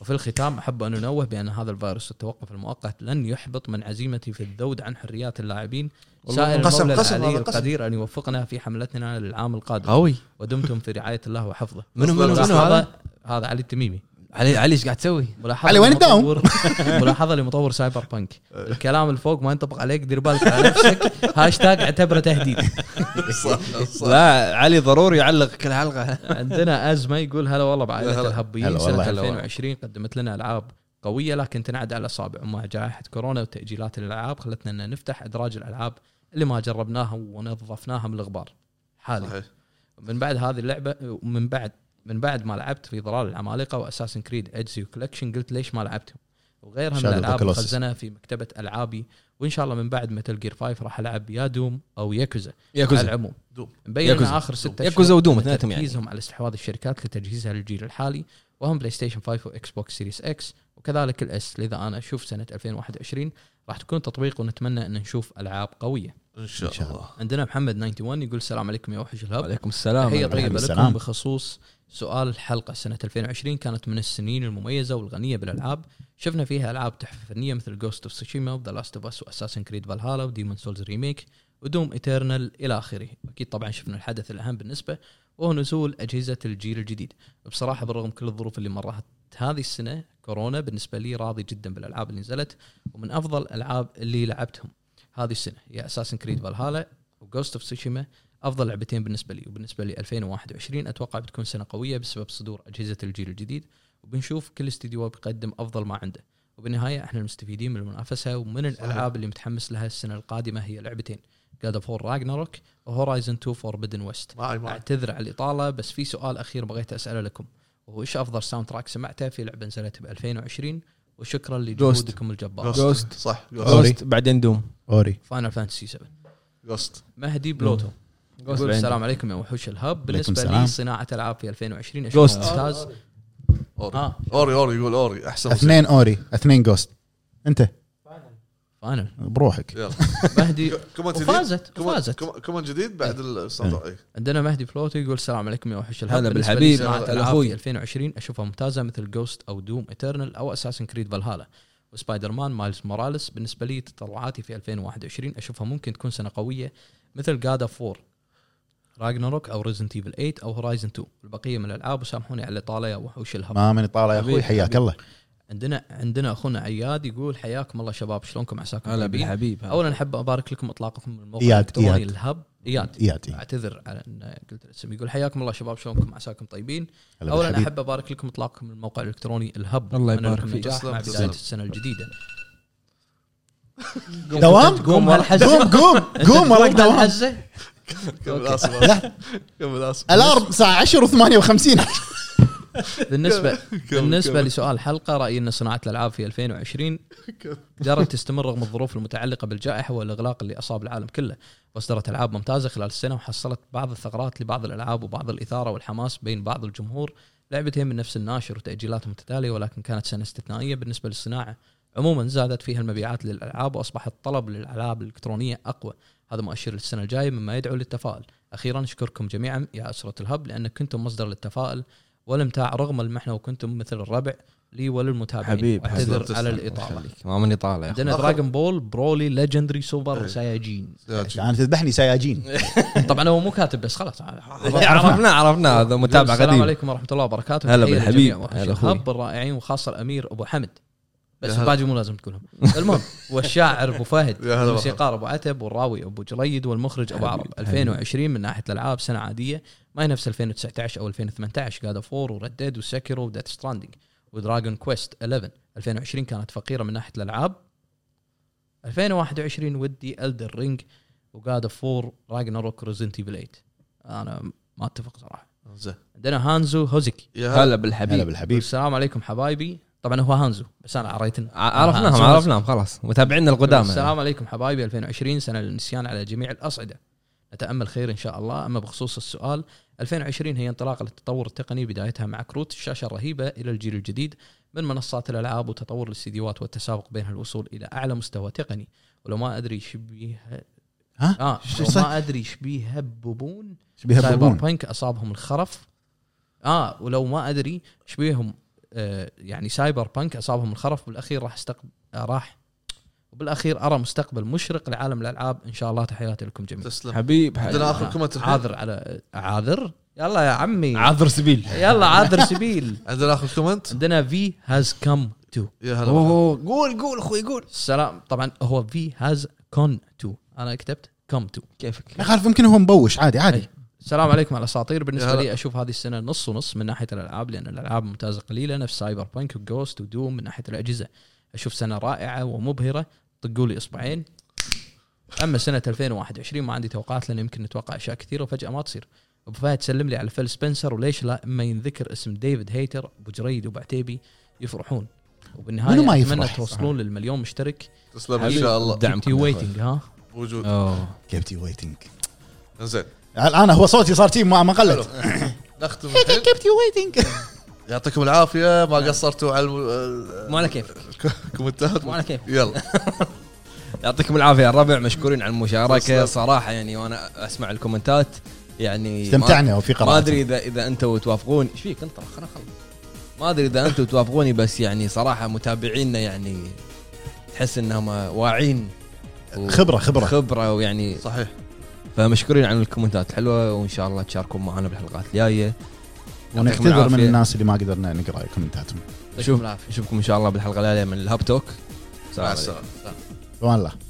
S4: وفي الختام احب ان انوه بان هذا الفيروس التوقف المؤقت لن يحبط من عزيمتي في الذود عن حريات اللاعبين سائر
S2: قسم-
S4: المولى
S2: قسم
S4: العلي
S2: هذا قسم.
S4: القدير ان يوفقنا في حملتنا للعام القادم
S6: قوي
S4: ودمتم في رعايه الله وحفظه
S6: منو منو منو هذا؟
S4: ملاحظة- هذا علي التميمي
S6: علي علي ايش قاعد تسوي؟
S4: ملاحظه
S3: علي وين
S4: لمطور- ملاحظه لمطور سايبر بانك الكلام الفوق ما ينطبق عليك دير بالك على نفسك هاشتاج اعتبره تهديد
S6: لا علي ضروري يعلق كل حلقه
S4: عندنا ازمه يقول هلا والله بعائله
S2: هلا.
S4: الهبيين
S6: هلا والله،
S4: سنه
S6: هلا والله.
S4: 2020 قدمت لنا العاب قويه لكن تنعد على الاصابع ومع جائحه كورونا وتاجيلات الالعاب خلتنا ان نفتح ادراج الالعاب اللي ما جربناها ونظفناها من الغبار حالي
S2: صحيح
S4: من بعد هذه اللعبه ومن بعد من بعد ما لعبت في ظلال العمالقه واساسن كريد اجزيو كولكشن قلت ليش ما لعبتهم وغيرها من
S3: Shadow of the
S4: الالعاب
S3: Colossus.
S4: مخزنه في مكتبه العابي وان شاء الله من بعد متل جير 5 راح العب يا دوم او ياكوزا على
S6: ياكوزا
S4: العموم
S2: دوم.
S4: مبين ان
S6: ياكوزا.
S4: اخر ستة
S6: ياكوزا
S4: أشهر
S6: ودوم،
S4: تم
S6: اثنيناتهم يعني.
S4: تركيزهم على استحواذ الشركات لتجهيزها للجيل الحالي وهم بلاي ستيشن 5 واكس بوكس سيريس اكس وكذلك الاس لذا انا اشوف سنه 2021 راح تكون تطبيق ونتمنى ان نشوف العاب قويه
S2: ان شاء الله
S4: عندنا محمد 91 يقول السلام عليكم يا وحش الهب
S6: عليكم السلام
S4: تحية طيبة لكم
S3: السلام.
S4: بخصوص سؤال الحلقة سنة 2020 كانت من السنين المميزة والغنية بالألعاب شفنا فيها ألعاب تحفة فنية مثل جوست اوف تسوشيما وذا لاست اوف اس واساسن كريد فالهالا وديمون سولز ريميك ودوم ايترنال الى اخره، اكيد طبعا شفنا الحدث الاهم بالنسبه وهو نزول اجهزه الجيل الجديد، بصراحه بالرغم كل الظروف اللي مرت هذه السنه كورونا بالنسبه لي راضي جدا بالالعاب اللي نزلت ومن افضل الالعاب اللي لعبتهم هذه السنه هي اساسن كريد فالهالا وجوست اوف تسوشيما افضل لعبتين بالنسبه لي وبالنسبه لي 2021 اتوقع بتكون سنه قويه بسبب صدور اجهزه الجيل الجديد وبنشوف كل استديو بيقدم افضل ما عنده وبالنهايه احنا المستفيدين من المنافسه ومن الالعاب اللي متحمس لها السنه القادمه هي لعبتين جاد اوف راجناروك وهورايزن 2 فوربدن ويست
S2: معي معي
S4: اعتذر على الاطاله بس في سؤال اخير بغيت اساله لكم وهو ايش افضل ساوند تراك سمعته في لعبه نزلت ب 2020 وشكرا لجهودكم الجبار
S6: جوست.
S2: صح جوست
S3: سوري.
S6: جوست بعدين دوم
S3: اوري
S4: فاينل فانتسي 7
S2: جوست
S4: مهدي
S6: نعم.
S4: بلوتو يقول
S6: بعدين.
S4: السلام عليكم يا وحوش الهب بالنسبه
S3: السلام.
S4: لي صناعه العاب في 2020
S6: Ghost.
S4: أشوفها ممتاز
S2: اوري
S4: اه
S2: اوري اوري يقول اوري احسن موسيقى.
S3: اثنين اوري اثنين جوست انت
S4: فاينل
S3: بروحك
S2: يلا
S4: مهدي
S2: كمان جديد
S4: وفازت
S2: كمان-
S4: وفازت
S2: كمان- كمان جديد بعد الساوند إيه.
S4: عندنا مهدي بلوتو يقول السلام عليكم يا وحش الهب
S6: هلا
S4: بالنسبة لي
S6: بالحبيب،
S4: صناعة
S6: هلا
S4: العاب
S6: أخوي.
S4: في 2020 اشوفها ممتازه مثل جوست او دوم ايترنال او اساسن كريد فالهالا وسبايدر مان مايلز موراليس بالنسبه لي تطلعاتي في 2021 اشوفها ممكن تكون سنه قويه مثل جاد اوف 4 راجناروك او ريزنت ايفل 8 او هورايزن 2 البقيه من الالعاب وسامحوني على الاطاله يا وحوش الهب
S3: ما من طالع يا
S4: حبيبي،
S3: اخوي حياك الله
S4: عندنا عندنا اخونا عياد يقول حياكم الله شباب شلونكم عساكم
S6: هلا
S4: طيبين
S6: بالحبيب هلا.
S4: اولا احب ابارك لكم اطلاقكم الموقع
S3: إياد،
S4: الالكتروني
S3: إياد.
S4: الهب اياد
S3: ياتي
S4: اعتذر على ان قلت الاسم يقول حياكم الله شباب شلونكم عساكم طيبين
S3: هلا
S4: اولا
S3: بالحبيب.
S4: احب ابارك لكم اطلاقكم الموقع الالكتروني الهب
S6: الله
S4: وأتمنى
S6: يبارك
S4: لكم
S6: فيك.
S4: النجاح مع
S2: تسلم،
S4: بدايه
S2: تسلم.
S4: السنه الجديده
S3: دوام
S4: قوم
S3: قوم قوم قوم وراك دوام
S4: هالحزه
S2: كمل اسف آسف. كمل اسف
S3: الارم الساعه 10 و58
S4: بالنسبه
S2: كمل-
S4: بالنسبه
S2: كمل.
S4: لسؤال الحلقه رايي ان صناعه الالعاب في 2020 جرت تستمر رغم الظروف المتعلقه بالجائحه والاغلاق اللي اصاب العالم كله واصدرت العاب ممتازه خلال السنه وحصلت بعض الثغرات لبعض الالعاب وبعض الاثاره والحماس بين بعض الجمهور لعبتين من نفس الناشر وتاجيلات متتاليه ولكن كانت سنه استثنائيه بالنسبه للصناعه عموما زادت فيها المبيعات للالعاب واصبح الطلب للالعاب الالكترونيه اقوى هذا مؤشر للسنه الجايه مما يدعو للتفاؤل اخيرا اشكركم جميعا يا اسره الهب لان كنتم مصدر للتفاؤل والامتاع رغم المحنه وكنتم مثل الربع لي وللمتابعين
S6: حبيب،
S4: اعتذر
S2: حبيب.
S4: على
S2: تسلم.
S4: الاطاله
S6: ما من اطاله يا أخي. إيه.
S4: عندنا
S2: آخر-
S4: دراغون بول برولي ليجندري سوبر سايجين
S3: انا يعني تذبحني سياجين
S4: طبعا هو مو كاتب بس خلاص
S6: عرفناه عرفناه هذا متابعه
S4: السلام
S6: قديمه
S4: عليكم ورحمه الله وبركاته
S6: هلا
S4: تحية
S6: بالحبيب،
S4: للجميع وحش
S6: هلا أخوي.
S4: الهب الرائعين وخاصه الامير ابو حمد بس
S2: يا هلا.
S4: الباقي مو لازم تقولهم المهم والشاعر ابو فهد
S2: يا هلا والله.
S4: الموسيقار ابو عتب والراوي ابو جريد والمخرج ابو عرب 2020 من ناحيه الالعاب سنه عاديه ما هي نفس 2019 او 2018 جاد اوف وور وردد وسكيرو وديث ستراندنج ودراجون كويست 11 2020 كانت فقيره من ناحيه الالعاب 2021 ودي الدر رينج وقاد فور راجناروك ريزنت ايفل 8 انا ما اتفق صراحه
S2: زين
S4: عندنا هانزو هوزكي
S2: يا هلا
S1: هلا بالحبيب
S3: هلا
S1: هلا
S3: بالحبيب
S4: السلام عليكم حبايبي طبعا هو هانزو بس انا قريت إن-
S1: عرفناهم
S4: هانزو.
S1: عرفناهم خلاص متابعينا القدامى
S4: السلام عليكم حبايبي 2020 سنه للنسيان على جميع الاصعده نتامل خير ان شاء الله اما بخصوص السؤال 2020 هي انطلاقه للتطور التقني بدايتها مع كروت الشاشه الرهيبه الى الجيل الجديد من منصات الالعاب وتطور الاستديوهات والتسابق بينها الوصول الى اعلى مستوى تقني ولو ما ادري شبيها
S3: ها؟
S4: اه
S3: شو
S4: لو
S3: صار؟
S4: ما ادري شبيها ببون
S3: شبيه
S4: سايبر
S3: بابون
S4: بانك اصابهم الخرف اه ولو ما ادري شبيهم آه يعني سايبر بانك اصابهم الخرف بالاخير راح استق... آه راح وبالاخير ارى مستقبل مشرق لعالم الالعاب ان شاء الله تحياتي لكم جميعا
S2: تسلم
S1: حبيب
S2: عندنا اخر كومنت الحين.
S4: عاذر على عاذر يلا يا عمي
S1: عذر سبيل
S4: يلا عاذر سبيل
S2: عندنا اخر كومنت
S4: عندنا في هاز كم تو
S2: يا هلا والله.
S1: اوه قول قول اخوي قول
S4: السلام طبعا هو في هاز كون تو انا كتبت كم تو
S1: كيفك
S3: ما يخالف يمكن هو مبوش عادي عادي
S4: أي. السلام عليكم على الاساطير بالنسبه
S2: يا هلا.
S4: لي اشوف هذه السنه نص ونص من ناحيه الالعاب لان الالعاب ممتازه قليله نفس سايبر بانك وجوست ودوم من ناحيه الاجهزه اشوف سنه رائعه ومبهره طقوا لي اصبعين اما سنه 2021 ما عندي توقعات لان يمكن نتوقع اشياء كثيره وفجاه ما تصير ابو فهد سلم لي على فيل سبنسر وليش لا اما ينذكر اسم ديفيد هيتر ابو جريد وبعتيبي يفرحون وبالنهايه
S3: منو ما
S4: اتمنى
S3: يفرح؟
S4: توصلون للمليون مشترك
S2: تسلم ان شاء الله
S4: دعمتي ويتنج ها
S2: موجود
S1: اوه
S3: كيبتي ويتنج
S2: زين
S3: الان هو صوتي صار تيم ما ما قلت
S2: نختم الحين
S3: كيبتي ويتنج
S2: يعطيكم العافيه ما قصرتوا على الم- ال-
S1: ما على كيفك
S2: الكومنتات
S1: مو على كيف.
S2: يلا
S1: يعطيكم العافيه يا الربع مشكورين على المشاركه
S2: تسلم.
S1: صراحه يعني وانا اسمع الكومنتات يعني ما-
S3: استمتعنا وفي قراءة
S1: ما ادري اذا اذا انتم توافقون ايش فيك انت خلنا خلص ما ادري اذا انتم توافقوني بس يعني صراحه متابعينا يعني تحس انهم واعين و-
S3: خبرة- خبرة.
S1: خبره ويعني
S2: صحيح
S1: فمشكورين على الكومنتات الحلوه وان شاء الله تشاركون معنا بالحلقات الجايه يعطيكم
S3: ونعتذر من
S1: العافية.
S3: الناس اللي ما قدرنا نقرا كومنتاتهم
S1: نشوف نشوفكم ان شاء الله بالحلقه الجايه من الهاب توك
S2: مع السلامه
S3: والله